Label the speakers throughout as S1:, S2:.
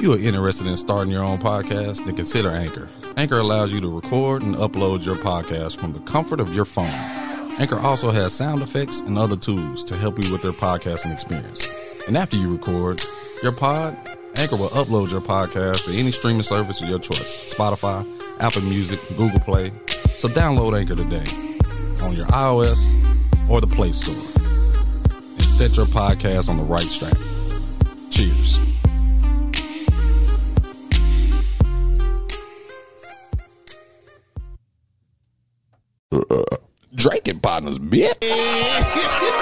S1: you are interested in starting your own podcast, then consider Anchor. Anchor allows you to record and upload your podcast from the comfort of your phone. Anchor also has sound effects and other tools to help you with your podcasting experience. And after you record your pod, Anchor will upload your podcast to any streaming service of your choice Spotify, Apple Music, Google Play. So download Anchor today on your iOS or the Play Store and set your podcast on the right track. Cheers. Drinking partners, bitch.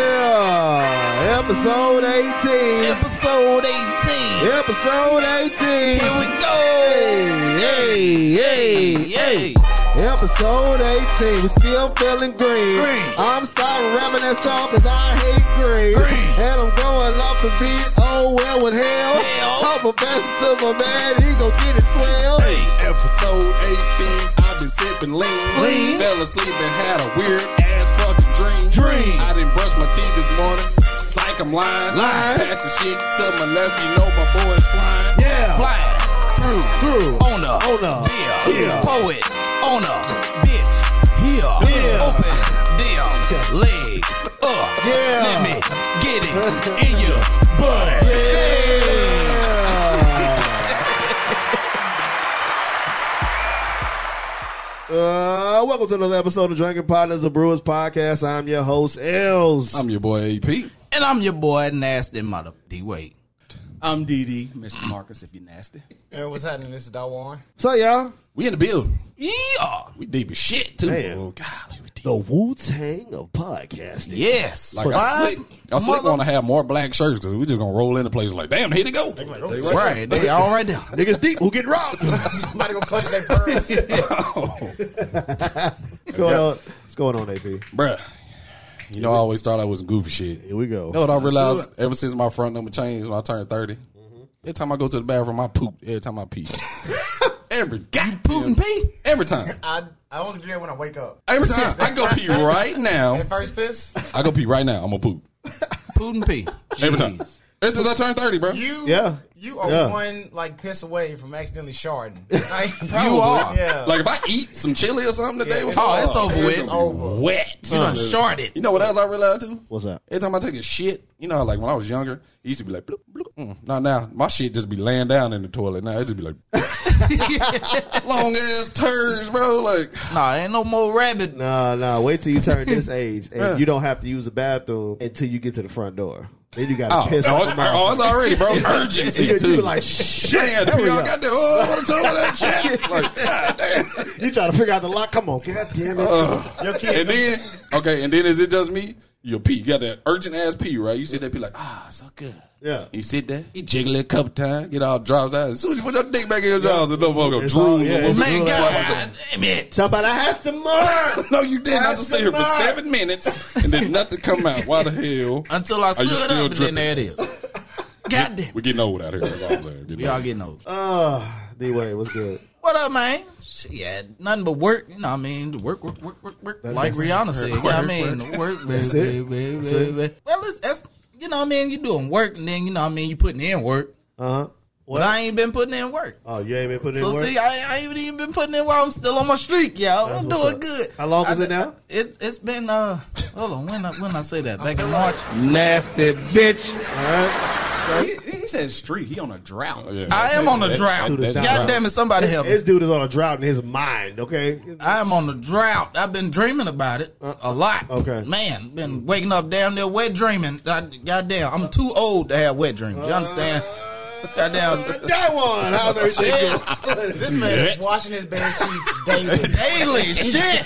S2: Yeah, episode 18.
S3: Episode 18.
S2: Episode 18.
S3: Here we go. Yay, yay, yay.
S2: Episode 18. We still feeling green.
S3: Green.
S2: I'm stopping rapping that song because I hate green.
S3: Green.
S2: And I'm going off the beat. Oh, well, with hell.
S3: Hell.
S2: Talk my best to my man. He gon' get it swell.
S4: Episode 18, I've been sipping lean.
S3: Lean.
S4: Fell asleep and had a weird ass fucking dream.
S3: Dream.
S4: I didn't brush my teeth this morning. Psych, I'm lying.
S2: Lying.
S4: Pass the shit to my left, you know my boy is flying.
S2: Yeah.
S3: Fly through
S2: Through.
S3: on a
S2: On a-
S3: beer.
S2: yeah.
S3: Poet on a bitch. Here.
S2: Yeah.
S3: Open them legs up.
S2: Yeah.
S3: Let me get it in your butt.
S2: Uh, welcome to another episode of Drinking Partners, the Brewers Podcast. I'm your host, Els.
S4: I'm your boy AP.
S3: And I'm your boy, Nasty Mother D Wade.
S5: I'm DD, Mr. Marcus, if you're nasty.
S6: Hey, what's happening? This is Dawan.
S2: so, y'all,
S4: We in the building.
S3: Yeah.
S4: We deep as shit, too.
S2: Man.
S4: Oh, golly, we deep.
S2: the Wu Tang of podcasting.
S3: Yes.
S4: Like, I slick, I slick want to have more black shirts because we just going to roll into places like, damn, here they go. They right
S3: right. They all right there.
S2: Niggas deep, who get robbed?
S6: Somebody gonna clutch that pearls.
S2: What's going on? What's going on, AP?
S4: Bruh, you know, I always thought I was goofy shit.
S2: Here we go.
S4: You know what I realized ever since my front number changed when I turned 30? Every time I go to the bathroom, I poop. Every time I pee. every goddamn.
S3: Poot and pee.
S4: Every time.
S6: I, I only do that when I wake up.
S4: Every time. I go pee right now.
S6: That first piss,
S4: I go pee right now. I'm going to poop.
S3: Poot and pee.
S4: Every time.
S3: Jeez.
S4: Ever since I turned 30, bro.
S6: you
S2: Yeah.
S6: you are
S2: Yeah.
S6: one like piss away from accidentally sharding. Like,
S3: You are.
S6: yeah.
S4: Like if I eat some chili or something today,
S6: Yeah,
S4: was-
S3: Oh, it's over with.
S6: It's over.
S3: You done shorted.
S4: You know what else I realized too?
S2: What's that?
S4: Every time I take a shit, you know, how, like when I was younger, it used to be like, bloop, bloop, mm. now, now, my shit just be laying down in the toilet. Now it just be like, long ass turds, bro. Like,
S3: Nah, ain't no more rabbit.
S2: Nah, nah. Wait till you turn this age and you don't have to use the bathroom until you get to the front door. Then you gotta
S4: Oh,
S2: piss
S4: oh,
S2: off
S4: it's,
S2: the mouth.
S4: oh, it's already, bro. Urgency,
S2: You-
S4: too.
S2: you be like, shit.
S4: Damn, the
S2: there we
S4: PR
S2: go.
S4: got there. Oh, I want to tell about that shit. Like, God damn.
S2: You trying to figure out the lock? Come on, god damn it!
S6: Your kids
S4: And then, okay, and then is it just me? Your pee. You got that urgent ass pee, right? You sit there, be like, ah, so good.
S2: yeah,
S4: You sit there, you jiggle it a couple times, get all drops out. As soon as you put your dick back in your drawers, it's no more gonna
S2: It's
S4: drool.
S2: all-
S4: no
S2: yeah,
S4: more
S2: it's
S4: gonna-
S3: Man,
S2: Right.
S3: God damn it.
S2: somebody has to murder.
S4: No, you didn't. I just stayed here for
S2: That's
S4: seven minutes and then nothing come out. Why the hell?
S3: Until I
S4: you
S3: stood up,
S4: still
S3: and then there it is. God damn
S4: We're
S3: it.
S4: getting old out here. That's all I'm saying. Getting
S3: We all
S4: old.
S3: getting old.
S2: D-Way, Uh, what's good?
S3: What up, man? Shit, yeah, nothing but work. You know what I mean? Work, work, work, work, work. Like Rihanna said. You know what I mean? Work, that's
S2: it. That's it.
S3: Well, it's, that's, you know what I mean? You're doing work, and then, you know what I mean? you putting in work.
S2: Uh huh.
S3: But I ain't been putting in work.
S2: Oh, you ain't been putting
S3: So
S2: in work.
S3: see, I, I ain't even been putting in while I'm still on my streak, y'all. I'm
S2: what's
S3: doing
S2: up.
S3: good.
S2: How long
S3: I,
S2: is it now?
S3: It, it's been uh, hold on. When I, when I say that back in March,
S5: Nasty bitch.
S2: All right.
S5: He, he said street. He on a drought.
S4: Oh, yeah.
S3: I am on a drought.
S2: Dude, it's not
S3: God
S2: right.
S3: damn it, somebody help me.
S2: This dude is on a drought in his mind. Okay.
S3: I am on a drought. I've been dreaming about it a lot.
S2: Uh, okay.
S3: man, been waking up down there wet dreaming. I, goddamn, I'm too old to have wet dreams. You understand? Goddamn,
S2: That one. How's everything?
S3: yeah,
S6: This man is washing his bed sheets daily.
S3: daily shit.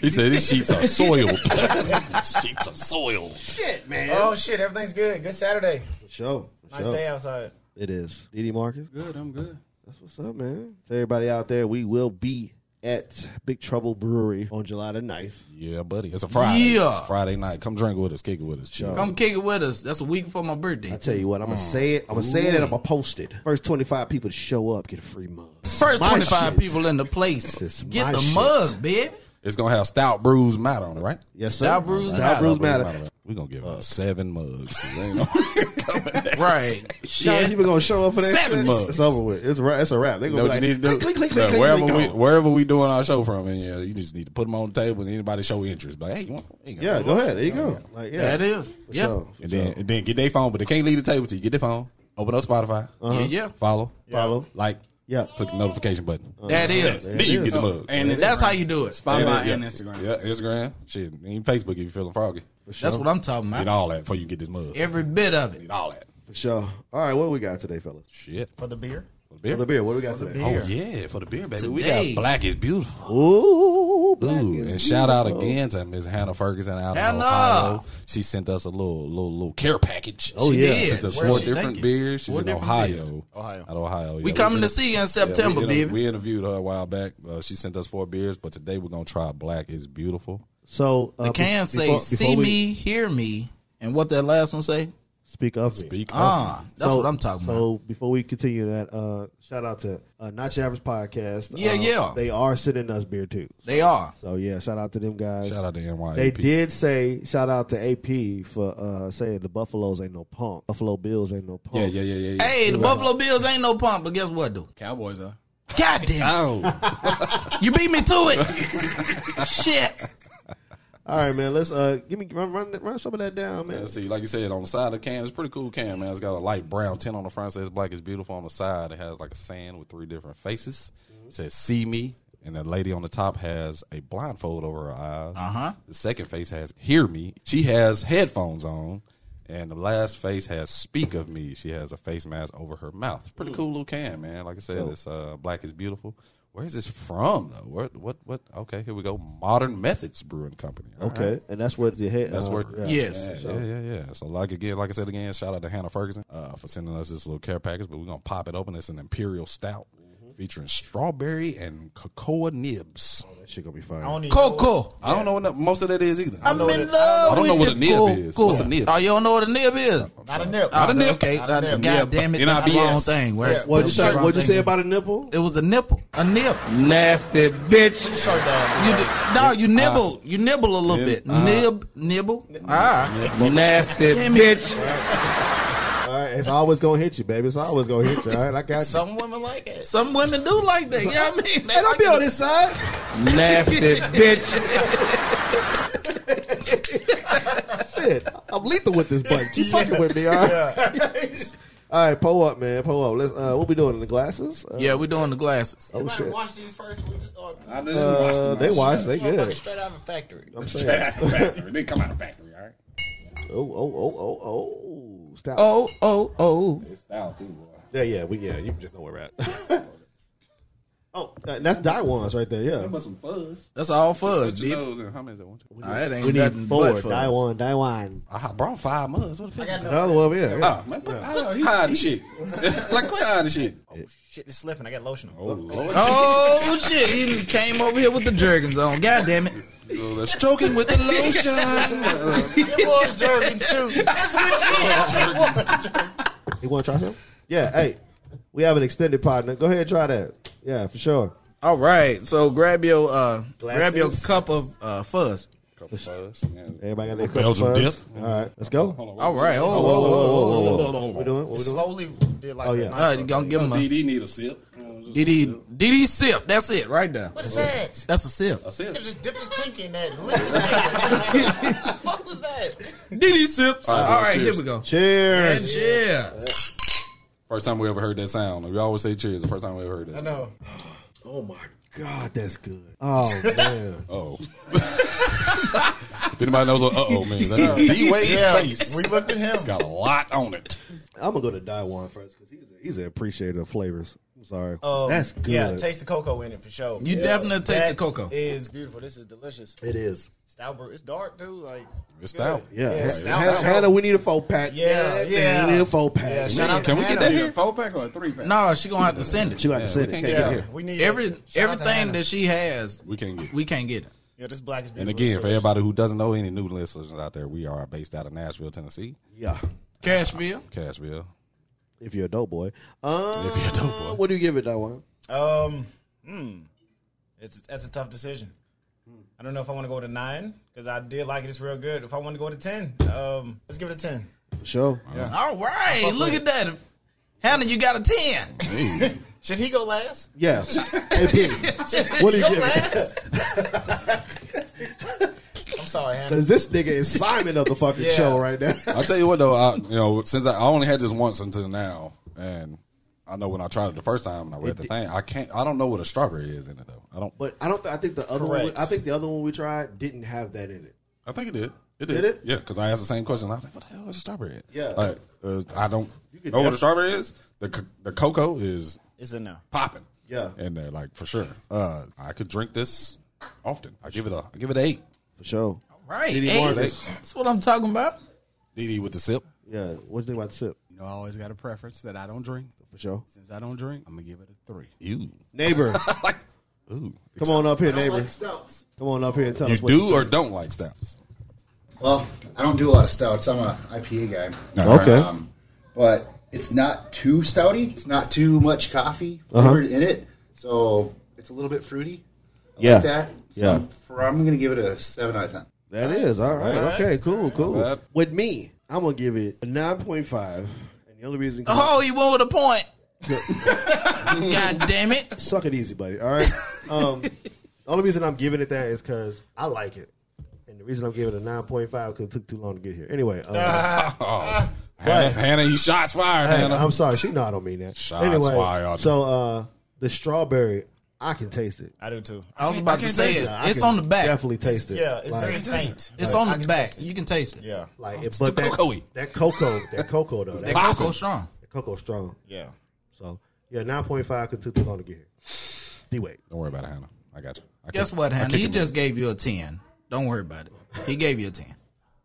S4: He said these sheets are soiled. These sheets are soiled.
S6: oh shit, everything's good. Good Saturday.
S2: For sure. For
S6: Nice
S2: sure.
S6: day outside.
S2: It is. DD Marcus.
S5: Good, I'm good.
S2: That's what's up, man. To everybody out there, we will be at Big Trouble Brewery on July the 9th.
S1: Yeah, buddy. It's a Friday.
S3: Yeah.
S1: It's a Friday night. Come drink with us. Kick it with us. Chill.
S3: Come kick it with us. That's a week before my birthday.
S2: I tell you what, I'm gonna say it. I'm gonna say it, and I'm gonna post it. First 25 people to show up get a free mug.
S3: First
S2: My
S3: 25
S2: shit.
S3: people in the place.
S2: This is my
S3: Get the
S2: shit.
S3: mug, baby.
S1: It's gonna have stout brews matter on it, right?
S2: Yes, sir.
S3: Stout brews
S2: Stout
S3: matter.
S2: brews matter.
S1: We're gonna give out seven mugs. There ain't no-
S3: Right.
S2: Y'all
S3: Shit.
S2: people gonna show up for that
S1: Seven
S2: shit?
S1: mugs.
S2: It's over with. It's a wrap. It's a wrap. They
S4: You know
S2: gonna
S4: what you
S2: be
S4: need to
S2: like,
S4: do?
S2: click, click, click,
S4: Look,
S2: click,
S4: wherever
S2: click,
S4: we
S2: go.
S4: wherever we doing our show from, and yeah, you just need to put them on the table, and anybody show interest, but hey, you want, hey, you
S2: Yeah,
S4: want-
S2: go ahead. There you go. Like, yeah,
S3: That is.
S2: For
S3: Yeah.
S2: sure. For
S4: and
S2: sure.
S4: then and then get their phone, but they can't leave the table till you get their phone. Open up Spotify,
S2: Uh-huh.
S3: Yeah, yeah.
S4: follow,
S2: Follow.
S4: like,
S2: Yeah.
S4: click the notification button.
S3: That is.
S4: then you can get the mug.
S5: And
S3: That's
S5: Instagram.
S3: how you do it.
S5: Spotify
S4: yeah,
S5: and
S4: yeah.
S5: Instagram.
S4: yeah, Instagram, shit, even Facebook if you're feeling froggy.
S3: That's what I'm talking
S4: Get
S3: about.
S4: all that before you get this mug.
S3: Every bit of it.
S4: Get all that
S2: For sure. All right, what do we got today, fellas?
S4: shit.
S6: For the beer?
S4: For the beer. Oh,
S2: The beer. What do we got
S6: For the
S2: today? Oh,
S6: beer.
S4: Yeah, for the beer, baby. We
S3: Today.
S4: got black is beautiful.
S2: Ooh,
S4: Ooh,
S2: black
S4: and
S2: is
S4: shout out
S2: beautiful.
S4: again to Miss Hannah Ferguson out in
S3: Hannah!
S4: Ohio. She sent us a little little little care package.
S2: Oh,
S3: She
S2: yeah.
S3: did.
S4: Sent us
S3: Where
S4: four
S3: she?
S4: different
S3: Thank you.
S4: beers. She's
S3: Four
S4: in
S3: different
S4: Ohio.
S3: beers.
S6: Ohio.
S4: Out of Ohio. Yeah,
S3: We
S4: we
S3: coming
S4: inter-
S3: to see you in
S4: yeah, we
S3: September,
S4: inter-
S3: baby.
S4: We interviewed her a while back. Uh, she sent us four beers, but today we're gonna try Black is Beautiful.
S2: So uh,
S3: They can
S2: be-
S3: say,
S2: before-
S3: see
S2: before we
S3: me, hear me. And what that last one say?
S2: Speak of me.
S4: Speak of
S3: Ah, that's
S2: So-
S3: what I'm talking about.
S2: So before we continue that, uh, shout out to uh, Not Your Average Podcast.
S3: Yeah,
S2: Uh,
S3: yeah.
S2: They are sending us beer too.
S3: They are.
S2: So yeah, shout out to them guys.
S4: Shout out to NYAP.
S2: They did say shout out to AP for uh, saying the Buffaloes ain't no punk. Buffalo Bills ain't no punk.
S4: Yeah, yeah, yeah, yeah. yeah.
S3: Hey, the Buffalo Bills ain't no pump, but guess what, though?
S5: Cowboys are.
S3: God damn
S4: Oh,
S3: it. You beat me to it. Shit.
S2: All right, man. Let's uh, give me run, run run some of that down, man.
S4: Yeah, see, like you said, on the side of the can, it's a pretty cool can, man. It's got a light brown tint on the front. Says black is beautiful on the side. It has like a sand with three different faces. It says see me, and the lady on the top has a blindfold over her eyes. Uh
S3: Uh-huh.
S4: The second face has hear me. She has headphones on, and the last face has speak of me. She has a face mask over her mouth. Pretty cool little can, man. Like I said, it's uh, black is beautiful. Where is this from though? What what what? Okay, here we go. Modern Methods Brewing Company. All right.
S2: Okay, and that's what the head.
S4: That's
S2: uh,
S4: worth
S2: yeah.
S3: Yes.
S4: yeah, yeah, yeah, yeah. So like again, like I said again, shout out to Hannah Ferguson uh, for sending us this little care package. But we're gonna pop it open. It's an imperial stout featuring strawberry and cocoa nibs.
S2: That shit gonna be fine.
S6: I don't even know
S3: Coco.
S4: I don't know what the- most of that is either. I
S3: I'm
S4: don't know
S3: in
S4: what it-
S3: love
S4: I don't know
S3: with
S4: what a
S3: the
S4: nib is.
S3: cocoa.
S4: What's a nib?
S3: Oh, you don't know what a nib is?
S6: what- Not a nip.
S3: Oh,
S4: nib.
S3: Okay,
S6: Not a
S3: uh,
S6: nib.
S3: God damn it. That's the
S4: NIBS.
S3: wrong thing, right?
S6: Yeah.
S2: What'd you
S3: That's the
S2: say?
S3: wrong
S2: What'd you
S3: thing.
S2: say about a nipple?
S3: It was a nipple. A nib.
S5: Nasty bitch.
S6: Shut down.
S3: You di- no, you nibble. you nibble a little bit.
S2: uh-huh.
S3: Nib, nibble. Ah,
S5: Nasty
S3: Damn it.
S5: bitch.
S2: All right, it's always gonna hit you, baby. It's always gonna hit you. All right, I got you.
S6: Some women like it.
S3: some women do like that. You know what I mean? They
S2: Hey, don't
S3: like
S2: be
S3: it.
S2: on this side.
S5: Nasty bitch.
S2: Shit, I'm lethal with this button. Keep fucking with me, all right? All right, pull up, man. Pull up. Let's. Uh, what we doing in the glasses? Uh,
S3: Yeah, we're doing the glasses.
S2: Oh
S6: Everybody
S2: shit.
S6: watch these first. We just thought.
S4: I didn't watch
S2: Uh,
S4: them.
S2: they watch. They
S6: Motherfucker
S2: good.
S6: straight out of the factory.
S2: I'm saying.
S4: Factory. They come out of factory. All right.
S2: Oh, oh, oh, oh, oh. Stop.
S3: Oh, oh, oh.
S4: It's style too. Boy.
S2: Yeah, yeah, we yeah. You just know where we're at. oh, that- that's Daiwan's right there. Yeah.
S4: some fuzz.
S3: That's all fuzz,
S4: Put your
S3: dude.
S4: nose in. How many is that? One, two, three.
S3: Nah, that Ah, ain't
S2: We
S3: nothing
S2: need four.
S3: but fuzz.
S2: Daiwan, Daiwan.
S4: I brought five mugs. What the
S6: I
S4: fuck?
S2: The
S6: got no.
S2: other one over here. Yeah.
S4: Ah, man, put- hide the shit. like quit hiding the shit.
S6: Shit, it's slipping. I got lotion on.
S4: Oh Lord,
S3: Oh shit! He came over here with the jerkins on. God damn it!
S4: they're stroking with the lotion.
S6: It was Jergens too. That's good shit.
S2: You want to try some? Yeah. Hey, we have an extended partner. Go ahead, and try that. Yeah, for sure.
S3: All right, so grab your uh, grab your
S2: Glasses.
S3: cup of uh, fuzz.
S4: Couple fuzz. Yeah.
S2: Everybody got their cup
S4: Belgium
S2: of
S4: dip.
S2: fuzz? All right, let's go. What
S3: All right. Oh, oh,
S2: whoa, whoa,
S3: oh,
S2: whoa,
S3: oh,
S2: whoa,
S3: oh, oh,
S2: we
S3: oh.
S2: doing? What we doing?
S6: Slowly did like.
S2: Oh,
S6: Oh
S2: yeah.
S6: yeah.
S3: All right, Uh, gonna give him a
S4: DD need a sip.
S3: DD DD sip. That's it, right there.
S6: What is that?
S3: That's a sip.
S4: A sip.
S6: Could've just dipped his pinky in that. and licked his finger. Fuck was that?
S3: DD sips. All
S4: right,
S3: right, here
S4: cheers.
S3: we go.
S2: Cheers.
S3: And cheers.
S4: First time we ever heard that sound. We always say cheers. The first time we ever heard that.
S6: I know.
S2: Oh my God, that's good. Oh man,
S4: Oh. if anybody knows what uh oh means, D Wade's face.
S6: We looked at him. Um,
S4: It's got a lot on it.
S2: I'm gonna go to Daiwan first because he's a, he's an appreciator of flavors. I'm sorry.
S6: Um,
S2: That's good.
S6: Yeah, taste the cocoa in it for sure.
S3: You
S6: Yeah.
S3: definitely taste the
S6: That
S3: cocoa.
S6: Is beautiful. This is delicious.
S2: it is.
S6: Stout brew. It's dark, dude. Like
S4: It's
S6: good.
S4: stout.
S2: Yeah.
S6: Yeah,
S2: Ha-
S6: stout.
S2: Ha- Hannah, we need a four pack.
S6: Yeah,
S2: God
S6: yeah.
S2: damn, We need a four pack.
S6: Yeah, shout out to
S4: Can we get
S6: Hannah.
S4: that here? Four pack or a three pack?
S3: No, she gonna have to send it.
S2: She got to send it. Can't
S4: can't
S2: get
S4: get
S2: it
S4: it.
S2: here.
S6: we need
S3: Every
S6: shout out to
S3: everything
S6: Hannah.
S3: that she has,
S4: We can't get.
S3: we can't get it.
S6: Yeah, this black is beautiful.
S4: and again,
S6: It's
S4: for
S6: delicious.
S4: everybody who doesn't know any new listeners out there, we are based out of Nashville, Tennessee,
S2: Yeah.
S3: Cashville.
S4: Cashville.
S2: If you're a dope boy. Um,
S4: If you're a dope boy.
S2: What do you give it, that one?
S6: Um, hmm. It's that's a tough decision. I don't know if I want to go to nine because I did like it. It's real good. If I want to go to ten, um, let's give it a ten.
S2: For sure.
S3: All right, look at that. Hannah, you got a ten.
S6: Should he go last?
S2: Yeah. hey, Pete, what do you
S6: Go
S2: give it?
S6: last. I'm sorry, Hannah.
S2: Because this nigga is Simon of the fucking
S6: Yeah.
S2: show right now.
S4: I'll tell you what though, I, you know, since I I only had this once until now, and I know when I tried it the first time and I read the thing, I can't. I don't know what a strawberry is in it though. I don't.
S2: But I don't. I think the other one.
S6: Correct.
S2: I think the other one we tried didn't have that in it.
S4: I think it did. It did.
S2: Did it?
S4: Yeah, because I asked the same question. I was like, "What the hell is a strawberry?" in?"
S2: Yeah.
S4: Like, uh, I don't
S2: could
S4: know what
S2: def-
S4: a strawberry is. The co- the cocoa is
S6: It's a no.
S4: popping.
S2: Yeah.
S4: in there, like for sure. Uh, I could drink this often. I give it a. I give it an eight.
S2: For sure.
S3: Right,
S4: Diddy
S3: eight.
S4: Marcus.
S3: That's what I'm talking about.
S4: DD with the sip.
S2: Yeah. What do you think about the sip?
S7: You know, I always got a preference that I don't drink.
S2: For sure.
S7: Since I don't drink, I'm gonna give it a three.
S4: You
S2: Neighbor,
S4: like? Ooh,
S2: come on up here, neighbor.
S8: stouts.
S2: Come on up here and tell
S4: you
S2: us. what
S4: do or don't like stouts.
S8: Well, I don't do a lot of stouts. I'm a IPA guy. Um,
S2: Okay.
S8: but it's not too stouty. It's not too much coffee
S2: Uh-huh.
S8: flavored in it, so it's a little bit fruity. I
S2: Yeah.
S8: like that. So
S2: Yeah.
S8: I'm, pr- I'm gonna give it a seven out of ten.
S2: That is all right. Okay, cool, cool.
S4: bad.
S2: With me, I'm gonna give it a nine point five, and the only reason
S7: Uh-huh.
S3: Oh, you went with a point. God damn it!
S2: suck it easy, buddy. All right. Um, the only reason I'm giving it that is because I like it, and the reason I'm giving it a nine point five because it took too long to get here. Anyway, uh,
S4: Oh, Hannah, Hannah, you shots fired, Hannah.
S2: I'm sorry, she no, I don't mean that.
S4: Shots
S2: anyway,
S4: fired.
S2: so uh, the strawberry, I can taste it.
S6: I do too.
S3: I was about to say it.
S2: I
S3: It's
S2: can
S3: on the back.
S2: Definitely taste it.
S6: Yeah, it's
S2: like,
S6: very faint.
S3: It's
S6: Like, I
S3: on the
S6: can
S3: back.
S6: taste it.
S3: You can taste it.
S6: Yeah,
S2: like it, but
S4: too cocoa-y.
S2: that, that cocoa, that cocoa though, that
S3: That cocoa strong.
S2: cocoa strong.
S6: yeah.
S2: So yeah, nine point five because it took too long to get here. D-Wade.
S4: Don't worry about it, Hannah. I got you. I
S3: Guess
S4: kick-
S3: what,
S4: I
S3: Hannah?
S4: kick
S3: He
S4: him.
S3: just gave you a ten. Don't worry about it. He gave you a ten,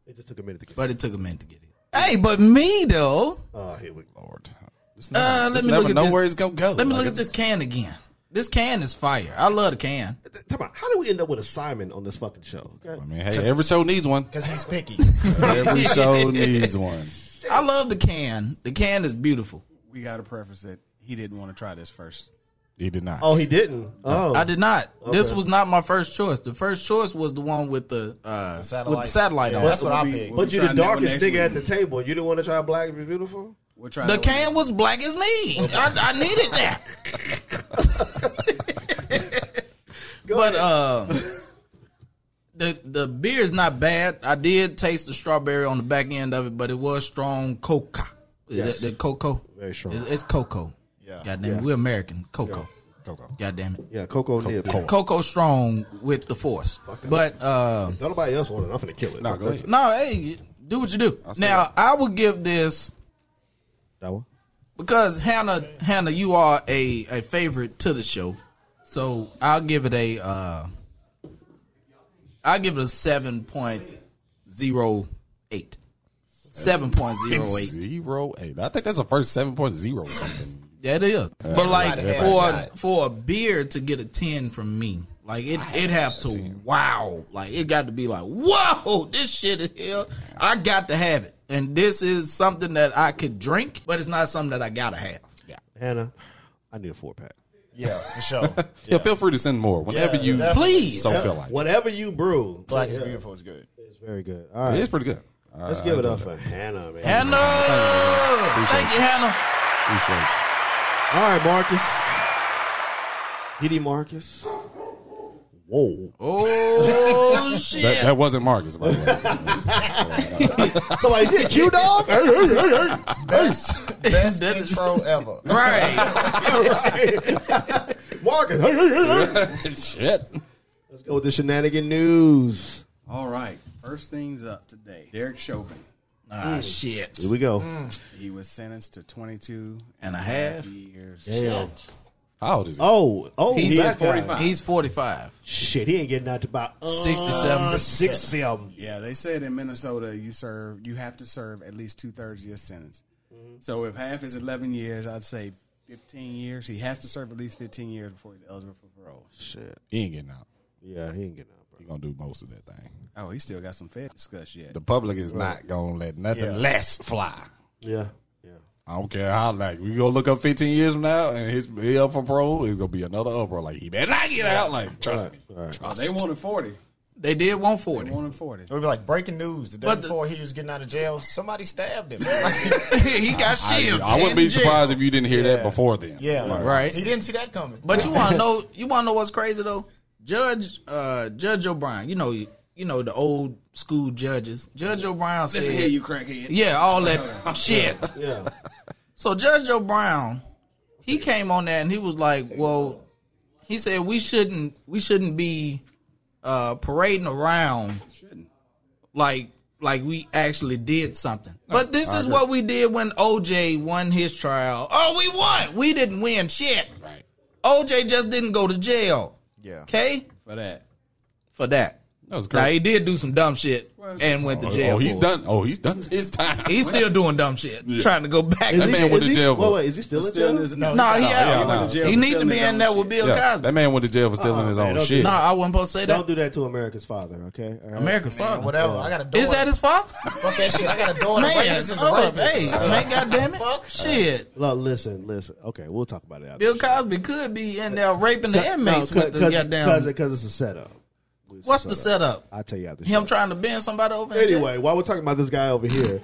S2: It just took a minute to get.
S3: but it took a minute to get it. Hey, but me though.
S2: Oh, here we go.
S4: Lord. Just
S3: Uh,
S4: never,
S3: let
S4: just
S3: me
S4: never
S3: look at
S4: know
S3: this.
S4: where it's gonna go.
S3: Let me
S4: Like,
S3: look at
S4: it's-
S3: this can again. This can is fire. I love the can.
S2: Th- Come on, how did we end up with a Simon on this fucking show? Okay.
S4: I mean, hey, every show needs one.
S6: Because he's picky.
S4: Every show needs one.
S3: I love the can. The can is beautiful.
S7: We got a preference that he didn't want to try this first.
S4: He did not.
S2: Oh, he didn't. Oh,
S3: I did not. This was not my first choice. The first choice was the one with the, uh, with the satellite
S6: Yeah,
S3: on.
S6: That's what I
S7: we-
S6: picked.
S7: we'll
S2: But
S7: be
S2: you the
S7: trying that one
S2: darkest
S7: next
S2: nigga
S7: week.
S2: at the table. You didn't want to try Black is Beautiful?
S7: We're trying
S3: The
S7: that one
S3: can
S7: next
S3: was black as me. I, I needed that. but uh, the the beer is not bad. I did taste the strawberry on the back end of it, but it was strong coca. Is
S2: Yes.
S3: that the cocoa?
S2: Very strong.
S3: It's, it's cocoa.
S6: Yeah.
S3: God damn it. We're American. Cocoa. God damn it.
S2: Yeah, Coco Nip.
S3: Coco strong with the force. But uh
S2: Don't nobody else want it. I'm finna kill it.
S4: Nah, go ahead.
S3: no, hey, do what you do. Now I would give this
S2: That one.
S3: because Hannah, Hannah, you are a, a favorite to the show, so I'll give it a uh, I'll give it a seven point zero eight. Seven point zero eight.
S4: Zero eight. I think that's the first seven point zero something.
S3: That is. But like for for a beer to get a ten from me, like it it have to wow. Like it got to be like whoa, this shit is here. I got to have it, and this is something that I could drink, but it's not something that I gotta have.
S2: Hannah, I need a four pack.
S6: Yeah, for sure.
S4: Yeah. feel free to send more whenever
S6: Yeah,
S4: you
S6: definitely.
S3: Please,
S4: so feel like.
S2: Whatever you brew,
S6: Black is beautiful. It's good.
S2: it's very good. All
S4: It
S2: right,
S4: is pretty good. I
S2: let's give it up for Hannah, man.
S3: Hannah, thank you, Hannah.
S4: appreciate it.
S2: All right, Marcus. Diddy Marcus. Whoa.
S3: Oh
S4: That,
S3: shit!
S4: that wasn't Marcus, by the way.
S2: Somebody said Q Dog?
S6: Best, best
S3: That is-
S6: intro ever.
S3: Right,
S2: Marcus. Let's
S4: Shit.
S2: go with the shenanigan news.
S7: week. All right, first things up today. Derek Chauvin.
S3: ah shit.
S2: Here we go.
S7: He was sentenced to 22
S3: And a half.
S7: years
S2: Damn.
S4: How old is he?
S2: Oh, oh,
S3: He's
S2: that guy.
S7: 45.
S3: He's 45.
S2: Shit, he ain't getting out to about uh,
S3: 67%.
S2: six seven.
S7: Yeah, they said in Minnesota you serve you have to serve at least two thirds of your sentence. So if half is eleven years, I'd say fifteen years. He has to serve at least fifteen years before he's eligible for parole.
S4: He ain't getting out.
S2: Yeah, he ain't getting out, bro.
S4: He gonna do most of that thing.
S7: Oh, he still got some Fed discuss yet.
S4: The public is not gonna let nothing less fly.
S2: Yeah, yeah.
S4: I don't care how like we gonna look up 15 years from now and his he up for parole. It's gonna be another uproar. Like he better not get out. Like trust me.
S7: Oh, they wanted forty.
S3: They did one
S7: They
S3: forty.
S7: wanted forty.
S6: It would be like breaking news. The day
S3: But the-
S6: before he was getting out of jail, somebody stabbed him.
S3: he got
S4: I,
S3: shielded.
S4: I wouldn't be surprised if you didn't hear that
S6: Yeah.
S4: before then.
S6: yeah,
S3: Right.
S6: He didn't see that coming.
S3: But you want to know? You want to know what's crazy though? Judge uh, Judge O'Brien. You know you know the old school judges. Judge O'Brien said,
S7: Listen here, you crackhead.
S3: "Yeah, all that shit."
S2: Yeah.
S3: So Judge Joe Brown, he came on that and he was like, "Well," he said, "We shouldn't we shouldn't be uh, parading around
S7: Shouldn't.
S3: like like we actually did something." but this is what we did when OJ won his trial. Oh, we won. We didn't win shit. Right. OJ just didn't go to jail.
S6: Yeah.
S3: Okay,
S7: for that.
S3: for that.
S4: That was
S3: Now
S4: crazy.
S3: he did do some dumb shit and went to jail.
S4: oh, he's
S3: for it.
S4: done. Oh, he's done his time.
S3: He's still doing dumb shit, trying to go back.
S2: Is
S3: to
S2: he-
S4: man went
S2: is
S4: to
S2: he-
S4: jail for-
S2: Wait, wait, is he still,
S7: Still
S2: in jail?
S7: is- no,
S3: no, he
S7: he's not.
S3: out.
S4: he out.
S3: he
S7: He
S3: need to
S7: still
S3: be
S7: his
S3: in there
S7: own
S3: with
S7: shit.
S3: Bill
S4: yeah,
S3: Cosby.
S4: that man went to jail for stealing his own
S2: don't
S4: shit.
S3: No, I wasn't supposed to say
S2: Don't
S3: that.
S2: do that to America's father, okay? All right?
S3: America's father.
S6: Whatever. I got a door.
S3: Is that his father?
S6: Fuck that shit. I got a door.
S3: man,
S6: Raiders
S7: oh,
S6: is the
S3: hold up,
S6: rapist.
S3: hey, man, goddamn it, shit.
S2: Look, listen, listen. Okay, we'll talk about it after.
S3: Bill Cosby could be in there raping the inmates with the goddamn.
S2: Because it's a setup. It's a
S3: What's the setup?
S2: I'll tell you after. the
S3: Him
S2: show.
S3: trying to bend somebody over. in jail?
S2: Anyway, while we're talking about this guy over here,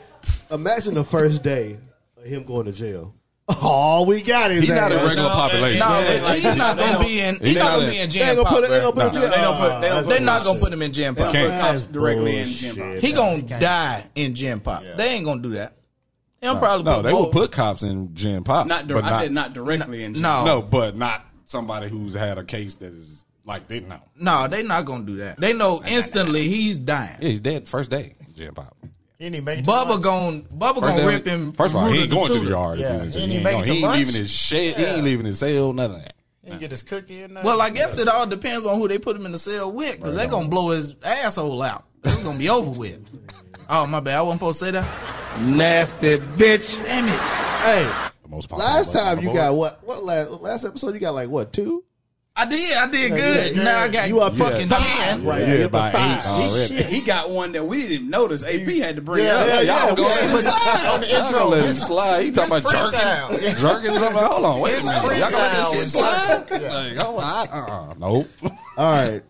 S2: imagine the first day of him going to jail. All we got is
S4: He's not a
S2: that.
S4: regular
S6: No,
S4: population.
S3: no,
S6: Yeah,
S3: but
S6: like,
S3: he's not
S6: they
S3: gonna
S6: don't-
S3: be in.
S4: they
S3: He's not
S4: not
S3: gonna
S4: in-
S3: be in
S2: They ain't
S3: jam
S2: gonna put
S3: pop.
S2: it. They ain't
S3: bruh.
S2: gonna put it.
S4: No, they
S7: don't put- they don't
S3: They're not gonna put him in jam pop.
S7: Put
S4: Can't.
S7: cops directly in Jim Bob.
S2: He
S3: He gonna die in jam pop. They ain't gonna do that. He'll probably
S4: No,
S3: put
S4: they will
S3: both-
S4: put cops in Jim Pop.
S7: Not, dir-
S4: but
S7: I said not directly in jail.
S3: No,
S4: No, but not somebody who's had a case that is like they know.
S3: no, they not gonna do that. They know instantly he's dying.
S4: Yeah, he's dead first day. Jim Pop.
S6: He didn't even make it to
S3: Bubba
S6: lunch.
S3: gon' Bubba
S4: First,
S3: gon'
S4: day-
S3: rip him.
S4: first of all,
S3: from
S4: he
S3: Ruta
S4: ain't going to
S3: Tudor.
S4: the yard.
S6: Yeah,
S4: If he's in
S6: he ain't
S4: jail. he
S6: make it
S4: ain't,
S6: to
S4: he ain't
S6: lunch.
S4: leaving his shed. He ain't leaving his cell. None of that.
S6: He didn't get his cookie and nothing.
S3: Well, I guess it all depends on who they put him in the cell with, because they're gonna blow his asshole out. It's gonna be over with. Oh my bad, I wasn't supposed to say that.
S5: Nasty bitch.
S3: Damn it!
S2: Hey,
S4: The most popular
S2: last
S4: button on
S2: time
S4: the
S2: you
S4: board.
S2: got what? What last last episode you got like what two?
S3: I did, I did good.
S2: yeah.
S3: Now I got
S2: You up
S3: fucking
S2: five,
S3: ten.
S2: right?
S4: Yeah,
S2: You're up
S4: by
S2: to five.
S4: eight already.
S7: He got one that we didn't even notice. AP had to bring
S6: Yeah,
S7: it
S2: Yeah,
S4: Y'all
S2: yeah,
S7: up.
S2: we-
S4: going
S6: on the
S4: Y'all gonna
S6: intro.
S4: let it
S6: Just,
S4: slide. You talking
S6: just
S4: about jerking?
S6: freestyle.
S4: Jerking something? Hold on, wait a minute. Y'all gonna let this
S6: freestyle.
S4: shit slide? Like, oh, I, uh-uh. Nope.
S2: All right.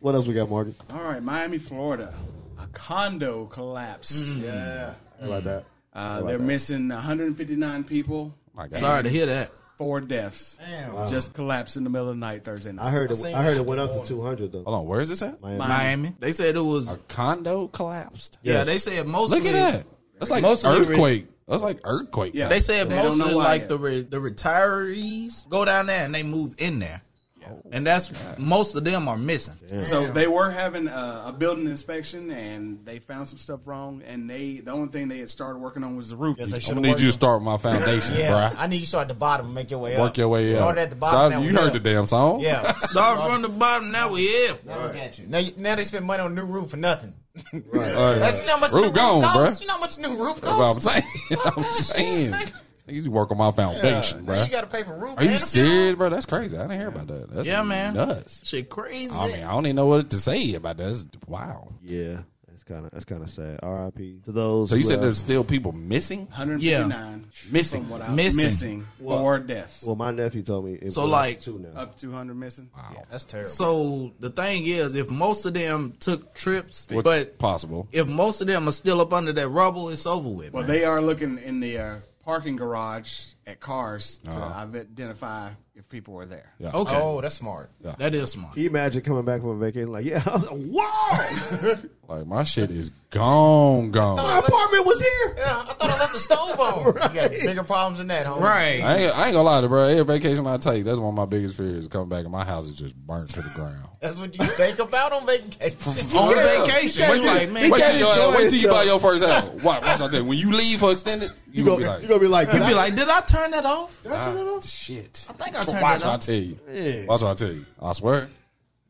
S2: What else we got, Marcus?
S7: All right, Miami, Florida. A condo collapsed. Yeah.
S2: How about that?
S7: Uh, they're missing 159 people,
S4: My God.
S3: Sorry to hear that.
S7: four deaths.
S6: Damn.
S7: Just collapsed in the middle of the night Thursday night.
S2: I heard it.
S6: seen
S2: I heard
S6: this
S2: it went up to
S6: before.
S2: two hundred though.
S4: Hold on, where is this at?
S2: Miami.
S3: Miami. They said it was.
S4: A condo collapsed.
S3: Yeah, they said mostly.
S4: Look at that. That's like
S3: Mostly re-
S4: earthquake. That's like earthquake.
S7: Yeah.
S3: They said
S7: They don't
S3: mostly
S7: know why
S3: like
S7: yet.
S3: the re- the retirees go down there and they move in there, and that's most of them are missing.
S7: So they were having a, a building inspection, and they found some stuff wrong. And they the only thing they had started working on was the roof.
S6: Yes, they
S4: I'm
S6: should.
S4: gonna need you to start with my foundation,
S6: Yeah,
S4: bruh.
S6: I need you to start at the bottom and make your way up.
S4: Work your way up.
S6: Start at the
S4: So,
S6: bottom. now
S4: you
S6: we
S4: heard
S6: up.
S4: the damn song.
S6: Yeah.
S3: Start from the bottom. Now we here.
S6: Now Look at you. Now, you- now they spend money on a new roof for nothing.
S4: All right.
S6: That's you know how much
S4: Roof
S6: new roof
S4: gone,
S6: costs.
S4: bruh.
S6: You know how much new roof
S4: That's what I'm
S6: costs.
S4: saying. I'm saying. Nigga, You work on my foundation,
S6: Now
S4: bruh.
S6: you got to pay for roof.
S4: Are you
S6: and a funeral.
S4: serious, bro? That's crazy. I didn't hear about that. That's
S3: Yeah, man.
S4: Nuts.
S3: Shit, crazy.
S4: I mean, I don't even know what to say about that. That's- wow.
S2: Yeah, that's kind of that's kind of sad. R.I.P. to those.
S4: So you
S2: who,
S4: said
S2: uh,
S4: there's still people missing?
S7: 159
S4: Missing.
S7: from what I
S3: Missing.
S7: missing, missing four deaths,
S2: Well, my nephew told me. It
S3: So,
S2: went up
S3: like-
S2: to two now.
S7: up to 200 missing. Yeah.
S6: That's terrible.
S3: So the thing is, if most of them took trips,
S4: What's
S3: but
S4: possible.
S3: if most of them are still up under that rubble, it's over with.
S7: Well,
S3: man.
S7: they are looking in the uh, parking garage at cars to identify if people were there.
S4: Yeah.
S3: okay,
S6: Oh, that's smart.
S3: that is smart.
S2: Can you imagine coming back from a vacation like, yeah, I was like, whoa,
S4: Like my shit is gone,
S2: my
S4: gone.
S2: apartment was here.
S6: Yeah, I thought I left the stove on. You got bigger problems than that, homie.
S3: Right.
S4: I ain't, I ain't gonna lie to you, bro. Every vacation I take, that's one of my biggest fears. Coming back and my house is just burnt to the ground.
S6: That's what you think about on vacation.
S3: On
S6: Yeah.
S3: vacation, it's like man,
S4: Wait
S3: you
S4: till, your,
S2: enjoy
S4: wait till you
S2: yourself.
S4: buy your first house. Watch, watch I tell you, when you leave for extended, you,
S2: You gonna
S4: gonna be like,
S2: you gonna be like,
S3: be like, did I turn that off?
S4: Shit.
S3: I think I turned
S4: Watch what
S3: that
S4: I
S3: off.
S4: tell you. Watch what I tell you. I swear.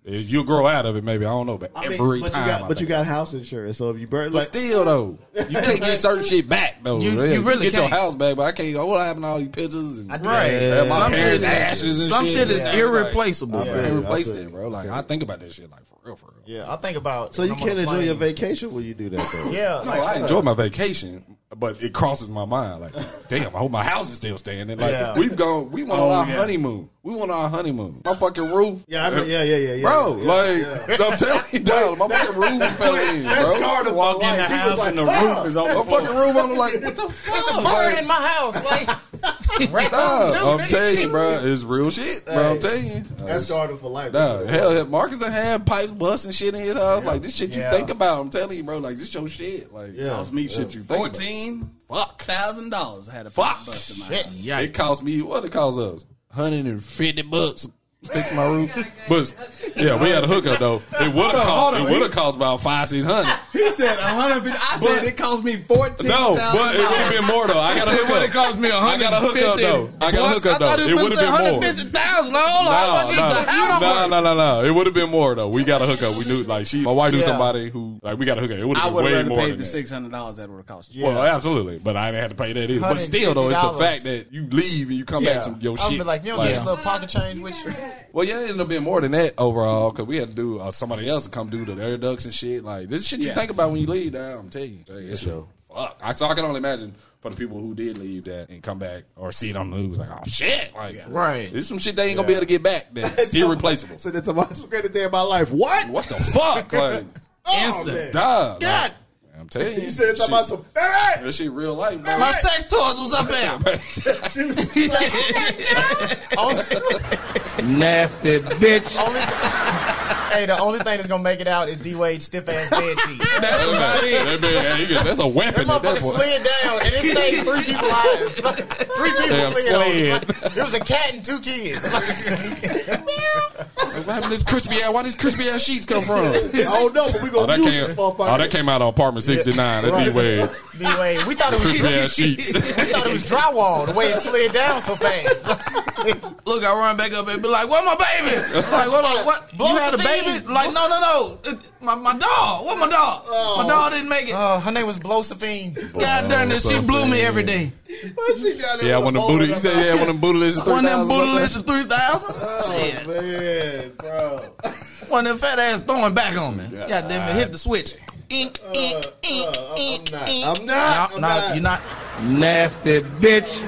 S4: If You'll grow out of it, maybe. I don't know. But every
S2: but
S4: time.
S2: you got,
S4: I
S2: but you
S4: think-
S2: got house insurance, so if you burn,
S4: But
S2: like,
S4: still, though, you can't get certain shit back, though.
S3: You-
S4: Yeah,
S3: you really
S4: get
S3: can't.
S4: your house back, but I can't. oh, What happened to all these pictures? And,
S3: Right.
S4: Yeah, my
S3: Some shit
S4: parents'
S3: is,
S4: ashes and
S3: some
S4: shit.
S3: shit is
S4: Yeah,
S3: irreplaceable.
S4: I
S3: bro.
S4: can't replace
S2: feel
S4: that, bro. Like, I think about that shit, like, for real, for real.
S6: Yeah, I think about.
S2: so
S6: when
S2: you
S6: I'm on
S2: can't
S6: a
S2: enjoy
S6: plane.
S2: your vacation when you do that. Though.
S6: Yeah,
S4: No,
S6: like,
S4: I enjoy my vacation, but it crosses my mind. Like, damn, I hope my house is still standing. Like,
S6: Yeah.
S4: we've gone, we went on
S7: Oh,
S4: our
S7: yeah.
S4: honeymoon. We went on our honeymoon. My fucking roof.
S2: yeah, I mean, yeah, yeah, yeah, yeah,
S4: Bro,
S2: yeah.
S4: like I'm telling you, dog, my fucking roof fell in.
S6: That's
S4: bro.
S6: scarred up walk in the
S4: He was
S6: house
S4: like,
S6: and the
S4: "Fuck."
S6: roof is on
S4: My
S6: the floor.
S4: fucking roof. I'm like, what the fuck?
S6: Burn
S4: Like,
S6: in my house. Like, right
S4: dog,
S6: on, too,
S4: I'm
S6: nigga.
S4: telling you, bro, it's real shit, bro. I'm
S2: Hey,
S4: telling you,
S2: that's started for life.
S4: Dog, hell, Marcus done had pipes busting shit in his house. Like this shit
S6: Yeah.
S4: you think about. I'm telling you, bro. Like this your shit. Like
S2: Yeah.
S7: Cost me shit you think about.
S4: fourteen. Fuck.
S7: thousand dollars. I had a fuck bust in my
S3: Shit,
S7: house.
S3: yikes.
S4: It cost me what it cost us? Hundred and fifty bucks. to Fix my roof, but yeah, we had a hookup though. It would have cost. It would have cost about five, six hundred.
S7: He said a hundred. fifty- I said
S4: But-
S7: it cost me fourteen.
S4: No, but it would have been more though. I got a
S3: It would have
S4: hookup.
S3: cost me a
S4: I
S3: hundred.
S4: got a hookup though. I got a hookup though. It would have been
S3: hundred
S4: more.
S3: fifty thousand. Like, hold on, how much is the house
S4: No, no,
S3: worth?
S4: no, no, no. It would have been more though. We got a hookup. We knew like she, my wife knew
S6: Yeah.
S4: somebody who like we got a hookup. It would
S7: I
S4: have been
S7: would
S4: way
S7: have
S4: more
S7: paid
S4: than
S7: the
S4: that.
S7: six hundred dollars that would have cost you.
S6: Yeah.
S4: Well, absolutely, but I didn't have to pay that either. But still, though, it's the
S6: $150.
S4: fact that you leave and you come back
S6: Yeah.
S4: some your
S6: I would
S4: shit.
S6: be like, you don't
S4: Like,
S6: get this little pocket change with you.
S4: well, yeah, it ended up being more than that overall because we had to do uh, somebody else to come do the air ducts and shit. Like this shit you
S7: Yeah.
S4: think about when you leave. Now I'm telling you, Tell you, that shit- Fuck, I, so I can only imagine for the people who did leave that and come back or see it on the news, like, oh shit, like,
S3: Right.
S4: There's some shit they ain't gonna be able to get back. That's irreplaceable.
S2: So that's the most greatest day of my life. What?
S4: What the fuck, like,
S6: Oh,
S3: Instant.
S4: dog?
S3: God.
S4: I'm telling you,
S2: You said it's
S4: shit-
S2: about some. Hey,
S4: That shit real life, bro.
S3: My sex toys was up there.
S5: Nasty bitch.
S6: Only, hey, the only thing that's gonna make it out is D Wade's stiff ass bed sheets. That
S4: That's about it. That man- That's a weapon at
S6: motherfucker
S4: that point.
S6: slid down and it saved three people lives. three people
S4: Damn,
S6: slid on it.
S4: slid.
S6: Like, it was a cat and two kids.
S4: Like, what happened to this crispy ass? Where these crispy ass sheets come from?
S2: Oh no, but we
S4: Oh, that
S2: gonna use this
S4: came.
S2: motherfucker.
S4: Oh, that came out of apartment sixty nine. That D Wade.
S6: D Wade, we thought it was
S4: Crispy ass sheets.
S6: we thought it was drywall the way it slid down so fast.
S3: Look, I run back up and be like, "Where my baby?" I'm like, "What? Like, what?
S6: Blow
S3: you had a
S6: some
S3: baby?"
S6: steam.
S3: Like, no, no, no. It- My my dog. What my dog? My dog didn't make it.
S6: Uh, her name was Blosephine.
S3: God damn it, she blew me every day.
S2: She got it
S4: Yeah,
S2: with
S4: one
S2: a
S4: of them booty.
S2: bowl
S4: You said yeah, one of them bootylicious.
S3: One of them
S4: 3000s up there.
S3: bootylicious three thousands. Shit.
S2: Man, bro.
S3: One of them fat ass throwing back on me. God damn it, hit the switch. Ink, ink, ink,
S2: uh,
S3: ink,
S2: I'm not.
S3: ink.
S2: I'm not.
S3: No, no,
S2: I'm not.
S3: you're not.
S5: Nasty bitch.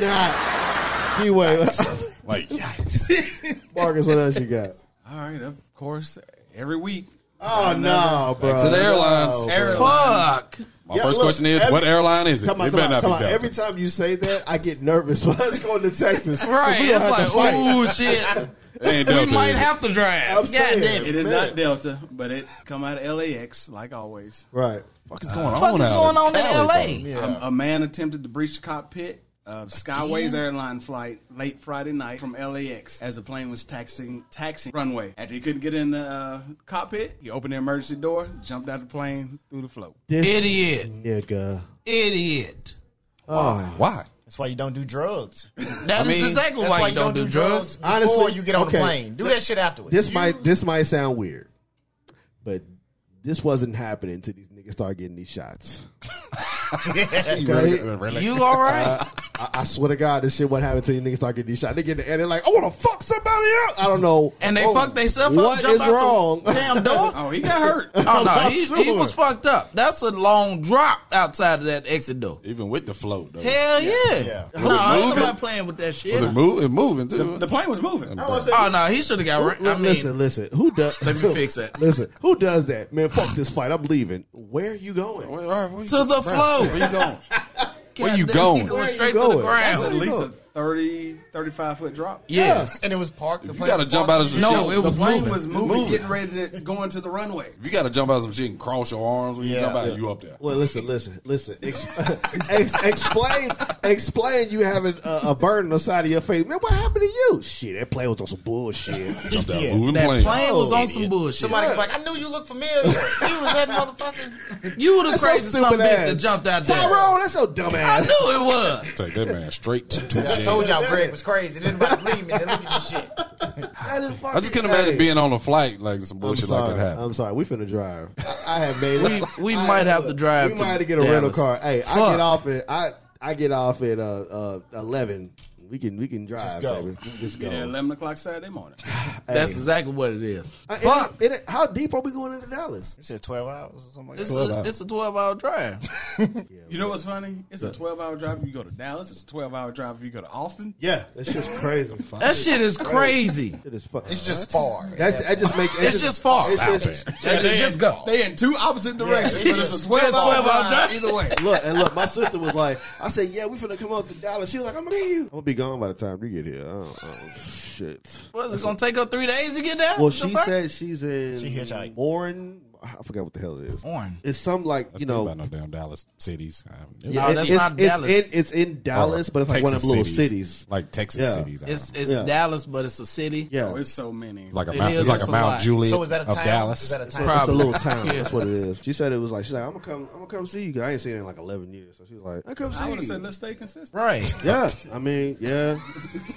S2: Anyway,
S4: Like, yikes.
S2: Marcus, what else you got?
S7: All right, of course, every week.
S2: Oh no, bro.
S4: to the airlines.
S2: No, bro.
S3: Fuck.
S4: My
S2: Yeah,
S4: first
S2: look,
S4: question is,
S2: every-
S4: what airline is it?
S2: Come on,
S4: it
S2: come
S4: better
S2: on,
S4: not
S2: come
S4: be
S2: on.
S4: Delta.
S2: Every time you say that, I get nervous when I was going to Texas. 'Cause
S3: Right.
S2: we gonna
S3: It's
S2: have to
S3: like,
S2: fight.
S3: ooh, shit.
S4: It ain't
S3: We
S4: Delta,
S3: might
S4: is it?
S3: have to drive.
S2: I'm
S3: God
S2: saying.
S3: damn
S7: It
S3: it.
S7: is
S2: Man.
S7: not Delta, but it come out of LAX like always. Um,
S2: Right.
S4: What the fuck is
S7: Uh,
S4: going
S3: Fuck
S4: on?
S3: is
S4: out
S3: going on in
S4: Cali,
S3: LA?
S4: bro?
S7: A, a man attempted to breach the cockpit of Skyways airline flight late Friday night from LAX as the plane was taxiing taxiing runway. After he couldn't get in the uh, cockpit, he opened the emergency door, jumped out the plane through the float.
S2: This
S3: Idiot.
S2: nigga.
S3: Idiot.
S4: Why?
S6: That's why you don't do drugs.
S3: That is exactly
S6: That's
S3: why, you don't, do drugs.
S6: before
S2: Honestly,
S6: you get on
S2: okay.
S6: the plane. Do that shit afterwards.
S2: This
S6: You-
S2: might this might sound weird, but this wasn't happening until these niggas start getting these shots. Okay?
S3: You all right?
S2: I, I swear to God, this shit won't happen until these niggas start getting these shots. They get in the air, they're like, I want to fuck somebody else. I don't know.
S3: and they
S2: Oh,
S3: fuck themselves up.
S2: What
S3: Jump
S2: is
S3: out
S2: wrong?
S3: the damn door.
S7: Oh, he got hurt.
S3: Oh no,
S2: I'm
S3: he,
S2: sure.
S3: he was fucked up. That's a long drop outside of that exit door.
S4: Even with the float, though.
S3: Hell yeah! No, I ain't
S4: moving?
S3: nobody playing with that shit.
S4: Was it move, it moving, too.
S7: The plane was moving.
S3: Oh no, he should have got. Ra- I mean,
S2: listen, listen. Who does?
S3: Let me fix it.
S2: Listen, who does that? Man, fuck this fight. I'm leaving. Where are you going?
S3: to the flow.
S4: Where you going?
S3: Where
S4: you going?
S3: He
S4: Where
S3: going
S2: you
S3: straight to
S2: going?
S3: the
S7: That's at
S3: ground.
S7: least a 30, 35 foot drop.
S3: Yes.
S6: and it was parked. The
S4: If you
S6: plane
S4: got to
S6: was
S4: jump
S6: parked.
S4: out of some shit.
S3: No, it was
S7: The plane
S3: moving.
S7: was moving, getting ready to go into the runway.
S4: If you got to jump out of some shit and cross your arms when you
S6: Yeah.
S4: jump out, you up there.
S2: Well, listen, listen, listen. Ex- ex- explain, explain. You having a, a burden on the side of your face, man. What happened to you? Shit, that plane was on some bullshit.
S4: Jumped out
S6: Yeah.
S4: moving
S3: That
S4: plane.
S3: plane was on some bullshit.
S6: Somebody was like, I knew you looked familiar. you was that motherfucker.
S3: you were the
S2: That's so
S3: craziest
S2: stupid
S3: some bitch
S2: ass.
S3: that jumped out there.
S2: Tyrone, that's your dumb
S3: I knew
S2: ass.
S3: it was.
S4: Take that man straight to
S6: Yeah, told y'all Greg was crazy. They didn't about to believe me. They look at this shit.
S4: I just couldn't imagine being on a flight like some
S2: I'm
S4: bullshit like
S2: sorry. Um,
S4: that happened.
S2: I'm sorry. We finna drive. I, I have made.
S3: We- we might have to drive
S2: We
S3: to
S2: might have to get a
S3: Dallas.
S2: rental car. Hey, I
S3: Fuck.
S2: get off at I I get off at uh, uh eleven. We can we can drive. Just
S6: go.
S2: Baby. We can just
S7: Get there at
S2: go.
S7: 11 o'clock Saturday morning.
S3: That's exactly what it is.
S2: Uh, it-
S3: Fuck.
S2: it- it- how deep are we going into Dallas?
S6: You said 12 hours or something like
S3: It's
S6: that?
S3: a, it's a 12 hour drive.
S7: You know what's funny? It's a 12 hour drive if you go to Dallas. It's a 12 hour drive if you go to Austin.
S2: Yeah, that's just crazy.
S3: That shit is crazy.
S2: It is fu-
S6: It's just far.
S2: That's that just make
S3: It's just far.
S2: it's just-
S3: Just, just go.
S7: They in two opposite directions, but it's
S3: just-
S7: a 12 hour
S3: 12 hour
S7: drive either way.
S2: look and look. My sister was like, I said, yeah, we finna come up to Dallas. She was like, I'm gonna get you. I'm gonna be gone by the time you get here. Oh, oh shit.
S3: What is it gonna take her three days to get down?
S2: Well,
S3: What the
S2: she
S3: fuck?
S2: said she's in
S6: She hitchhiked.
S2: Warren. I forgot what the hell it is.
S3: Warren.
S2: It's some like you know.
S4: about no damn Dallas cities. I haven't-
S2: Yeah,
S3: No,
S2: it-
S3: that's
S2: it's,
S3: not
S2: it's
S3: Dallas.
S2: in it's in Dallas, but it's like one of
S4: Texas
S2: the little cities.
S4: like Texas
S2: Yeah.
S4: cities. I
S3: It's
S4: don't know.
S3: it's
S2: Yeah.
S3: Dallas, but it's a city.
S2: Yeah,
S7: Oh,
S2: it's,
S7: it's so many.
S4: like a
S3: it
S4: Mount,
S3: is,
S4: it's like
S3: it's
S4: a
S3: a
S4: Mount
S3: lot.
S4: Juliet
S6: So is that a
S4: of
S6: town? Is
S4: Dallas.
S6: that a
S2: a-
S6: town?
S2: it's a
S3: Probably.
S2: little town.
S3: Yeah.
S2: That's what it is. She said it was like she's like I'm gonna come I'm gonna come see you. guys. I ain't seen it in like 11 years, so she was like I come see
S7: I would
S2: you.
S7: have said, let's stay consistent.
S3: Right.
S2: yeah, I mean, yeah,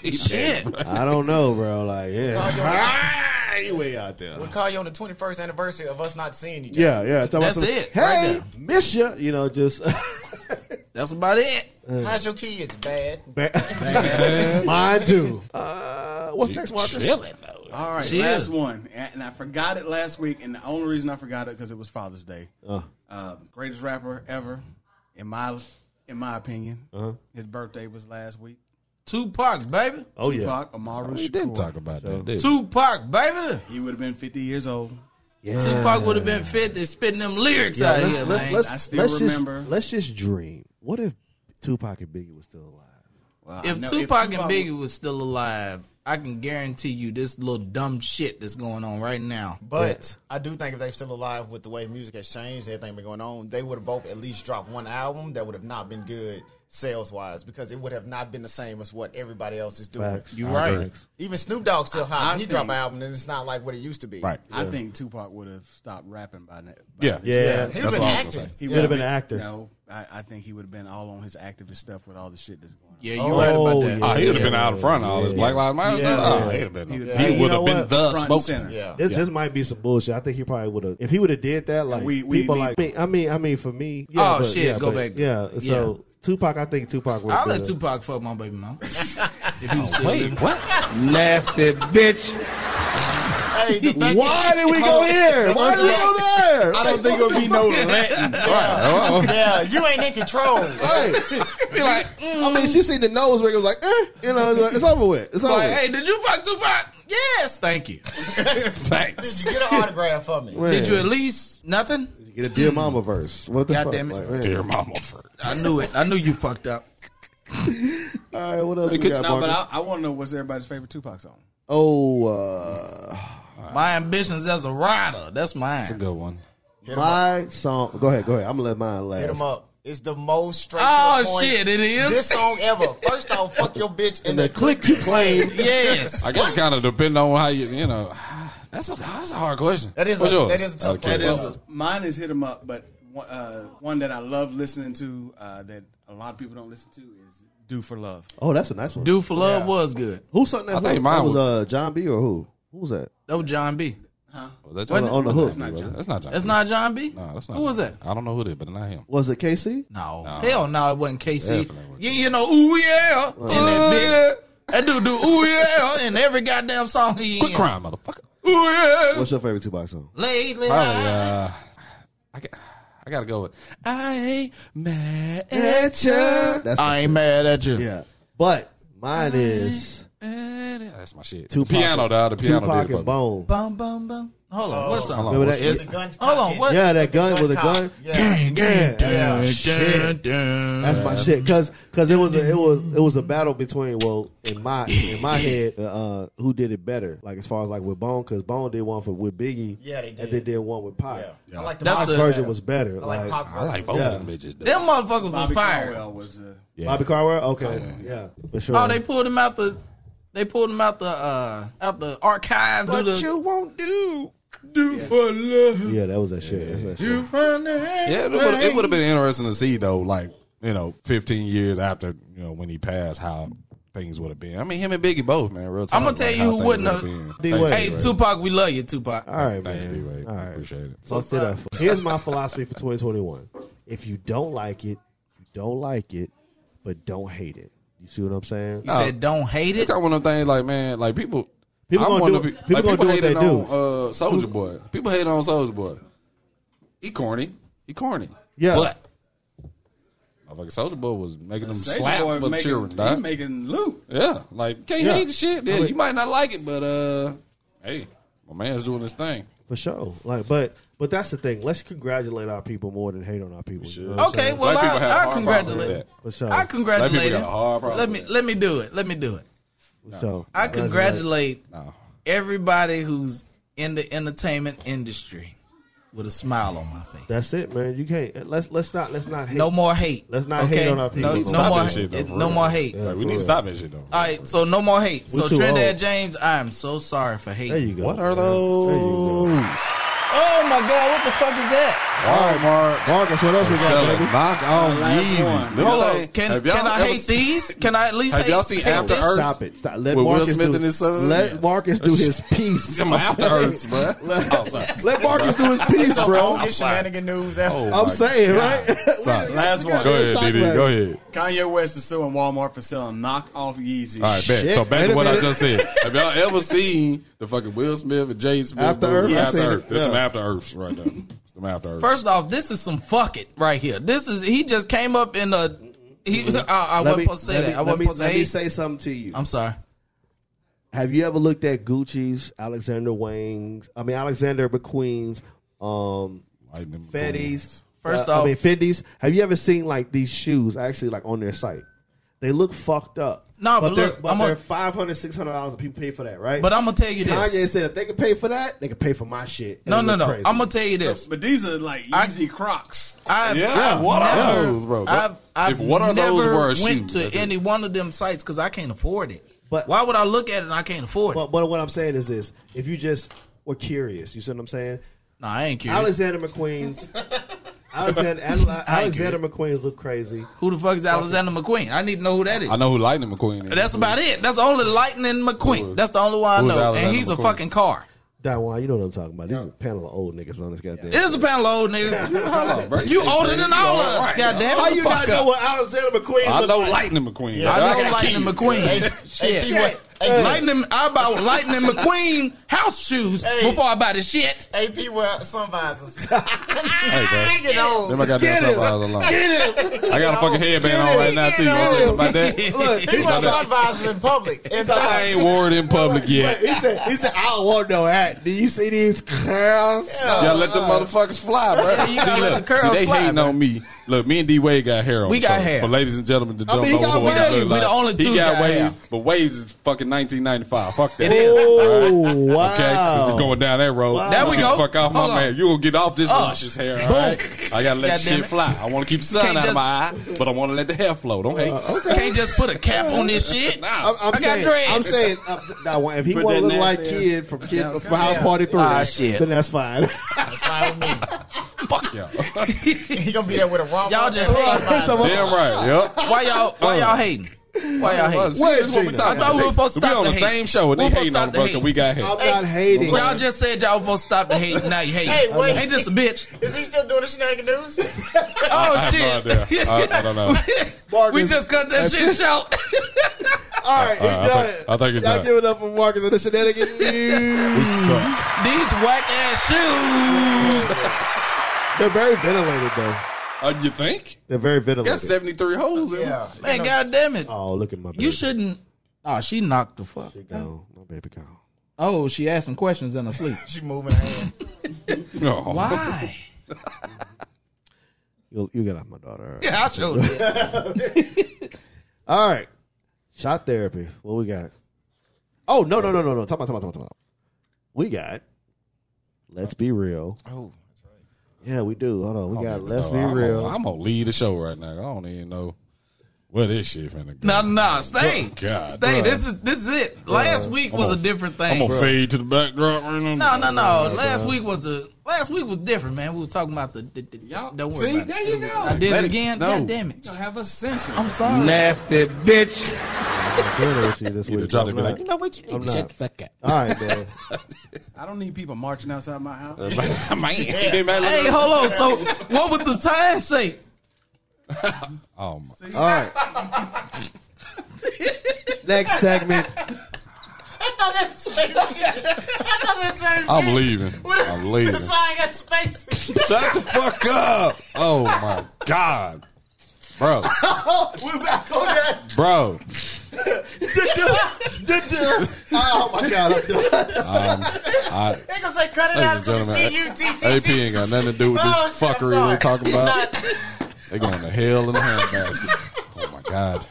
S3: Shit.
S2: I don't know, bro. Like, yeah, you way out there.
S6: We'll call you on the 21st anniversary of us not seeing you. Jay.
S2: Yeah, yeah. It's about
S3: That's it,
S2: Hey,
S3: right
S2: miss you. You know, just
S3: That's about it.
S6: How's your kids? Bad.
S2: mine too. Uh, what's next, Marcus?
S7: All right,
S3: She
S7: last
S3: is.
S7: one. And and I forgot it last week, and the only reason I forgot it because it was Father's Day.
S2: Uh,
S7: Uh, greatest rapper ever, in my in my opinion.
S2: Uh-huh.
S7: His birthday was last week.
S3: Tupac, baby.
S2: oh yeah,
S7: Tupac, Amaru
S4: We didn't
S7: Shakur.
S4: talk about that. Did we?
S3: Tupac, baby.
S7: He would have been 50 years old.
S2: yeah.
S3: Tupac would have been 50 spitting them lyrics out
S2: Uh, let's,
S3: here,
S2: let's-
S3: man.
S2: let's-
S7: I still
S2: let's
S7: remember.
S2: Just, let's just dream. What if Tupac and Biggie was still alive?
S7: Well, I
S3: if,
S7: know-
S3: Tupac and Biggie was still alive, I can guarantee you this little dumb shit that's going on right now.
S6: But I do think if they're still alive with the way music has changed, everything been going on, they would have both at least dropped one album that would have not been good sales wise because it would have not been the same as what everybody else is doing.
S2: Facts.
S3: You right.
S6: Even Snoop Dogg still hot.
S7: I
S6: He drop an
S7: think-
S6: album and it's not like what it used to be.
S4: Right.
S7: I think Tupac would have stopped rapping by now. by
S4: Yeah.
S7: then.
S2: Yeah,
S6: He
S4: That's
S6: was
S4: what
S6: been
S4: I was gonna
S6: acting.
S7: He
S2: would have been
S7: been-
S2: an actor.
S7: No, I, I think he would have been all on his activist stuff with all the shit that's going on.
S3: Yeah, you right about
S2: Oh,
S3: that.
S4: Oh, he would have been
S3: Yeah.
S4: out in front of all this Black Lives Matter.
S6: Yeah.
S4: stuff. Oh, he'd have been.
S7: He'd-
S4: He
S7: Hey,
S4: would
S2: you
S4: have
S2: know
S4: been
S2: what?
S4: the
S7: Front and
S4: spokesman.
S7: center.
S6: Yeah.
S2: This, this might be some bullshit. I think he probably would have. If he would have did that, like
S7: We- we
S2: people
S7: need-
S2: like me. I mean, I mean, for me. yeah,
S3: Oh,
S2: but-
S3: shit,
S2: yeah,
S3: go
S2: but-
S3: back.
S2: Yeah. So Tupac, I think Tupac would.
S3: I'll let Tupac fuck my baby mom.
S4: Wait, what?
S5: Nasty bitch.
S6: Hey, the fact
S2: Why did we go here? Why did we go there?
S7: I don't think it would be no Latin.
S4: Oh,
S6: that- yeah, you ain't in control.
S2: Hey,
S3: mm,
S2: I mean, she seen the nose ring. It was like, eh, you know, it's, like, it's over with. It's over.
S3: Like,
S2: with.
S3: hey, did you fuck Tupac? Yes, thank you.
S4: Thanks.
S6: Get an autograph for me.
S2: Man.
S3: Did you at least nothing?
S2: get a dear mama verse? What the
S3: God
S2: fuck?
S3: damn it.
S2: Like, man.
S4: Dear mama first.
S3: I knew it. I knew you fucked up.
S2: All right, what else? We got,
S7: no, but
S2: Marcus?
S7: I, I want to know what's everybody's favorite Tupac song.
S2: Oh, uh,
S3: My ambitions as a rider, that's mine.
S4: Good one.
S2: my song. Go ahead, go ahead. I'm gonna let mine last.
S6: Hit him up. It's the most straight to the
S3: Oh
S6: point.
S3: shit, it
S6: This
S3: is.
S6: song ever. First off, fuck your bitch and
S2: And the
S6: then
S2: click you claim.
S3: Yes.
S4: I guess kind of depending on how you, you know. That's a that's a hard question.
S6: That is
S4: What's
S6: a-
S4: yours?
S6: that is a tough question.
S4: well,
S6: That is
S7: Mine is Hit 'Em Up, but one- uh, one that I love listening to uh, that a lot of people don't listen to is Do for Love.
S2: Oh, that's a nice one.
S3: Do for Love was good.
S2: Who sung that?
S4: I think
S2: hook?
S4: mine
S2: that was
S4: was-
S2: uh, John B. or who? Who was that?
S3: That was John B.
S4: was that John?
S2: On the- on the hook.
S4: That's not John. That's not John.
S3: That's not John B.
S4: No, that's not.
S3: Who was
S4: John.
S3: that?
S4: I don't know who it is, but not him.
S2: Was it KC?
S3: No. Hell no, it wasn't KC. You, you know, ooh yeah in
S4: yeah.
S3: that bitch. That dude do ooh yeah in every goddamn song he
S4: Quick
S3: in.
S4: crime, motherfucker.
S3: Ooh yeah.
S2: What's your favorite Tupac song?
S3: Lately,
S4: Probably.
S3: I-
S4: Uh, I got. I gotta go with. I ain't mad at ya.
S2: That's
S3: I ain't mad at you.
S2: yeah. But mine is
S4: Mad at- That's my shit.
S2: Tupac.
S4: piano, dog. The piano. did
S2: Tupac
S4: it
S2: and
S4: for me.
S2: Bone.
S3: Bum bum bum. Hold on, what song?
S2: Remember that?
S3: It's-
S6: the gun
S3: Hold on,
S6: cock.
S3: what?
S2: Yeah, that gun with a
S6: cock.
S2: gun.
S6: Yeah.
S3: gang,
S2: Yeah,
S3: dun,
S2: shit.
S3: dun, dun.
S2: That's my shit, cause 'cause it was a, it was it was a battle between well in my in my head uh, who did it better like as far as like with Bone cause Bone did one for with Biggie
S6: Yeah, they
S2: and
S6: did.
S2: they did one with Pac.
S6: Yeah. I like the
S3: That's
S6: Bobby
S3: the-
S2: version was better
S6: I like
S2: like,
S6: Pop
S4: I like both of them bitches. Though.
S3: Them motherfuckers
S7: Bobby
S3: was fire.
S7: Caldwell was uh,
S2: Bobby Carwell okay yeah for sure
S3: Oh, they pulled him out the, they pulled him out the, uh, out the archive. do the,
S2: won't do
S3: do for love.
S2: yeah that was that shit, That's that shit.
S3: You run the
S4: Yeah, it would, it would have been interesting to see though, like you know, fifteen years after you know when he passed, how things would have been. I mean, him and Biggie both, man. Real talk.
S3: I'ma tell
S4: like,
S3: you
S4: how
S3: who
S4: things
S3: wouldn't
S4: would've
S3: have-
S4: been.
S2: D-Wade.
S4: Thanks,
S3: Hey,
S4: D-Wade.
S3: Tupac, we love you, Tupac.
S2: All right,
S4: Thanks,
S2: man.
S4: D-Wade.
S2: All right.
S4: Appreciate it.
S2: Let's do that. For. Here's my philosophy for 2021. If you don't like it, you don't like it, but don't hate it. You see what I'm saying?
S3: You said don't hate
S4: Oh. It's
S3: it.
S4: like one of them things like man, like people.
S2: People
S4: I
S2: gonna
S4: wanna
S2: do-
S4: be-
S2: people gonna do what
S4: hating
S2: they do.
S4: on uh, Soldier Boy. People hate on Soldier Boy. He corny. He corny.
S2: Yeah.
S4: But motherfucking Soldier Boy was making them
S7: Soulja
S4: slap
S7: Boy
S4: for
S7: making-
S4: children.
S7: he
S4: dog.
S7: making loot.
S4: Yeah, like can't
S2: Yeah.
S4: hate the shit. Yeah,
S2: I mean-
S4: you might not like it, but uh, hey, my man's doing his thing.
S2: For sure. Like, but but that's the thing. Let's congratulate our people more than hate on our people. You know what I'm
S3: Okay,
S2: saying?
S3: well
S4: Black people have
S3: I,
S4: hard
S3: I
S4: problems with
S3: congratulate.
S2: For sure.
S3: I
S4: Black
S3: congratulate
S4: people got a hard
S3: him.
S4: problem with
S3: Let me
S4: that.
S3: let me do it. Let me do it.
S2: For sure.
S3: I congratulate everybody who's in the entertainment industry with a smile on my face.
S2: That's it, man. You can't. Let's let's not let's not hate.
S3: No more hate.
S2: Let's not hate on our people.
S3: No,
S2: Stop
S3: no
S2: that
S3: more.
S4: shit, though,
S3: it-
S4: for
S3: no
S4: real.
S3: more hate.
S4: like we need to stop that shit though.
S3: All right, so no more hate.
S2: We're
S3: so
S2: too
S3: Trinidad
S2: old.
S3: James, I am so sorry for hating.
S2: There you go.
S4: what are
S2: man. There you
S4: those?
S2: go.
S3: Oh my God, what the fuck is that?
S4: Walmart
S2: Marcus, what else we got,
S4: selling
S2: baby?
S4: knock off
S7: last
S4: Yeezy.
S7: one.
S4: Them
S3: Hold
S4: thing-
S3: on, can,
S4: have y'all
S3: can I
S4: ever
S3: hate
S4: seen-
S3: these? Can I at least?
S4: Have
S3: hate,
S4: y'all seen
S3: hate
S4: After
S3: this?
S4: Earth?
S2: Stop it. Stop. Let
S4: With Will
S2: Marcus
S4: Smith
S2: do,
S4: and his son?
S2: Let Marcus do his piece.
S4: Them after earths, bro. Oh, sorry.
S2: Let Marcus do his piece, bro.
S6: Don't get shenanigan news out.
S4: Oh,
S2: I'm
S4: my
S2: saying,
S4: God.
S2: right?
S4: Sorry.
S7: Last one.
S4: Go ahead,
S2: Shot
S4: DD.
S2: glass.
S4: Go ahead.
S7: Kanye West is suing Walmart for selling knockoff Yeezys.
S4: All right, bet. So
S2: Shit,
S4: back
S2: wait
S4: to
S2: a
S4: what I
S2: minute.
S4: just said. Have y'all ever seen the fucking Will Smith and Jay Smith
S2: After
S4: movie?
S2: Earth? I
S4: After
S2: seen
S4: Earth.
S2: it.
S4: There's some
S2: Yeah.
S4: after earths right there. There's some after earths.
S3: First off, this is some fuck it right here. This is he just came up in a. He, I, I wasn't
S2: Mm-hmm. Let me-
S3: supposed to say
S2: let
S3: that.
S2: me-
S3: I
S2: let
S3: wasn't
S2: me-
S3: supposed to
S2: Let me
S3: hate.
S2: say something to you.
S3: I'm sorry.
S2: Have you ever looked at Gucci's, Alexander Wang's, I mean Alexander McQueen's, um,
S4: Lightning
S2: Fetty's?
S3: First
S2: uh,
S3: off-
S2: I mean Fendi's. Have you ever seen like these shoes actually like on their site? They look fucked up.
S3: No, but
S2: they're,
S3: look,
S2: but
S3: I'm a-
S2: they're five hundred, six hundred dollars. and People pay for that, right?
S3: But I'm gonna tell you
S2: Kanye
S3: this.
S2: said if they could pay for that, they could pay for my shit.
S3: No, no, no. I'm gonna tell you this.
S7: But these are like Yeezy Crocs.
S3: I've
S4: Yeah, what are
S3: never,
S4: those, bro?
S3: I've, I've
S4: If what are
S3: never
S4: those were a
S3: went
S4: shoe,
S3: to
S4: that's it.
S3: any one of them sites because I can't afford it.
S2: But-
S3: why would I look at it and I can't afford it?
S2: But, but what I'm saying is this: if you just were curious, you see what I'm saying?
S3: No, I ain't curious.
S2: Alexander McQueen's. Alexander, Alexander McQueen's look crazy.
S3: who the fuck is Alexander McQueen? I need to know who that is.
S4: I know who Lightning McQueen is.
S3: That's about it. That's only Lightning McQueen. That's the only one I
S4: who is
S3: know.
S4: Alexander
S3: And he's a
S4: McQueen?
S3: fucking car.
S2: Dawan, you know what I'm talking about. These is a panel of old niggas on this goddamn.
S3: It is a pound load, niggas.
S4: Hold on, bro.
S3: You older than all
S4: You
S3: us.
S4: alright.
S3: Goddamn
S2: How
S3: it.
S2: you not
S4: Fuck up.
S2: know what Alexander McQueen's
S4: I
S2: look
S4: know
S2: like?
S4: Lightning McQueen.
S3: I know
S4: got
S3: Lightning
S4: kids.
S3: McQueen.
S6: Hey,
S3: Shit.
S6: Key, what- hey,
S3: Lightning, I bought Lightning McQueen house shoes
S6: Hey.
S3: before I buy the shit.
S6: AP wear sun visors.
S4: Hey,
S6: Get
S4: bro.
S6: on.
S4: Them I got that
S2: Get him.
S4: stuff out of the line.
S6: Get him.
S4: I got a fucking headband on right now, too. You gonna say something about that?
S2: Look,
S6: He
S2: he's
S6: wears
S2: talking
S6: sun visors in public.
S4: I ain't wore it in public yet.
S2: He said, he said, I don't want no hat. Do you see these curls?
S4: Y'all let them motherfuckers fly, bro.
S3: you gotta
S4: see,
S3: let
S4: look,
S3: the curls
S4: see, they
S3: fly,
S4: hating
S3: bro.
S4: on me. Look, me and D Wade got hair on.
S3: We
S4: the
S3: got
S4: show.
S3: hair.
S4: For ladies and gentlemen that don't
S2: mean, he
S4: know who
S2: got
S4: I
S2: waves.
S4: look
S3: We
S4: like,
S3: the only two
S4: he got
S3: got
S4: waves,
S3: hair.
S4: but waves is fucking 1995. Fuck that.
S3: It is.
S2: Oh, wow.
S4: Okay, since we're going down that road.
S3: There
S4: you
S3: we
S4: get
S3: go.
S4: the fuck off
S3: Hold
S4: my
S3: on.
S4: man. You gonna get off this
S3: Oh.
S4: luscious hair, all right? I gotta let
S3: God damn
S4: shit
S3: it.
S4: fly. I wanna keep the sun
S3: Can't
S4: out of
S3: just-
S4: my eye, but I wanna let the hair flow. Don't hate.
S3: Can't just put a cap on this shit.
S4: Nah.
S2: I'm, Uh, I'm
S3: I got
S2: saying,
S3: dreads.
S2: I'm saying, uh, Dawan, if he
S7: Put
S2: want to
S7: that
S2: look like
S7: nasty ass-
S2: kid from kid
S7: Yeah,
S2: from House
S7: yeah.
S2: Party Three,
S3: Ah, shit.
S2: then that's fine.
S6: That's fine with
S4: Fuck y'all.
S6: me. He gonna be there with a romper.
S3: Y'all just hate.
S4: Damn right. Yep.
S3: Why y'all? Why y'all hating? Why y'all hating?
S4: Well, see, this is what we
S2: Wait,
S4: talking
S3: I thought we
S4: about.
S3: were supposed to
S4: They-
S3: stop
S4: we on
S3: the
S4: the
S3: hate.
S4: same show and they
S3: We were supposed
S4: hating
S3: to
S4: on
S3: stop the
S4: brother.
S3: hate.
S4: We got hair.
S2: I'm not hating.
S3: Y'all just said y'all supposed to stop the hate. Now you hate.
S6: Hey, wait.
S3: Ain't this a bitch?
S6: Is he still doing the shenanigan news?
S3: Oh
S4: I have no
S3: shit!
S4: idea. I- I don't know.
S3: we
S2: Marcus.
S3: just cut that shit short.
S4: All
S2: All right,
S4: right, I
S2: he's done.
S4: think- I think it's
S2: Y'all
S4: done.
S2: give it up for Marcus and the shenanigans.
S4: We
S2: News.
S4: suck.
S3: These whack ass shoes.
S2: They're very ventilated, though.
S4: Uh, you think?
S2: They're very
S4: Got
S2: ventilated.
S4: 73 holes in
S6: yeah.
S3: Man, god damn it!
S2: Oh, look at my baby.
S3: You shouldn't. Oh, she knocked the fuck.
S2: go. My baby gone.
S3: Oh, she asking questions in her sleep.
S6: She moving her hand.
S4: them. No.
S3: Why?
S2: You'll, you get off my daughter. All right.
S3: Yeah, I showed it.
S2: All right. Shot therapy. What we got? Oh, no, no, no, no, no. Talk about, talk about, talk about, talk about. We got. Let's be real.
S6: Oh,
S2: Yeah, we do. Hold on. We got. Let's
S4: No,
S2: be
S4: I'm
S2: real.
S4: Gonna, I'm gonna lead the show right now. I don't even know where this shit finna go.
S3: No, no, stay,
S4: God,
S3: stay.
S4: bruh.
S3: This is this is it. Last week was a
S4: gonna-
S3: different thing.
S4: I'm gonna fade to the backdrop right
S3: No,
S4: now.
S3: no, no. Last week was a last week was different, man. We was talking about the. the, the don't worry
S7: See,
S3: about
S7: there
S3: it.
S7: you go.
S3: I did
S4: Let
S3: it
S4: it-
S3: again.
S4: no.
S3: God damn it!
S7: Don't have a sensor.
S3: I'm sorry.
S5: Nasty bitch.
S2: I'm doing it with you this
S4: Either
S2: week.
S4: try to
S2: I'm
S4: be
S2: not.
S4: like, you
S2: know what? I'm not. All right, man.
S7: I don't need people marching outside my house.
S2: Uh,
S4: Man, they might look-
S3: Hey, hold on. So, what would the sign say?
S4: Oh, my.
S2: All right. Next segment.
S4: I'm leaving. I'm leaving. Shut the fuck up. Oh my god. Bro.
S6: We're back on that.
S4: Bro.
S6: Oh my god.
S4: Um, I
S6: They're gonna say cut it
S4: Ladies and
S6: out. It's gonna
S4: gentlemen,
S6: C U T T.
S4: AP ain't got nothing to do with this
S6: Oh, shit, I'm
S4: fuckery we're
S6: sorry.
S4: talking about. They going to hell in a handbasket. Oh my god.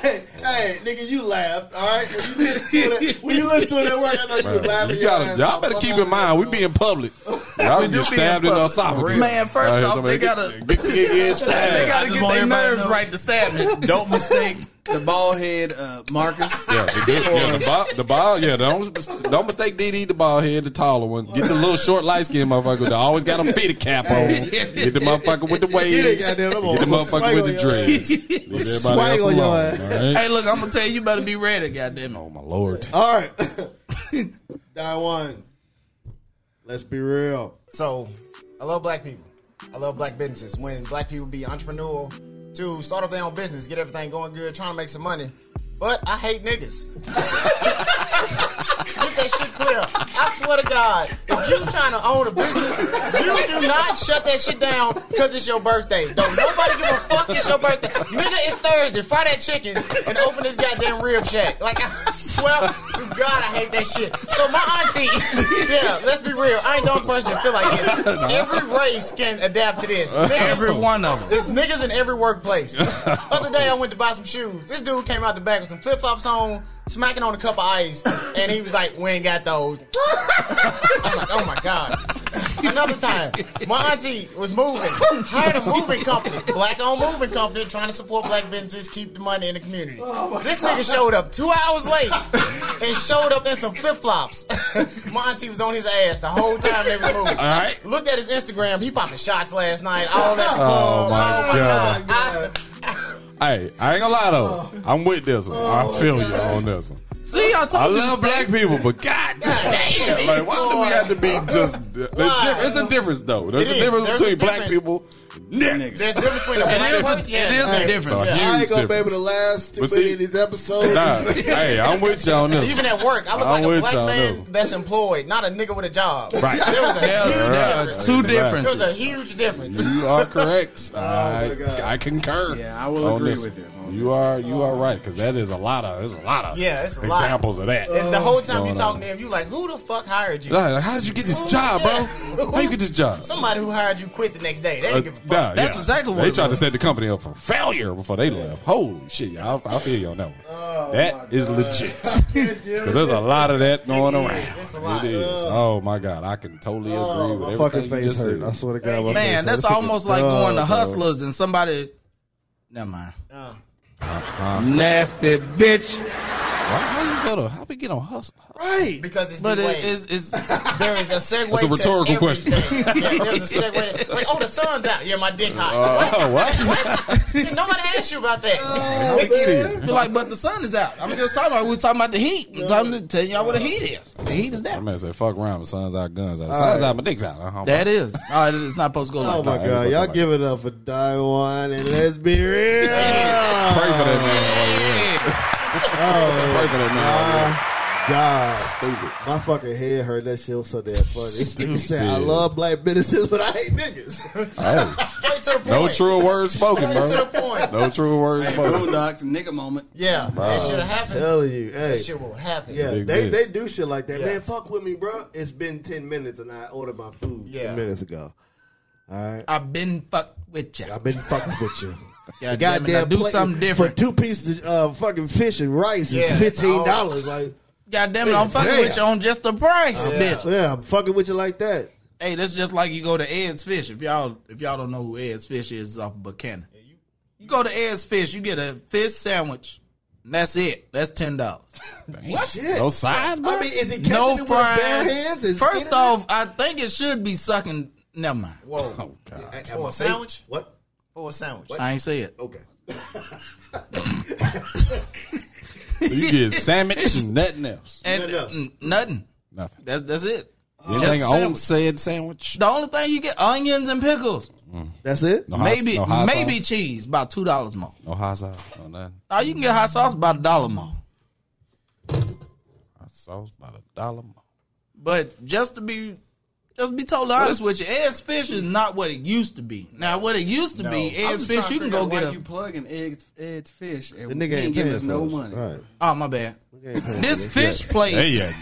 S6: Hey, hey, nigga, you laughed. All right. When you listen to it, when you listen to it at work, I know you
S4: Bro,
S6: were laughing.
S4: you gotta,
S6: your ass
S4: y'all
S6: off.
S4: better
S6: Fuck
S4: keep
S6: out
S4: in
S6: of
S4: mind we
S6: here.
S4: be in public. Y'all
S3: do be in
S4: get stabbed in the
S3: public.
S4: esophagus.
S3: Man, first
S4: Right,
S3: off,
S4: somebody
S3: they
S4: get-
S3: gotta-
S4: get, get, get stabbed.
S3: They gotta
S7: just
S3: get
S7: want
S3: their
S7: everybody to
S3: nerves
S7: know.
S3: right to stab me.
S7: Don't mistake the bald head uh, Marcus.
S4: Yeah, the, good- yeah, the ball, the ball, yeah. Don't don't mistake DD the ball head, the taller one. Get the little short light skinned motherfucker that always got a feet cap on. Get the motherfucker with the waves.
S2: Yeah,
S4: Get the
S2: goddamn, I'm gonna- I'm gonna
S4: motherfucker
S2: swag
S4: with
S2: on
S4: the
S2: your
S4: dreads.
S2: ass.
S4: Leave everybody
S2: Swag
S4: else
S2: on
S4: alone.
S2: your
S4: All
S2: ass.
S4: right.
S3: hey, look, I'm gonna tell you, you better be ready. Goddamn it.
S4: Oh my lord.
S2: All right. Die one. Let's be real.
S6: So, I love black people. I love black businesses. When black people be entrepreneurial, to start up their own business, get everything going good, trying to make some money. But I hate niggas. Get that shit clear. I swear to God, if you trying to own a business, you do not shut that shit down because it's your birthday. Don't nobody give a fuck it's your birthday. Nigga, it's Thursday. Fry that chicken and open this goddamn rib shack. Like, I swear to God, I hate that shit. So my auntie, yeah, let's be real. I ain't the only person that feel like this. Every race can adapt to this.
S3: Every
S6: Everyone.
S3: one of them.
S6: There's niggas in every workplace. Other day I went to buy some shoes. This dude came out the back with some flip flops on, smacking on a cup of ice, and he was like, "We ain't got those." I'm like, "Oh my god." Another time, my auntie was moving, hired a moving company, black-owned moving company, trying to support black businesses, keep the money in the community. this nigga showed up two hours late and showed up in some flip-flops. my auntie was on his ass the whole time they were moving.
S4: All right.
S6: Looked at his Instagram. He popping shots last night. All that.
S4: Oh my god.
S6: I,
S4: Hey, I ain't gonna lie though. I'm with this one. I feel you on this one.
S3: See, I told
S4: I
S3: you.
S4: love black people, but god damn, like why do we have to be just? There's, diff- it's a difference though. There's
S6: It
S4: a
S6: is.
S4: difference
S6: There's a
S4: between black
S6: difference.
S4: people. Niggas.
S6: there's a difference between a
S3: It
S6: black
S3: is a,
S6: person.
S3: it is a difference.
S2: I
S6: Yeah.
S2: ain't gonna be
S4: difference.
S2: able to last too
S4: But
S2: many
S4: see-
S2: of these episodes.
S4: Nah, hey, I'm with y'all on this.
S6: Even at work, I look
S4: I'm
S6: like
S4: with
S6: a black
S4: y'all,
S6: man
S4: no.
S6: that's employed, not a nigga with a job.
S4: Right.
S6: There was a
S3: There,
S6: huge
S3: there are
S6: difference.
S3: two
S4: Right.
S6: There was
S3: differences.
S6: a huge difference.
S4: You are correct. I,
S6: Oh,
S2: God.
S4: I concur.
S7: Yeah, I will
S4: on
S7: agree
S4: this.
S7: with you on
S4: You are you are right because that is a lot of there's a lot of
S6: Yeah, it's a lot.
S4: examples of that.
S6: And the whole time you
S4: Going
S6: talking
S4: on.
S6: to him, you like, who the fuck hired you?
S4: Nah, like, how did you get this job, bro? How you get this job?
S6: Somebody who hired you quit the next day. They
S4: Uh,
S6: didn't give a fuck.
S4: nah,
S3: That's exactly what
S4: they
S3: it
S4: tried to
S3: was.
S4: set the company up for failure before they left. Holy shit, y'all! I feel you on that one. that is legit because there's a lot of that going
S6: It is.
S4: around.
S6: It's a lot.
S4: It is. Oh my god, I can tototally agree with
S2: My
S4: everything
S2: fucking
S4: you
S2: face
S4: just
S2: hurt. I
S4: said.
S2: swear to God, my face
S3: Man,
S2: hurt.
S3: that's
S2: This shit
S3: almost
S2: is
S3: like
S2: dumb,
S3: going to
S2: dog.
S3: Hustlers and somebody. Never mind.
S5: Nasty bitch.
S4: Why, how you go to? How we get on hustle?
S6: Because it's
S3: But
S6: the way.
S3: it is it's
S6: There is a segue.
S4: That's a rhetorical
S6: to
S4: question.
S6: everything. yeah, there's a segue. to- like, oh, the sun's out. Yeah, my dick hot.
S4: Oh what?
S6: Nobody asked you about that.
S4: How we get here?
S3: You're like, but the sun is out. I'm just talking about we talking about the heat. I'm telling- telling y'all what the heat is. The heat is
S4: I'm
S3: down.
S4: gonna say fuck around, my son's out, guns out, son's out, my dick's out. Uh-huh.
S3: That is. All right, it's not supposed to go
S2: Oh
S3: like
S2: my
S3: that.
S4: Nah,
S2: God, y'all
S4: like-
S2: give it up for Die One and let's be
S4: Pray
S2: real.
S4: for that man.
S3: Yeah.
S4: Pray for that man.
S2: God.
S4: Stupid.
S2: My fucking head hurt. That shit was so damn funny. He said, I
S4: Stupid.
S2: love black businesses, but I hate niggas.
S6: Straight to the point.
S4: No true words spoken,
S6: Straight to the
S4: bro.
S6: point.
S4: No true words spoken.
S7: Boondocks, nigga moment.
S6: Yeah, that should have happened.
S2: Tell you, hey.
S6: That shit will happen.
S2: Yeah,
S4: It
S2: they, they
S4: exists.
S2: do shit like that.
S6: Yeah.
S2: Man, fuck with me, bro. It's been 10 minutes and I ordered my food
S6: Yeah.
S2: 10 minutes ago. All right.
S3: I've been fucked with you.
S2: I've been fucking with you.
S3: God damn it, I do
S2: plate
S3: something different.
S2: For two pieces of uh, fucking fish and rice
S6: Yeah,
S2: is
S6: that's
S2: $15.
S6: all.
S2: Like,
S3: God damn it, I'm fucking
S2: Damn.
S3: with you on just the price, bitch.
S2: yeah, I'm fucking with you like that.
S3: Hey, that's just like you go to Ed's Fish. If y'all if y'all don't know who Ed's Fish is, it's off of Buchanan. You go to Ed's Fish, you get a fish sandwich, and that's it. That's ten dollars.
S2: Shit.
S4: No sides, bro.
S2: I mean, is he catching
S3: No
S2: it with bare
S3: fries.
S2: hands? and
S3: First
S2: skinning it?
S3: off, I think it should be sucking. Never mind.
S6: Whoa.
S4: God.
S6: For a sandwich?
S2: what?
S6: For a sandwich.
S3: I ain't say it.
S2: Okay.
S4: You get sandwich and nothing else.
S3: And
S6: mm,
S8: Nothing
S3: n- nothing.
S4: Nothing.
S3: That's that's it.
S4: You
S3: Just
S4: think on
S3: sandwich.
S4: said sandwich?
S3: The only thing you get onions and pickles.
S2: That's it.
S4: No hot-
S3: Maybe
S4: no hot
S3: maybe
S4: sauce?
S3: cheese about two dollars more.
S4: no hot sauce, no nothing.
S3: Now you can get hot sauce about a dollar more.
S4: Hot sauce about a dollar more.
S3: But just to be just to be totally honest with you, Ed's fish is not what it used to be. Now what it used to be,
S7: I'm
S3: Ed's
S7: just
S3: fish,
S7: trying
S3: you can
S7: to figure
S3: go
S7: out
S3: get
S7: why
S3: a
S7: you plugging Ed, Ed's fish and
S2: The
S7: we
S2: nigga
S7: ain't
S2: ain't
S7: giving
S2: paying
S7: us no
S2: for us.
S7: money.
S2: Right.
S3: Oh my bad.
S2: Nigga ain't paying
S3: This fish place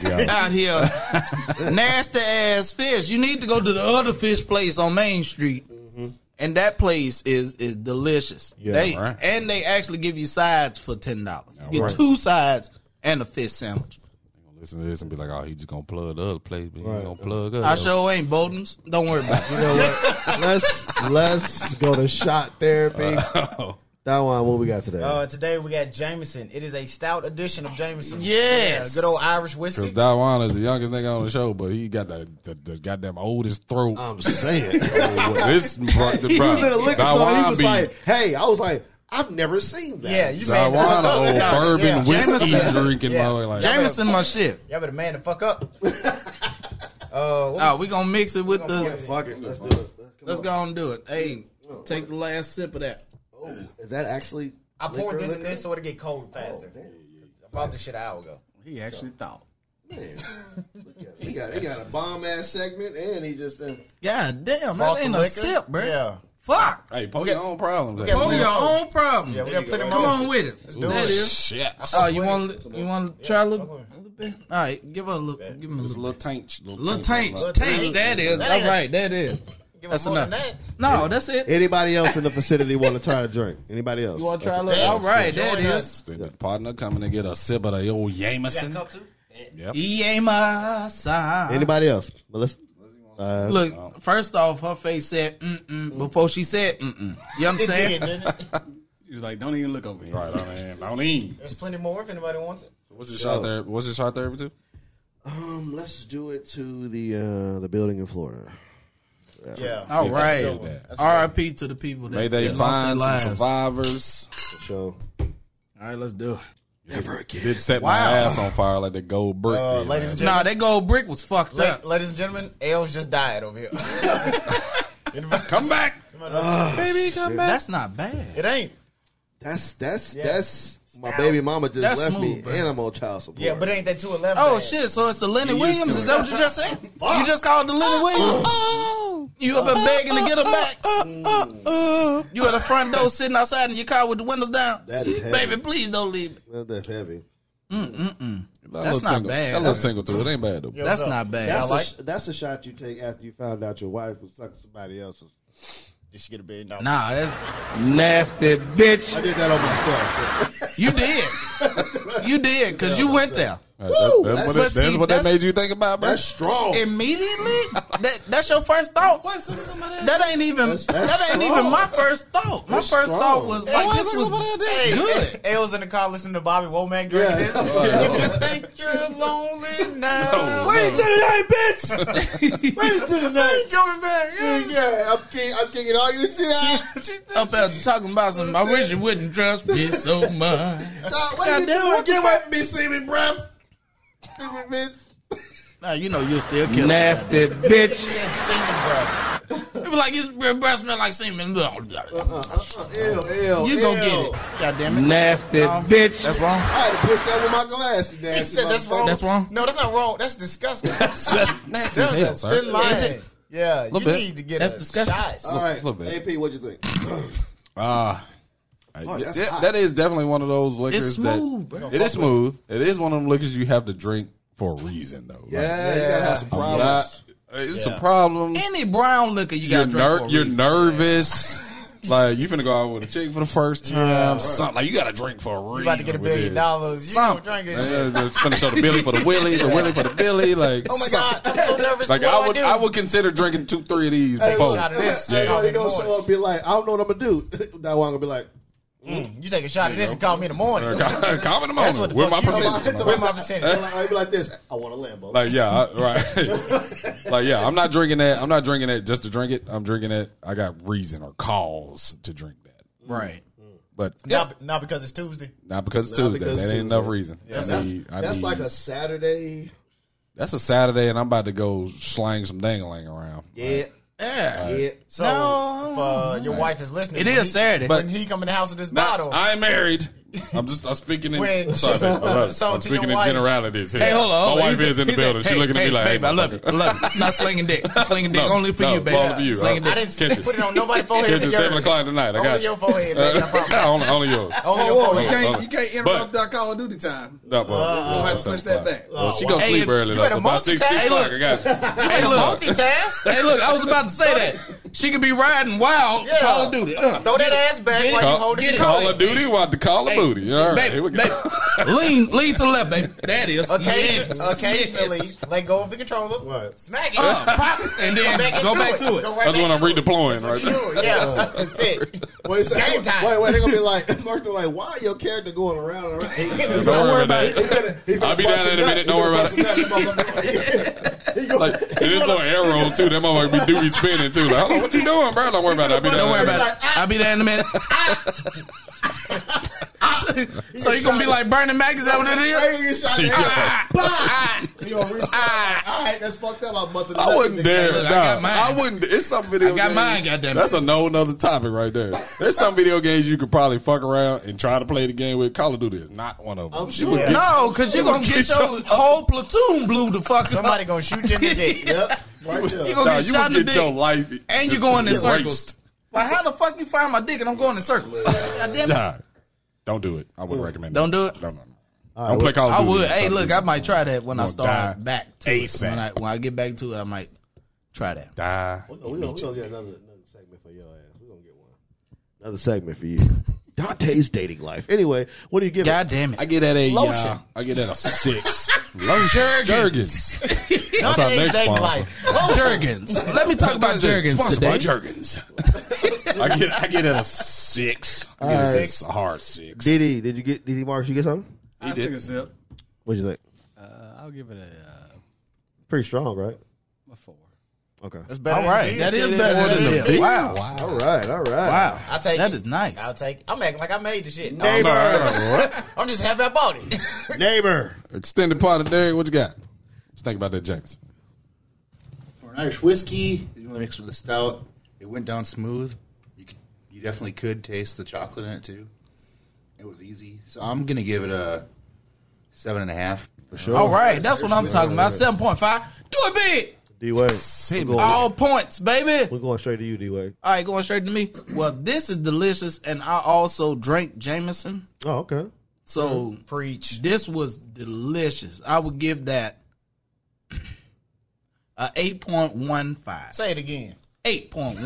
S4: Yeah, yeah.
S3: out here, nasty ass fish. You need to go to the other fish place on Main Street,
S6: Mm-hmm.
S3: and that place is is delicious. they
S4: right.
S3: and they actually give you sides for ten dollars. You get
S4: right.
S3: two sides and a fish sandwich.
S4: Listen to this and be like, oh, he just gonna plug the other place, but he ain't gonna plug
S3: I
S4: us.
S3: sure ain't Bowden's. Don't worry about it.
S2: You know what? let's let's go to shot therapy. That one, what we got today?
S6: Uh, today we got Jameson. It is a stout edition of Jameson.
S3: Yes.
S6: Yeah, good old Irish whiskey.
S4: Cause Dawan is the youngest nigga on the show, but he got the, the, the goddamn oldest throat. Oh,
S2: I'm saying.
S4: this bro, the
S2: he was in a
S4: bro-
S2: liquor store. He
S4: Dawan
S2: was
S4: be-
S2: like, "Hey," I was like, "I've never seen that."
S6: Yeah, you man.
S4: Dawan, a old
S6: Yeah.
S4: bourbon
S6: Yeah.
S4: whiskey
S6: Jameson.
S4: drinking
S6: Yeah.
S4: mother. Like,
S3: Jameson, my shit.
S6: Y'all better man the fuck up. Uh,
S3: Oh, we gonna mix it with
S2: Yeah,
S3: the.
S2: fuck it. Let's do it.
S3: Let's go and do it. Hey, take the last sip of that.
S2: Is that actually?
S6: I poured
S2: liquor,
S6: this in
S2: liquor?
S6: this so it'll get cold faster. I bought this shit an hour ago.
S7: He actually thought.
S2: He got, he got a bomb ass segment, and he just uh,
S3: God damn,
S6: Bought
S3: that ain't
S6: the
S3: a
S6: liquor.
S3: sip, bro.
S6: Yeah.
S3: Fuck.
S4: hey, poke your own problems.
S6: got-
S4: like,
S3: Own your own problem.
S6: Yeah, we got plenty
S3: Come
S6: more.
S3: on with it.
S6: do
S3: That
S6: it.
S3: is.
S4: shit,
S3: Oh, you want you want to try a little, a little bit? All right, give her a little, give him a
S4: Just a
S3: little,
S4: little taint,
S3: little taint,
S6: little
S3: taint.
S6: taint.
S3: That is
S6: That
S3: all
S6: ain't-
S3: right. That is.
S6: Give
S3: That's
S6: us more
S3: enough.
S6: than that.
S3: No, that's it.
S2: anybody else in the facility want to try to drink? Anybody else?
S3: You want to try a little? All right, that
S6: Join
S3: is.
S6: us.
S4: The partner coming to get a sip of the old
S6: Got a
S4: Jameson.
S6: cup too?
S3: He ain't my side.
S2: Anybody else? Melissa. Uh,
S3: Look, first off, her face said mm mm before she said mm mm. You
S6: It did,
S3: understand?
S6: didn't it?
S7: He was like, don't even look over here.
S4: Right, I mean, I don't even.
S6: There's plenty more if anybody wants it.
S4: What's your shot therapy? What's your shot therapy to?
S2: um, let's do it to the uh, the building in Florida.
S6: Yeah.
S3: All
S4: good
S3: Oh, right.
S4: one.
S3: R.I.P. to the people that,
S4: May they
S3: that lost their
S4: find some
S3: lives.
S4: survivors.
S2: So
S3: All right, let's do it.
S4: Did set my ass on fire like the gold brick.
S6: Uh,
S4: did,
S6: ladies
S4: man.
S6: and
S3: Nah,
S6: gentlemen,
S3: that gold brick was fucked
S6: la-
S3: up.
S6: ladies and gentlemen, L's just died over here.
S4: come back.
S3: That's not bad.
S6: it ain't.
S2: that's that's that's my baby mama just
S3: That's
S2: left me.
S3: smooth, bro.
S2: and I'm on child support.
S6: Yeah, but it ain't that 211.
S3: Oh
S6: bad.
S3: shit! So it's the Lenny Williams. Is that what you just said? You just called the
S2: Uh,
S3: Lenny Williams. You up and begging to get him
S2: uh,
S3: back. You at the front door sitting outside in your car with the windows down.
S2: That is heavy.
S3: Baby, please don't leave me.
S2: That- that's heavy.
S3: That's not bad.
S4: That little tingle too. It ain't bad though.
S3: That's not bad.
S2: That's
S6: I like-
S2: a, that's a shot you take after you found out your wife was sucking somebody else's.
S6: Did she get a billion dollars?
S3: Nah, that's
S5: Nasty bitch.
S2: I did that on myself.
S3: you did. You did because you went there
S4: That- that's what, it,
S3: But
S4: that's
S3: see,
S4: what that
S3: that's-
S4: made you think about, bro.
S2: That's strong.
S3: immediately. That that's your first thought. That ain't even
S2: That's- that's
S3: that ain't
S2: strong.
S3: even my first thought. My
S2: That's
S3: first
S2: strong.
S3: thought was like this was
S6: Hey,
S3: good.
S6: L's in the car listening to Bobby Womack drinking
S2: Yeah.
S6: this. If you think you're lonely now,
S5: Wait until today, bitch.
S6: ain't coming back. Yeah.
S2: yeah, I'm king. I'm kicking all your shit out.
S6: She said-
S3: up there talking about some. I wish you wouldn't trust me so much.
S2: Dog, what
S3: God damn,
S2: you doing?
S3: what the
S2: Get away from me, semen breath. Stupid bitch.
S3: Now you know you'll still kiss. Nah.
S5: Nasty bitch.
S6: Yeah, semen Uh-uh, breath.
S3: People like his breath smell like semen. Blah, blah, blah.
S2: Ew, ew,
S3: You
S2: ew.
S3: go get it. God damn it.
S5: Nasty bitch.
S3: That's wrong.
S2: I had to push that with my glass. You
S6: He
S2: nasty
S6: said that's wrong.
S3: That's wrong?
S6: No, that's not wrong. That's disgusting. that's
S4: That's nasty as hell, sir.
S6: thin line.
S3: Is it?
S6: Yeah, you
S4: bit.
S6: need to get
S3: That's
S6: a
S3: disgusting.
S6: shot.
S2: All right,
S4: Little bit.
S2: AP, what you think?
S4: Ah.
S2: Oh, that's
S4: That-
S2: hot.
S4: that is definitely one of those liquors
S3: smooth,
S4: that
S3: bro.
S4: it is smooth. It is one of them liquors you have to drink for a reason though.
S2: yeah,
S4: Like,
S2: you gotta have some
S4: I'm
S2: problems.
S4: not- it's a problem.
S3: Any brown liquor you
S4: You're
S3: got to drink
S4: ner-
S3: for a
S4: you're
S3: reason.
S4: nervous. like you finna go out with a chick for the first time. Something like you gotta drink for a reason.
S6: You about to get a
S4: with
S6: billion
S4: this.
S6: dollars. You don't
S4: Something.
S6: drink it.
S4: Man, just finna show the Billy for the Willie, the Willie for the Billy. Like
S6: Oh my god, I'm so nervous.
S4: Like
S6: what
S4: I would,
S6: do
S4: I,
S6: I, do?
S4: would consider drinking two, three of these
S6: a
S4: before.
S6: shot of this.
S4: Yeah.
S6: Call
S2: Everybody
S6: me in the
S2: gonna show
S6: morning.
S2: up and be like, I don't know what I'm gonna do. that one gonna be like,
S6: You take a shot of this and call me in the morning.
S4: Calm in the
S6: That's what
S4: moment.
S6: the
S4: Where
S6: fuck
S4: my
S6: you talking
S4: percentage?
S6: about. Where's my percentage?
S2: I'll be like this. I want a Lambo.
S4: Like yeah, I, right. like yeah, I'm not drinking that. I'm not drinking that just to drink it. I'm drinking it. I got reason or cause to drink that.
S3: Right.
S4: But
S6: Not, not because it's Tuesday.
S4: not because it's
S2: Not
S4: Tuesday.
S2: because
S4: that
S2: Tuesday.
S4: ain't enough reason.
S8: That's,
S4: I need- I
S8: that's
S4: need-
S8: like a Saturday.
S4: that's a Saturday, and I'm about to go slang some dangling around.
S8: Yeah.
S3: Yeah.
S8: Yeah.
S6: So
S3: No.
S6: if uh, your wife is listening,
S3: It
S6: when
S3: is
S6: he-
S3: Saturday.
S6: When he come in the house with this bottle,
S4: I am married. I'm just I'm speaking in
S6: When
S4: I'm
S6: she-
S4: sorry, babe. I'm not-
S6: so
S4: I'm
S6: to
S4: speaking
S6: your
S4: in
S6: wife-
S4: generalities. Here.
S3: Hey, hold on. hold
S4: My
S3: on.
S4: wife
S3: He
S4: is in
S3: said-
S4: the
S3: he said,
S4: building.
S3: hey,
S4: she looking
S3: hey,
S4: at me like,
S3: babe,
S4: hey,
S3: I love it. I love it. Not slinging dick. Slinging dick
S4: No,
S3: only for
S4: no,
S3: you, baby.
S4: only for you.
S3: Slinging
S4: I-
S6: I
S3: dick.
S6: didn't
S4: Catch it.
S6: put it on nobody's forehead.
S4: It's
S6: but
S4: at seven
S6: yours.
S4: o'clock tonight. I
S6: Only
S4: got you.
S6: your forehead, baby. I promise.
S4: only, only yours.
S6: Only your
S7: Whoa, whoa, you
S6: forehead.
S7: can't, you can't interrupt
S4: But-
S7: our Call of Duty time.
S4: No, bro.
S7: We'll have to Uh, push that back.
S4: Well, she gonna
S3: Oh, Hey,
S4: sleep
S3: you
S4: early though.
S6: better
S4: So by six,
S6: multitask.
S4: six
S6: Hey,
S4: o'clock, I
S6: look.
S4: got you.
S3: Hey, look.
S6: Multitask.
S3: Hey, look. I was about to say that. She could be riding wild.
S6: Yeah.
S3: Call of Duty. Uh,
S6: Throw that ass back
S3: Get it.
S6: while you
S4: Call,
S6: hold the
S3: Get it.
S6: controller.
S4: Uh, Call of Duty, what the Call of
S3: Hey,
S4: Booty? All right,
S3: baby,
S4: here we go.
S3: baby. lean, lean to the left, baby. That is.
S6: Occasion-
S3: Yes.
S6: Occasionally, let go of the controller.
S8: What?
S6: Smack it.
S3: Uh, pop, and then
S6: Come back
S3: go
S6: into
S3: back to it.
S6: Go right
S4: That's
S6: back
S4: when I'm
S6: to it.
S4: redeploying right
S6: You
S4: there.
S6: do it, Yeah, that's it.
S8: Wait, a second.
S6: game time.
S8: Wait, wait. They're gonna be like, Mark's gonna be like, why are your character going around and around?
S4: Don't worry about
S8: He
S4: it.
S8: finna- he finna
S4: I'll be
S8: bust
S4: down in a
S8: nut.
S4: minute,
S8: He
S4: don't
S8: finna
S4: worry about
S8: bust a nut. He gonna-
S4: Like, and there's little arrows too. That motherfucker be do be spinning too. Like, oh, what you doing, bro? Don't worry about it. I'll be down
S3: Don't worry
S4: in a minute.
S3: about
S6: ah.
S3: it. I'll be there in a minute. Ah.
S6: Ah.
S3: so you're gonna be like Burning Mac? Is that what it is?
S8: Hey, you shot
S4: Yeah.
S8: that.
S3: Ah,
S8: You gonna reach-
S3: ah.
S8: All right, that's fucked up. I busted.
S4: I wouldn't dare.
S3: Look, I
S4: nah,
S3: got mine.
S4: I, wouldn't. It's some video.
S3: I got
S4: games-
S3: mine, goddamn it.
S4: That's a no another topic right there. There's some video games you could probably fuck around and try to play the game with. Call of Duty is not one of them.
S8: I'm
S4: She
S8: sure.
S4: would get-
S3: No, because you're gonna get your whole platoon blew the fuck up.
S6: Somebody gonna shoot you in the dick.
S8: Yep. Right
S3: You gonna
S8: there.
S4: nah,
S3: get
S4: you
S3: shot
S4: would
S3: in the
S4: get
S3: dick,
S4: your life
S3: and
S4: just
S3: you're going in
S4: erased.
S3: circles. Like, how the fuck you find my dick and I'm going in circles? Goddamn it.
S4: Nah. Don't do it. I wouldn't recommend.
S3: Don't
S4: it.
S3: do it?
S4: No, no, no. Don't play Call of
S3: I
S4: Duty.
S3: would. Hey,
S4: Call of
S3: look,
S4: Duty.
S3: I might try that when I
S4: Gonna die
S3: start back to it.
S4: ASAP.
S3: When I, when I get back to it, I might try that.
S4: die.
S2: We gonna, we gonna get another another segment for your ass. We gonna get one. Another segment for you. Dante's dating life. Anyway, what do you give?
S3: God damn it.
S4: I get that a
S6: Lotion.
S4: uh, I get that a six. Lotion. Jergens. That's our
S6: Dante's
S4: next
S6: dating
S4: sponsor.
S6: life.
S3: Jergens. Let me talk about Jergens
S4: Sponsored by
S3: today.
S4: Jergens. I get I get at a six. I get a six, a hard six.
S2: it? DD, did you get DD Marks? You get something?
S7: I took a sip.
S2: What'd you think?
S7: Uh, I'll give it a,
S2: Pretty strong, right?
S7: uh, a four.
S2: Okay.
S6: That's better
S3: All
S6: than
S3: right.
S6: beer.
S3: That is
S6: Yeah,
S3: better than the beer. Wow. Wow.
S2: All right, all right.
S6: I'll take
S3: That
S6: it.
S3: is nice.
S6: I'll take. I'm acting like I made the shit.
S4: I'm
S6: I'm,
S4: not-
S6: I'm just happy I bought it.
S2: Neighbor.
S4: Extended part of Derek, what you got? Let's think about that, James.
S8: For an Irish whiskey, you want to mix with a stout. It went down smooth. You could, you definitely could taste the chocolate in it too. It was easy. So I'm gonna give it a seven and a half for sure.
S3: All right. That's what I'm talking about. 7.5. Do it big.
S2: D Way.
S3: All points, baby.
S2: We're going straight to you, D Way.
S3: All right, going straight to me. Well, this is delicious, and I also drank Jameson.
S2: Oh, okay.
S3: So
S6: Preach.
S3: this was delicious. I would give that a 8.15.
S6: Say it again.
S3: 8.15.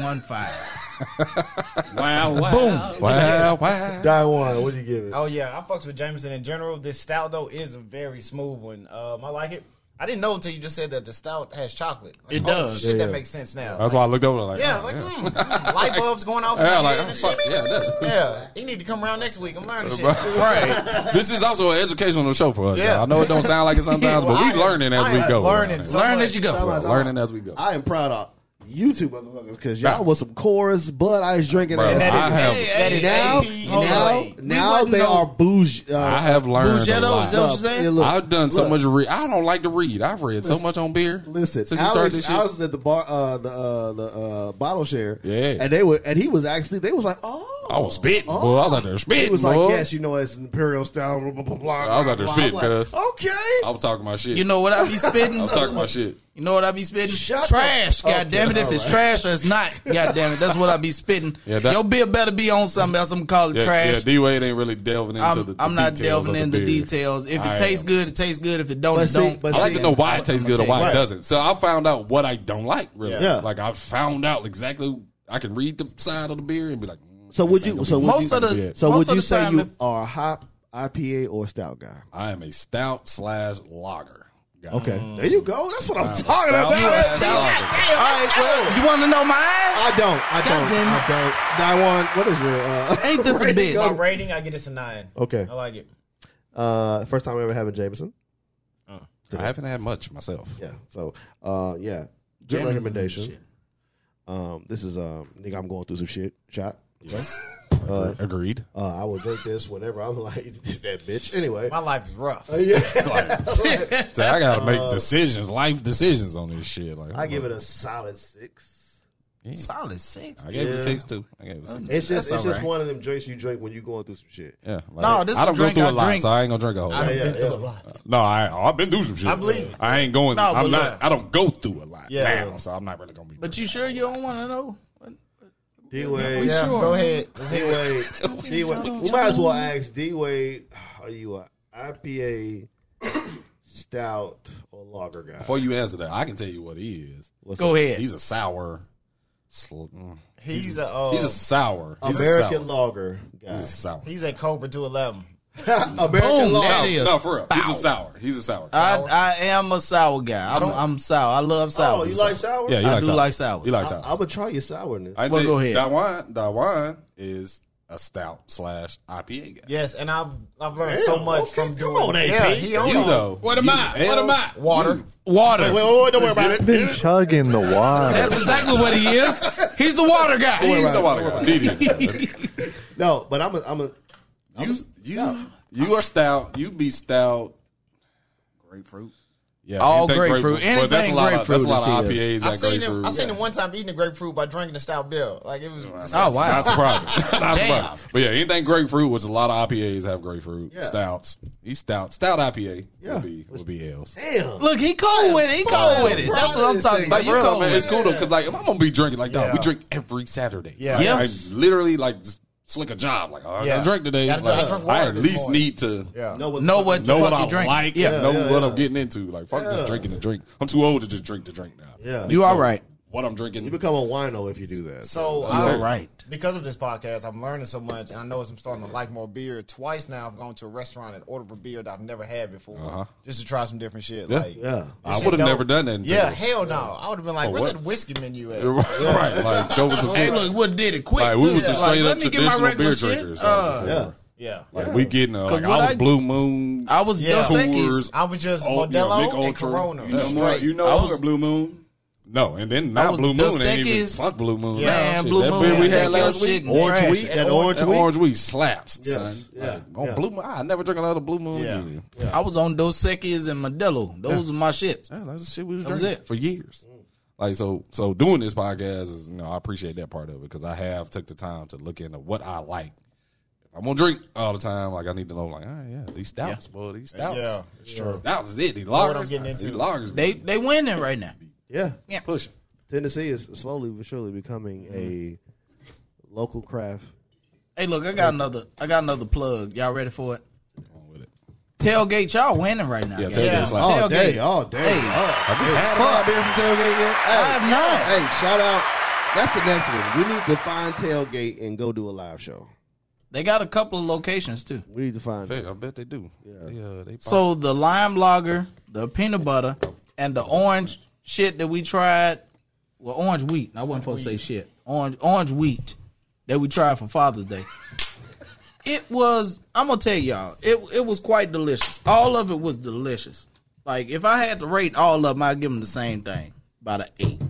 S7: Wow, wow. Boom.
S4: Wow, wow.
S2: Die one. What do you give it?
S6: Oh yeah, I fucks with Jameson in general. This stout though is a very smooth one. Um, I like it. I didn't know until you just said that the stout has chocolate. Like,
S3: It
S6: oh,
S3: does.
S6: Shit,
S2: Yeah.
S6: that makes sense now.
S4: That's why I looked over like,
S6: yeah, I
S4: oh,
S6: was like,
S4: yeah.
S6: hmm, hmm, light bulbs going off. in
S4: Yeah,
S6: my
S4: like,
S6: head
S4: oh,
S6: and
S4: fuck,
S6: shit.
S4: yeah, that-
S6: yeah. He need to come around next week. I'm learning shit.
S4: Right. This is also an educational show for us.
S6: Yeah.
S4: y'all. I know it don't sound like it sometimes,
S6: Well,
S4: but
S6: I
S4: we
S6: am-
S4: learning as
S6: I
S4: we
S6: am
S4: go.
S6: Learning, so
S3: Learn
S6: much.
S3: as you go.
S4: We're learning as we go.
S2: I am proud of you two motherfuckers because y'all
S4: Nah.
S2: was some chorus Bud Ice drinking.
S4: Bro,
S2: ass.
S6: that
S4: I
S6: is-
S4: have
S3: Hey,
S6: That
S3: hey,
S6: is
S2: now,
S6: AP.
S2: now, now,
S3: We wasn't
S2: they
S3: no-
S2: are bougie. Uh,
S4: I have learned a
S3: Bougetto, is
S4: lot.
S3: that what you're saying?
S2: yeah, look,
S4: I've done so
S2: look,
S4: much. Re- I don't like to read. I've read so much on beer.
S2: Listen,
S4: since we started this
S2: Alex,
S4: shit.
S2: Alex was at the bar, uh, the uh, the uh, bottle share,
S4: Yeah.
S2: and they were, and he was actually, they was like, oh,
S4: I was spitting. boy. I was out there spitting.
S2: He was
S4: boy.
S2: like, yes, you know, it's imperial style. Blah, blah, blah, blah,
S4: I was out there
S2: blah,
S4: spitting,
S2: blah.
S4: cuz.
S2: Okay,
S4: I was talking my shit.
S3: You know what I be spitting?
S4: I was talking my shit.
S3: You know what I be spitting?
S2: Shut
S3: trash.
S2: the-
S3: God damn it.
S2: Okay,
S3: If it's
S2: all
S3: trash or it's not, God damn it. That's what I be spitting.
S4: Yeah, that-
S3: Your beer better be on something else. I'm calling
S4: Yeah,
S3: trash.
S4: yeah D Wade ain't really delving into
S3: I'm,
S4: the, the
S3: I'm not
S4: details
S3: delving
S4: of the
S3: into
S4: beer.
S3: details. If it
S4: I
S3: tastes
S4: am.
S3: good, it tastes good. If it don't,
S2: But
S3: it
S2: see-
S3: don't.
S2: but
S4: I like to
S2: see-
S4: know why
S3: I'm
S4: it tastes
S3: gonna
S4: good or
S3: tell you.
S4: why it doesn't. So I found out what I don't like, really.
S2: Yeah.
S4: Like, I found out exactly. I can read the side of the beer and be like, mm,
S2: So
S4: this
S2: would
S4: ain't
S2: you-
S4: gonna
S2: so
S4: be
S2: would
S4: good.
S2: you-
S3: Most of the
S2: So
S3: most
S2: would
S3: of
S2: you
S3: the
S2: say
S3: time,
S2: you
S3: if-
S2: are a hop IPA or stout guy?
S4: I am a stout slash lager. guy.
S2: Okay, there you go. That's what I'm talking
S4: Stout
S2: about.
S4: slash lager.
S3: all right, well, you want to know mine?
S2: I don't. I
S3: God
S2: don't.
S3: damn it.
S2: I don't. Daiwan, what is your uh,
S3: Ain't this a
S2: rating
S3: bitch?
S6: My
S2: on-
S6: rating, I get it's a nine.
S2: Okay.
S6: I like it.
S2: Uh, first time ever having Jameson.
S4: I haven't had much myself.
S2: Yeah. So, uh, yeah. Good
S3: Jameson's
S2: recommendation.
S3: shit.
S2: Um, this is um, nigga. I'm going through some shit. Shot. Yes.
S4: Agreed.
S2: Uh, I will drink this, whatever. I'm like that bitch. Anyway,
S6: My life is rough.
S4: So I gotta make decisions, life decisions on this shit. Like
S2: Uh, I give it a solid six.
S3: Solid six.
S4: I gave it a
S2: yeah.
S4: six too. I gave it a six.
S2: It's just
S3: That's
S2: it's just
S3: alright.
S2: one of them drinks you drink when you going through some shit.
S4: Yeah. like,
S3: No, this
S4: I don't
S3: a
S4: go
S3: drink
S4: through
S3: I
S4: a lot,
S3: drink.
S4: so I ain't gonna drink a whole lot.
S2: Yeah,
S6: Been through
S2: yeah.
S6: a lot.
S4: No, I I've been through some shit.
S6: I believe you.
S4: I ain't going.
S6: No,
S4: I'm
S6: but
S4: not.
S6: yeah.
S4: I don't go through a lot
S6: Yeah.
S4: now, so I'm not really gonna be.
S3: But you sure you don't want to know?
S2: D
S3: We
S2: Wade,
S6: Yeah,
S3: sure.
S6: go ahead. Let's
S2: D
S6: hear it.
S2: Wade, D Wade. We might as well ask D Wade, are you a IPA, stout, or lager guy?
S4: Before you answer that, I can tell you what he is.
S3: Go ahead.
S4: He's a sour. Sl- mm.
S6: He's a uh,
S4: He's a sour. He's
S2: American
S4: a sour.
S2: lager
S4: He's
S2: guy.
S4: a sour.
S6: he's a Cobra 211.
S2: American
S3: Boom, that
S2: lager.
S3: is.
S4: No, for real. He's a sour. He's a sour.
S3: I, I am a sour guy. I'm, I'm sour. I love sour.
S2: Oh, you like sour?
S4: yeah, you
S3: I
S4: like
S3: do
S4: sour.
S3: like sour.
S4: You like
S2: I,
S4: sour.
S2: I'm gonna try your sourness.
S4: I can
S3: Well,
S4: tell
S3: go
S4: you,
S3: ahead.
S4: That wine, that wine is a stout slash IPA guy.
S6: Yes, and I've I've learned so
S2: Damn,
S6: much
S2: okay,
S6: from
S2: come
S6: doing.
S2: on, AP.
S6: yeah, he
S4: You
S6: owns
S4: though.
S7: What am
S4: you
S7: I? What am I?
S6: water.
S3: water.
S2: don't worry about it.
S9: chugging the water.
S3: That's exactly what he is. He's the water guy.
S4: He's the water guy. Medium.
S2: No, but I'm a, I'm a
S4: you, you, you are stout. You be stout.
S7: Grapefruit.
S4: Yeah,
S3: All
S4: anything
S3: grapefruit.
S4: but that's a
S3: Anything
S4: lot
S3: grapefruit
S4: Of, that's a lot of
S3: is
S4: IPAs.
S6: I
S4: that
S6: seen him.
S4: grapefruit.
S6: I seen him one time eating a grapefruit by drinking a stout beer. Like it was.
S3: Oh wow.
S4: Not surprising. Not
S3: Damn.
S4: surprising. But yeah, anything grapefruit, which a lot of IPAs have grapefruit. Stouts. He's stout. Stout IPA
S2: Yeah.
S4: would be would be L's.
S2: damn.
S3: Look, he cold with it. He cold with it. That's what I'm talking about.
S4: Like,
S3: You
S4: for real,
S3: cold
S4: man,
S3: with
S4: it's
S3: it.
S4: cool though, because like if I'm gonna be drinking like that,
S6: Yeah.
S4: we drink every Saturday.
S6: Yeah.
S4: Like,
S3: Yeah.
S4: I literally like just slick a job. Like "Oh, I
S6: Yeah.
S4: gotta drink today.
S6: Gotta-
S4: Like,
S6: I drink
S4: I
S6: water
S4: at
S6: this
S4: least
S6: morning.
S4: need to
S6: Yeah.
S2: No, what,
S3: Know what?
S4: know
S3: the
S4: what
S3: fuck
S4: I
S3: you drink.
S4: like.
S3: Yeah.
S4: know
S2: yeah,
S4: what
S2: yeah.
S4: I'm getting into. Like fuck
S2: Yeah.
S4: just drinking the drink. I'm too old to just drink the drink now.
S2: Yeah.
S3: You all right?
S4: What I'm drinking.
S2: You become a wino if you do that.
S6: So
S3: You all
S6: I,
S3: right?
S6: because of this podcast, I'm learning so much, and I know as I'm starting to like more beer. Twice now, I've gone to a restaurant and ordered a beer that I've never had before, just to try some different shit.
S4: Yeah.
S6: Like,
S2: yeah,
S4: I
S6: shit
S4: would have
S6: don't-
S4: never done that. Until
S6: yeah, hell no. I would have been like,
S4: For
S6: "Where's
S4: what?
S6: that whiskey menu at?"
S4: right, right. Like go with some.
S3: Hey, look, what did it quick?
S4: Like we
S3: too.
S4: was some
S3: Like,
S4: straight
S3: let
S4: up
S3: me get my
S4: traditional
S3: regular
S4: beer
S3: shit.
S4: drinkers. like,
S3: Uh,
S4: before.
S2: yeah.
S6: Yeah,
S4: Like we getting uh,
S3: 'Cause
S4: like
S3: what
S4: I was
S3: I-
S4: Blue Moon.
S3: I was
S6: Yeah.
S3: Dos Equis.
S6: I was just
S4: Alt- Oh, yeah,
S6: Modelo
S4: Mick
S6: and
S4: Ultra.
S6: Corona.
S4: You know, more,
S6: straight.
S4: you know
S3: I
S4: longer
S3: was-
S4: Blue Moon. No, and then
S3: I
S4: now
S3: was
S4: Blue Moon ain't even
S3: Dos Equis.
S4: fuck Blue Moon.
S3: Man,
S4: Shit,
S3: Blue
S4: that
S3: Moon.
S4: beer we
S3: take
S4: had last
S3: your shit
S4: week.
S3: and
S2: Orange
S3: trash
S2: wheat,
S3: it.
S2: that orange
S4: That
S2: wheat.
S4: orange weed slaps,
S2: Yes,
S4: son.
S2: yeah,
S4: on
S2: yeah.
S4: Blue Moon, I never drink another Blue Moon again.
S3: I was on Dos Equis and Modelo. Those were my shits.
S4: Yeah, that's the shit we was
S3: That was
S4: drinking
S3: it.
S4: for years.
S6: Mm.
S4: Like so, so doing this podcast is you know I appreciate that part of it because I have took the time to look into what I like. If I'm gonna drink all the time, like I need to know, like, all right, yeah, these stouts, boy, these stouts,
S6: Yeah, it's true.
S4: stouts is it. These
S6: what
S4: lagers,
S6: I'm getting into.
S4: these lagers,
S3: They they winning right now.
S2: yeah.
S4: pushing.
S2: Tennessee is slowly but surely becoming a local craft.
S3: Hey, look, I got another. I got another plug. Y'all ready for it?
S4: Come on with it.
S3: Tailgate, y'all winning right now.
S4: Yeah,
S3: y'all.
S4: tailgate
S6: Yeah.
S4: slash.
S3: Tailgate.
S2: All day, all day.
S3: Hey.
S2: all day.
S4: "Oh, Had a lot of beer from tailgate yet?
S3: I have not.
S2: Oh, Hey, shout out. That's the next one. We need to find tailgate and go do a live show.
S3: They got a couple of locations too.
S2: We need to find.
S4: I bet they do. Yeah, they, uh, they pop-
S3: So the lime lager, the peanut butter, and the orange shit that we tried, well, orange wheat. I wasn't supposed to say shit. Orange, orange wheat that we tried for Father's Day. It was. I'm gonna tell y'all. It it was quite delicious. All of it was delicious. Like if I had to rate all of them, I'd give them the same thing, about an eight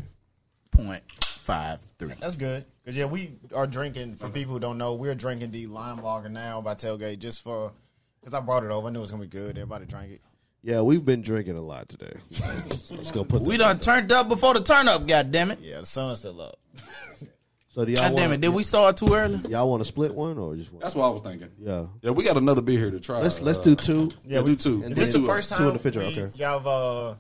S3: point five three.
S6: That's good. Cause yeah, we are drinking. For people who don't know, we're drinking the lime lager now by Tailgate just for. Cause I brought it over. I knew it was gonna be good. Everybody drank it.
S2: Yeah, we've been drinking a lot today. Let's go put.
S3: We
S2: that-
S3: done turned up before the turn up. God damn it!
S6: Yeah, the sun's still up.
S2: So do y'all
S3: God damn it!
S2: want?
S3: Did we start too early?
S2: Y'all want to split one or just one?
S4: that's what I was thinking.
S2: Yeah.
S4: yeah, we got another beer here to try.
S2: Let's let's
S4: Uh,
S2: do two.
S4: Yeah, do two.
S2: and
S6: Is this
S2: then
S6: the first time
S2: Two in the picture.
S6: we-
S2: Okay.
S6: y'all have uh,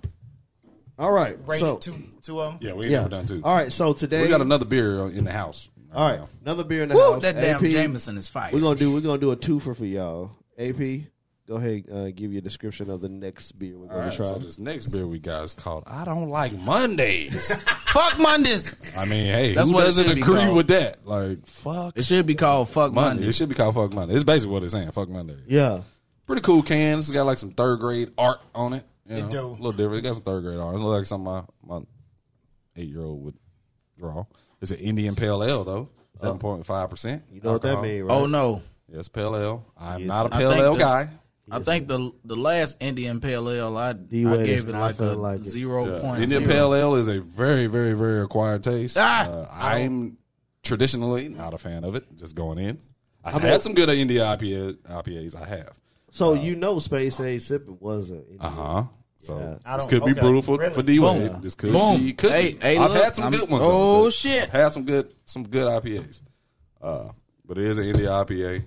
S2: All right.
S6: rated
S2: So
S6: two two of them?
S4: Yeah, we ain't
S2: yeah.
S4: never done two.
S2: All right. So today
S4: we got another beer in the house.
S2: All right, another beer in the
S3: Woo,
S2: house.
S3: that damn
S2: AP,
S3: Jameson is fire.
S2: We're gonna do we're gonna do a twofer for y'all. AP, go ahead uh, give you a description of the next beer we're
S4: All
S2: gonna
S4: right,
S2: try.
S4: so this next beer we got is called "I Don't Like Mondays."
S3: Fuck Mondays.
S4: I mean, hey,
S3: That's
S4: who
S3: what it
S4: doesn't
S3: should be
S4: agree
S3: called.
S4: with that? Like, fuck
S3: It should be called Fuck
S4: Monday.
S3: Monday.
S4: It should be called "Fuck Monday." It's basically what it's saying. Fuck Monday.
S2: yeah,
S4: Pretty cool can. This has got like some third grade art on it. You know,
S6: do.
S4: A little different. It got some third grade art. It looks like something my, my eight year old would draw. It's an Indian pale ale though. Seven point five percent.
S2: you know what that means, right?
S3: Oh no!
S4: Yes, pale ale. I'm not a
S3: I
S4: pale
S3: think
S4: ale
S3: the-
S4: guy.
S3: I think the the last Indian Pale Ale I, I
S2: D-Wade is
S3: gave it
S2: not
S3: like a
S2: feeling like it.
S3: zero point
S4: Indian pale ale is a very, very, very acquired taste.
S3: Ah!
S4: Uh, I'm traditionally not a fan of it. Just going in, I've had some good India IPA, IPAs. I have.
S2: So you know, Space Age sipping was a
S4: Uh huh. So
S6: I
S4: this
S6: don't-
S4: could be
S6: okay.
S4: brutal for,
S6: Really?
S4: for D Wade.
S3: Boom.
S4: This could
S3: Boom.
S4: be. Could
S3: Hey,
S4: be.
S3: hey,
S4: I've
S3: look,
S4: had some
S3: I'm-
S4: good ones.
S3: oh,
S4: over the-
S3: shit.
S4: I've had some good some good IPAs. Uh, but it is an India IPA.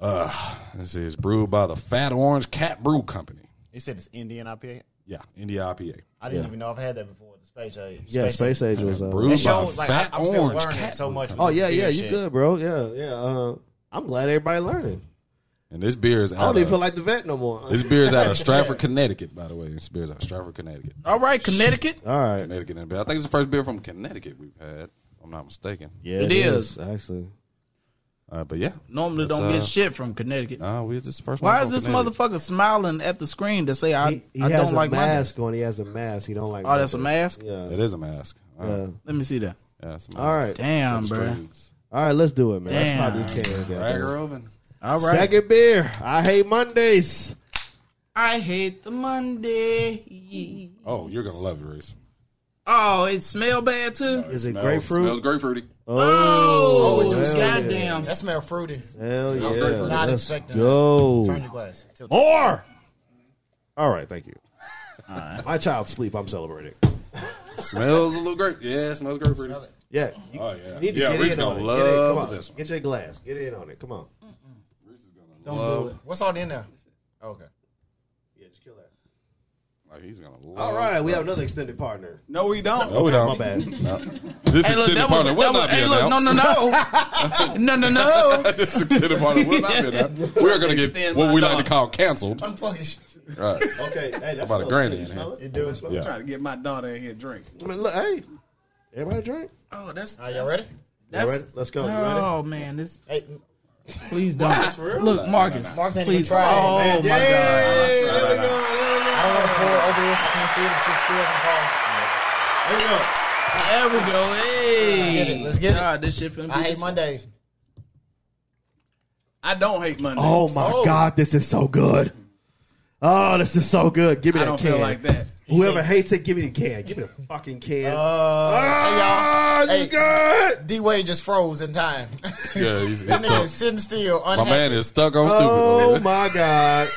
S4: Uh, this is brewed by the Fat Orange Cat Brew Company.
S6: You said it's Indian IPA.
S4: Yeah, India IPA.
S6: I didn't even know I've had that before. The space age.
S2: yeah. Space Age was a
S4: Brew-
S6: It
S4: It
S6: shows
S4: shows,
S6: like
S4: Fat
S6: I, am still
S4: Orange
S6: learning
S4: Cat
S6: so much. with
S2: Oh
S6: this
S2: yeah,
S6: beer
S2: yeah, you
S6: shit.
S2: good, bro. Yeah, yeah. Uh, I'm glad everybody learning.
S4: And this beer is
S2: I
S4: out
S2: don't even
S4: of,
S2: feel like the vet no more.
S4: this beer is out of Stratford, Connecticut, by the way. This beer is out of Stratford, Connecticut.
S2: Oh.
S3: All right, Connecticut.
S2: All right,
S4: Connecticut and I think it's the first beer from Connecticut we've had, if I'm not mistaken.
S2: yeah,
S3: It is.
S2: actually.
S4: Uh, but yeah.
S3: Normally
S4: That's,
S3: don't
S4: uh,
S3: get shit from Connecticut.
S4: Nah, we just the first one
S3: Why
S4: from
S3: is this
S4: Connecticut.
S3: motherfucker smiling at the screen to say I,
S2: He, he
S3: I
S2: has
S3: don't
S2: a
S3: like Mondays?
S2: mask on. He has a mask. He don't like.
S3: Oh, that's a
S2: Mondays.
S3: mask.
S2: Yeah.
S4: It is a mask. Uh,
S2: yeah.
S3: Let me see that.
S4: yeah, it's a mask.
S2: All right,
S3: Damn, bro.
S4: Strings.
S2: all right. Let's do it, man.
S3: Damn.
S2: Let's pop this can.
S4: Bragger
S2: goddamn.
S4: oven.
S3: All right.
S2: Second beer. I hate Mondays.
S3: I hate the Monday.
S4: Oh, you're gonna love it, Reese.
S3: Oh, it smell bad too.
S2: Is it
S4: Smells- Smells
S2: grapefruit?
S4: grapefruity.
S3: Oh,
S2: hell
S3: goddamn!
S6: That smell fruity.
S2: Hell yeah.
S4: grapefruit.
S6: Not
S2: Let's
S6: expecting Turn
S2: go.
S6: your glass. Tilt it.
S2: More. All right. Thank you. My child's sleep. I'm celebrating.
S4: smells a little grape. Yeah, it smells grapefruity.
S6: Smell it.
S2: Yeah. You
S4: Oh yeah.
S2: need to
S4: yeah,
S2: get
S4: Reese
S2: in
S4: gonna
S2: on it. Get in.
S4: love
S2: Come on.
S4: this one.
S2: Get your glass. Get in on it. Come on.
S4: Uh,
S6: Don't do it. What's all in there? Oh, okay.
S2: Yeah, just kill that.
S4: Like, he's gonna love
S2: All right. We have another extended partner.
S7: No, we don't.
S4: Oh, No, we don't.
S2: My bad.
S4: This
S3: Hey, look,
S4: extended
S3: that was,
S4: partner
S3: that
S4: will
S3: was,
S4: not be
S3: hey, look, no,
S4: announced.
S3: no, no, no, no, no.
S4: this extended partner will not be announced. We are gonna get
S7: Extend
S4: what
S7: my
S4: we like
S7: dog.
S4: to call canceled.
S6: Unplug it.
S4: Right.
S2: Okay, hey, that's
S4: about a granny in here.
S2: You do.
S7: I'm trying to get my daughter in here drinking.
S2: I mean, look, hey, everybody drink.
S3: Oh, that's
S6: Are y'all ready?
S2: You
S3: that's.
S2: ready? Let's go. You ready?
S3: Oh man, this.
S6: Hey,
S3: Please don't. Look, Marcus.
S6: Marcus ain't even
S3: please.
S6: tried it,
S3: oh my
S6: man.
S3: god.
S2: there we go. There we go.
S6: I don't want to pour over this. I can't see it. It's just spilled from far.
S2: There
S3: There
S2: we go.
S3: we go. Hey.
S6: Let's get it, let's get it.
S3: God, this shit finna be.
S6: I hate Mondays.
S7: I don't hate Mondays.
S2: Oh my God, this is so good. Oh, this is so good. Give me
S7: I
S2: that
S7: don't
S2: can.
S7: feel like that.
S2: Whoever hates it, give me the can. Give me the fucking can.
S6: Uh, hey, y'all. Hey,
S2: Ah, good.
S6: D Wade just froze in time.
S4: Yeah, he's, he's
S6: This nigga
S4: stuck.
S6: is sitting still,
S4: My
S6: unhappy.
S4: man is stuck on
S2: Oh
S4: stupid.
S2: my God.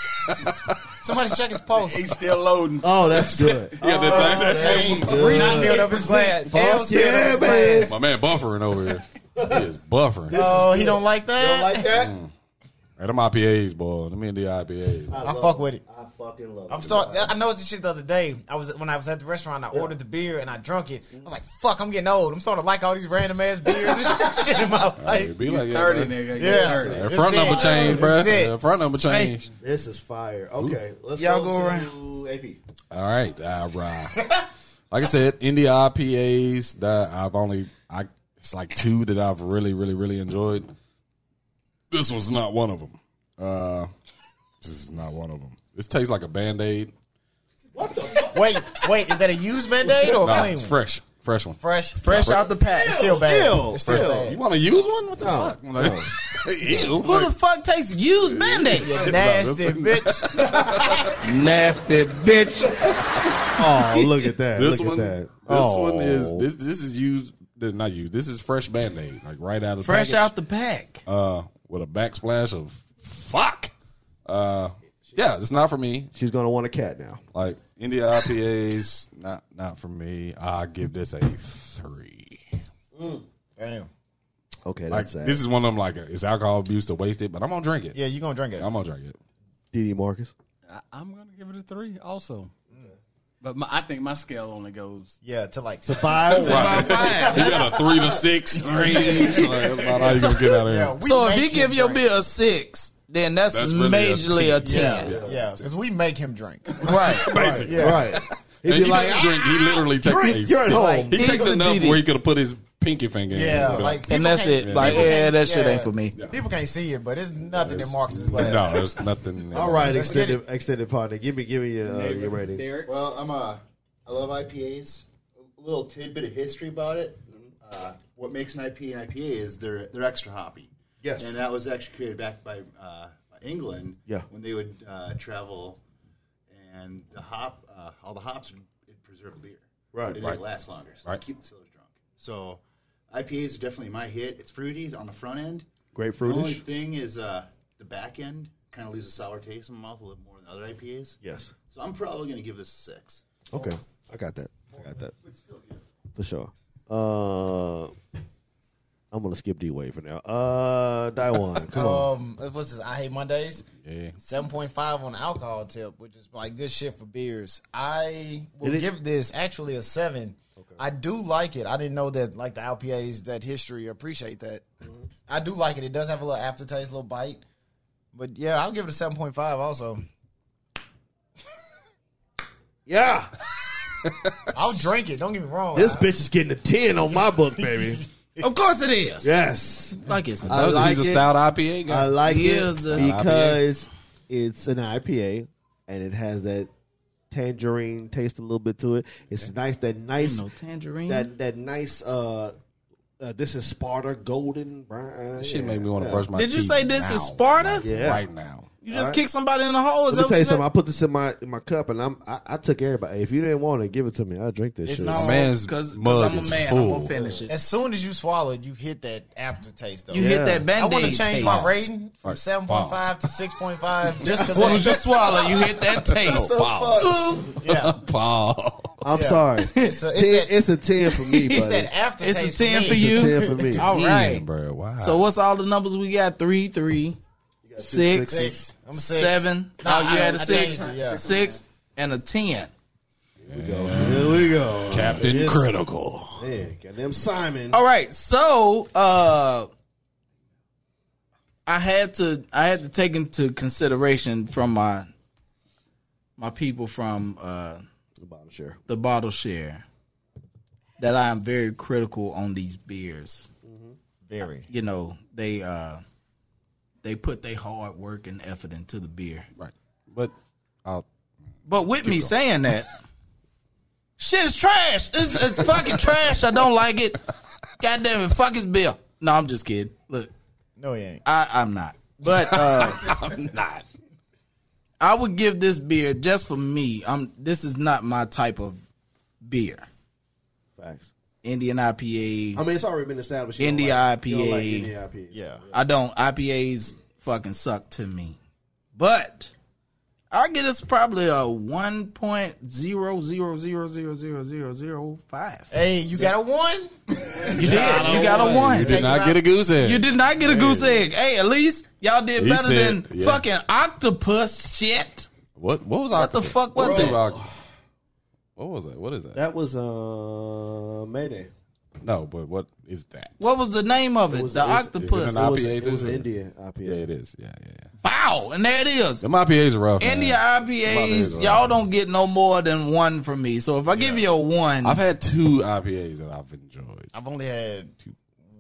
S6: Somebody check his pulse.
S7: He's still loading.
S2: Oh, that's good.
S4: He got that thing-
S6: Hey,
S2: good.
S6: Reese filled up his glass. Hell
S2: Fuck
S6: filled
S2: yeah,
S6: up his
S2: man.
S6: glass.
S4: My man buffering over here. He is buffering.
S6: Oh, he don't like that.
S2: Don't like that?
S6: Mm.
S4: Hey, them IPAs, boy. Them India IPAs.
S6: I fuck with it.
S2: I fucking love it.
S6: I'm starting. I noticed this shit the other day. I was when I was at the restaurant. I ordered the beer and I drunk it. I was like, "Fuck, I'm getting old. I'm starting to like all these random ass beers and shit in my life."
S4: It'd be like that,
S7: 30,
S4: bruh.
S7: nigga.
S6: Yeah.
S7: Yeah. 30.
S4: That
S6: This
S4: front
S6: is
S4: number
S6: it.
S4: change,
S6: This
S4: bruh.
S6: is it.
S4: That front number change.
S2: This is fire. Okay, let's
S3: Y'all
S2: go,
S3: go
S2: to AP.
S4: All right, all right. like I said, India IPAs that I've only I it's like two that I've really, really, really enjoyed. This was not one of them. Uh, this is not one of them. This tastes like a band aid.
S6: Wait, wait, is that a used Band-Aid or a
S4: Nah,
S6: clean
S4: it's
S6: one?
S4: fresh, fresh one.
S6: Fresh, fresh out the pack. It's still bad.
S2: Ew,
S6: it's still
S2: ew.
S4: You
S6: bad.
S4: want to use one? What the fuck? I'm like, ew.
S3: Who
S4: Like,
S3: the fuck takes used band-aids?
S6: Nasty
S4: No,
S6: bitch.
S5: Nasty bitch.
S2: Oh, look at that.
S4: this
S2: look
S4: one,
S2: at that. Oh,
S4: this one is this. This is used. Not used. This is fresh band aid, like right out of the
S3: Fresh
S4: package.
S3: out the pack.
S4: uh, with a backsplash of fuck. Uh, yeah, it's not for me.
S2: She's gonna want a cat now.
S4: Like India IPAs, not not for me. I give this a three.
S6: Damn.
S2: Okay,
S4: Like
S2: that's sad.
S4: this is one of them. Like it's alcohol abuse to waste it, but I'm gonna drink it.
S6: Yeah, you gonna drink it?
S4: I'm gonna drink it.
S2: DD Marcus.
S7: I, I'm gonna give it a three, also. But my, I think my scale only goes.
S6: yeah, to like
S2: Five.
S3: About five.
S4: You got a three to six range. Like, that's about all you gonna get out of
S6: Yeah,
S4: here.
S6: we
S3: So if
S6: make
S3: you
S6: him
S3: give your
S6: drink.
S3: bill a six, then that's,
S4: That's really a
S3: majorly a
S4: ten.
S3: ten.
S6: yeah, because we make him drink.
S3: Right.
S4: Basically,
S2: Right. He'd
S4: And
S2: be
S4: he
S2: like,
S4: doesn't "Ah, drink. He literally takes
S2: drink,
S4: a
S2: you're at
S4: sip.
S2: home.
S4: He takes
S3: Eagle
S4: enough
S3: Didi.
S4: where he could have put his pinky finger.
S6: Yeah,
S4: in.
S6: like
S3: And
S6: people
S3: that's
S6: can't-
S3: it. Like,
S6: people
S3: yeah,
S6: can't-
S3: that shit
S6: yeah.
S3: ain't for me.
S6: People can't see it, but it's nothing in Marcus's glass.
S4: no, there's nothing.
S2: All right,
S6: Let's get
S2: extended extended partner. Give me give me your, uh, your rating.
S7: Derek,
S9: Well, I'm a, I love IPAs. A little tidbit of history about it.
S2: Mm-hmm.
S9: Uh, what makes an IPA an IPA is they're they're extra hoppy.
S2: Yes.
S9: and that was actually created back by, uh, by England.
S2: Yeah.
S9: when they would uh, travel, and the hop, uh, all the hops would it'd preserve the beer.
S2: Right,
S9: it
S4: right.
S9: last longer. So
S4: Right.
S9: keep the sellers drunk. So IPAs are definitely my hit. It's fruity on the front end. The only
S2: Grapefruitish?
S9: thing is uh, the back end kind of leaves a sour taste in my mouth a little more than other IPAs.
S2: Yes.
S9: So I'm probably going to give this a six.
S2: Okay. I got that. I got that. For sure. Uh, I'm gonna skip D Wave for now. Uh Daiwan, come on.
S6: Um, what's this? I hate Mondays. Yeah. Seven point five on the alcohol tip, which is like good shit for beers. I will
S2: Did it-
S6: give this actually a seven. I do like it. I didn't know that like the LPAs that history appreciate that.
S2: Mm-hmm.
S6: I do like it. It does have a little aftertaste, a little bite. But yeah, I'll give it a seven point five. Also,
S2: Yeah.
S6: I'll drink it. Don't get me wrong.
S2: This
S6: I-
S2: bitch is getting a 10 on my book, baby.
S3: Of course it is.
S2: yes.
S3: Like it's
S6: Uh,
S2: I
S4: Told you
S2: like
S4: he's a
S2: it.
S4: stout IPA guy.
S2: I like
S3: He
S2: it
S3: is the-
S2: because it's an IPA and it has that tangerine taste a little bit to it. It's nice that nice
S3: No tangerine.
S2: that that nice uh, uh this is Sparta golden brown.
S4: Shit
S2: yeah.
S4: made me want to brush my
S3: Did you
S4: teeth
S3: say this is
S4: now.
S3: Sparta?
S2: Yeah.
S4: Right now.
S3: You just kick somebody in the hole. Is
S2: Let me
S3: that
S2: tell you
S3: what
S2: something. I put this in my in my cup and I'm I, I took everybody. If you didn't want it, give it to me. I'll drink this shit.
S4: My
S3: No,
S4: man's
S3: because
S4: mug
S3: I'm a
S4: is
S3: man. I'm
S4: full.
S3: gonna finish it.
S6: As soon as you swallow it, you hit that aftertaste though.
S3: You hit that
S6: I
S3: band
S6: want
S3: aid.
S6: to change my rating from seven point five to six point five just because.
S3: Soon as you swallow, you hit that taste. Ooh,
S6: yeah.
S4: Paul.
S2: I'm sorry.
S6: It's a, it's
S2: Ten-
S6: that,
S2: it's a ten for me,
S6: it's
S2: buddy.
S6: that aftertaste.
S3: It's a 10
S6: me.
S3: for you.
S2: It's a ten for me.
S6: All right.
S4: Damn, bro. Wow.
S3: So what's all the numbers we got? Three, three, six,
S6: Six. I'm a six.
S3: seven.
S6: No,
S3: oh, you
S6: I-
S3: had a
S6: I
S3: six,
S6: changed it, yeah.
S3: six, and a ten.
S2: Here we go.
S4: Captain Critical.
S2: Yeah, goddamn Simon.
S3: All right, so uh, I had to I had to take into consideration from my my people from uh,
S2: The bottom share.
S3: the bottle share that I am very critical on these beers.
S6: Very.
S3: You know they uh, they put their hard work and effort into the beer.
S4: Right. But I'll
S3: But with me saying that, shit is trash. It's, it's fucking trash. I don't like it. God damn it. Fuck his bill. No, I'm just kidding. Look,
S6: No, he ain't.
S3: I, I'm not. But uh, I'm not. I would give this beer just for me. I'm. This is not my type of beer.
S2: Facts.
S3: Indian IPA.
S2: I mean, it's already been established. You
S3: India
S2: don't like- you don't like
S3: IPA.
S2: India IPA. Yeah.
S3: I don't. IPAs fucking suck to me. But I get this probably a one point zero zero zero zero zero zero zero five.
S6: Hey, you got a one?
S3: You did. You got a one.
S4: did not get a goose egg.
S3: You did not get a goose egg. Hey, at least y'all did
S4: He
S3: better
S4: said-
S3: than
S4: yeah.
S3: fucking octopus shit.
S4: What what was
S3: What the
S4: octopus?
S3: fuck was it?
S4: What was that? What is that?
S2: That was uh Mayday.
S4: No, but what is that?
S3: What was the name of it?
S2: was-
S3: the
S2: it was-
S3: octopus.
S4: it an
S2: It was,
S4: IPA
S2: it was
S4: too?
S2: an India
S4: Yeah,
S2: IPA.
S4: it is. Yeah, yeah, yeah.
S3: Wow, and there it is.
S4: Them IPAs are rough. man.
S3: India IPAs,
S4: man.
S3: y'all don't get no more than one from me. So if I give you a one,
S4: I've had two IPAs that I've enjoyed.
S6: I've only had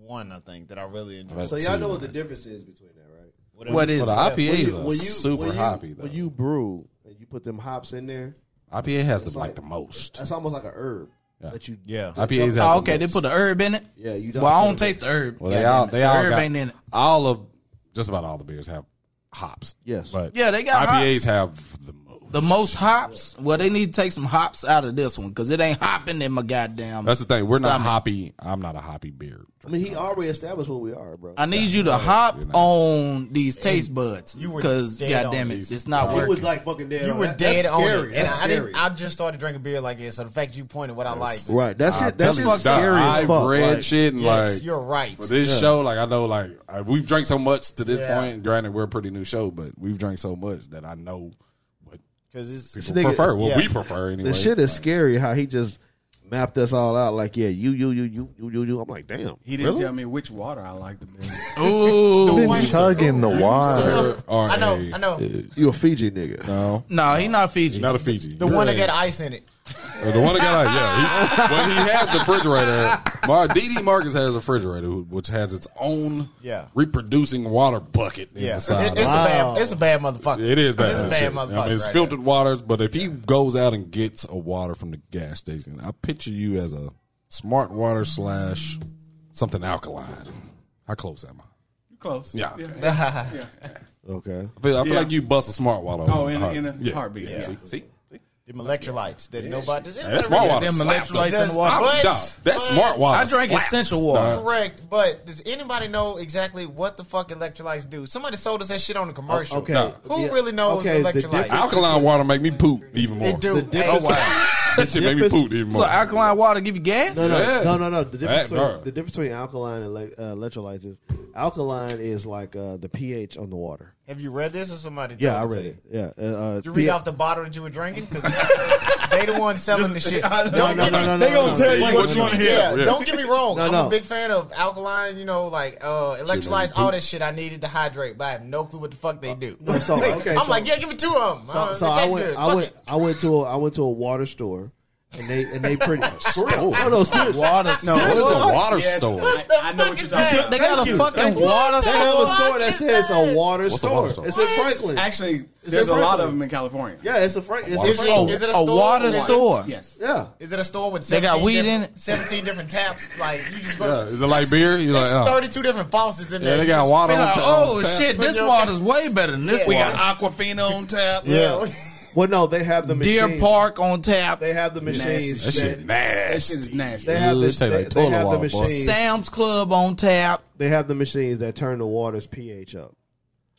S6: one, I think, that I really enjoyed.
S4: Right.
S2: So y'all know what the difference is between that, right?
S3: what is
S4: But the
S3: it?
S4: IPAs are super
S2: when you,
S4: hoppy though.
S2: When you brew and you put them hops in there,
S4: IPA has the, like,
S2: like-
S4: the most.
S2: that's almost like a herb that you.
S6: Yeah.
S4: IPAs have the
S3: Oh, okay, they
S4: most.
S3: put the herb in it.
S2: Yeah, you.
S3: Well, I don't
S2: put it in.
S3: taste the herb.
S4: Well, they
S3: Goddamn
S4: all
S3: it.
S4: they
S3: the
S4: all
S3: herb
S4: got,
S3: ain't in it.
S4: all of just about all the beers have hops.
S2: Yes.
S4: but
S3: Yeah, they got
S4: IPAs have the most.
S3: The most hops. Well, they need to take some hops out of this one because it ain't hopping in my goddamn.
S4: That's the thing. We're not
S3: Stomach.
S4: hoppy. I'm not a hoppy beer. drinker.
S2: I mean, he already established what we are, bro.
S3: I need you to hop on these taste buds
S6: were
S3: because
S6: dead on
S3: goddamn it,
S6: these.
S3: it's not
S2: he
S3: working.
S2: was like fucking dead.
S6: You
S2: on
S6: were
S2: that.
S6: dead
S2: that's
S6: on
S2: scary.
S6: it. And
S2: That's
S6: I,
S2: scary.
S6: didn't, I just started drinking beer like this, so the fact you pointed what I like.
S2: right. That's shit.
S3: telling
S2: That's shit
S3: you, dog,
S2: scary as
S4: I've
S2: fuck.
S4: read
S2: like-
S4: shit and
S6: Yes,
S4: like
S6: you're right.
S4: for this show, like I know, like I, we've drank so much to this
S6: Yeah.
S4: point. Granted, we're a pretty new show, but we've drank so much that I know what
S6: Because it's
S4: people
S2: nigga-
S4: prefer. What
S6: yeah.
S4: we prefer anyway.
S2: The shit is scary how he just mapped us all out. Like, yeah, you, you, you, you, you, you, you. I'm like, damn.
S7: He didn't
S2: really?
S7: tell me which water I liked. Man.
S3: Ooh,
S5: Tugging the water.
S4: There are
S6: I know,
S4: a-
S6: I know.
S2: You a Fiji nigga.
S4: No,
S3: no, he not Fiji.
S4: not a Fiji.
S6: The one that got ice in it.
S4: the one that got out. Yeah, he's, well, he has the refrigerator. Mar DD Marcus has a refrigerator who- which has its own
S6: Yeah.
S4: reproducing water bucket.
S6: Yeah.
S4: Yeah,
S6: It- it's, a bad, it's a bad motherfucker.
S4: It is bad.
S6: It's a
S4: as shit.
S6: bad motherfucker.
S4: I mean, it's
S6: right
S4: filtered waters, but if he goes out and gets a water from the gas station, I picture you as a smart water slash something alkaline. How close am I?
S7: You close.
S4: Yeah.
S6: there.
S2: Okay.
S4: I feel, I feel like you bust a smart water.
S7: Oh,
S4: over
S7: in,
S4: the
S7: a- in a
S4: heart. yeah.
S7: heartbeat. Yeah.
S4: See, see, See?
S6: Them electrolytes that nobody does.
S4: That's smart water.
S3: Them
S4: slapped
S3: electrolytes
S4: up.
S3: in the water.
S4: I'm
S6: But-
S4: done. That's
S6: but-
S4: smart water.
S3: I drank
S4: slapped.
S3: essential water.
S6: Correct, but does anybody know exactly what the fuck electrolytes do? Somebody sold us that shit on the commercial.
S2: Oh, Okay.
S4: No.
S6: Who
S2: Yeah.
S6: really knows
S2: Okay, the
S6: electrolytes?
S2: difference-
S4: Alkaline water make me poop even more.
S6: They do.
S2: The
S6: Hey,
S2: difference- Oh,
S4: That shit make me
S2: difference-
S4: poop even
S3: So
S4: more.
S3: alkaline water give you gas?
S2: No, no,
S4: Yeah.
S2: no, no, no. The difference,
S4: That
S2: between,
S4: burn.
S2: the difference between alkaline and elec- uh, electrolytes is alkaline is like uh, the pH on the water.
S6: Have you read this or somebody?
S2: Yeah, I
S6: told it to
S2: read
S6: you?
S2: it. Yeah, uh, uh,
S6: You read
S2: pH
S6: off the bottle that you were drinking because they the ones selling the shit. Don't
S2: No, no,
S6: get
S2: no,
S6: me-
S2: no, no. They gonna
S4: tell you what you wanna hear.
S6: Yeah,
S4: Yeah.
S6: don't get me wrong.
S2: No,
S6: I'm
S2: no.
S6: a big fan of alkaline, you know, like uh, electrolytes, all that shit I needed to hydrate, but I have no clue what the fuck they do.
S2: Uh, so, okay,
S6: I'm
S2: so-
S6: like, yeah, give me two of them.
S2: So,
S6: uh,
S2: so
S6: it
S2: I
S6: tastes
S2: went,
S6: good.
S2: I
S6: Fuck
S2: went,
S6: it.
S2: I went to a, I went to a water store, and they and they pretty. for real. No, no, seriously.
S3: Water store.
S4: This is a water
S7: Yes,
S4: store.
S7: I, I know what you're talking about.
S3: They got a fucking water
S2: They have a
S3: store.
S2: store that says a water,
S4: What's a
S2: store.
S4: water store?
S2: It's in Franklin.
S7: Actually, there's a
S2: different.
S7: lot of them in California.
S2: Yeah, it's a Frank. It's in
S6: Is
S2: Franklin.
S6: it, is it a,
S3: A
S6: store
S3: water
S6: with-
S3: store.
S7: Yes.
S2: Yeah.
S6: Is it a store with
S3: They
S6: 17
S3: got weed
S6: different-
S3: in it?
S6: 17 different taps. Like, you just go
S4: Yeah,
S6: to.
S4: is it like beer? You
S6: There's
S4: like, oh.
S6: 32 different faucets in
S4: yeah,
S6: there.
S4: they got
S6: Just-
S4: water.
S3: They
S4: on
S3: like,
S4: tap-
S3: oh
S4: on tap.
S3: shit, this water's way better than this
S7: We
S3: water.
S7: got Aquafina on tap.
S2: Yeah. Well, no, they have the machines.
S3: Deer Park on tap.
S2: They have the machines.
S4: That shit
S7: That shit is
S4: nasty.
S7: nasty.
S2: They have
S4: Ooh,
S2: this.
S4: it taste
S2: They,
S4: like
S2: they
S4: toilet
S2: have the
S4: water, boy.
S2: machines.
S3: Sam's Club on tap.
S2: They have the machines that turn the water's pH up.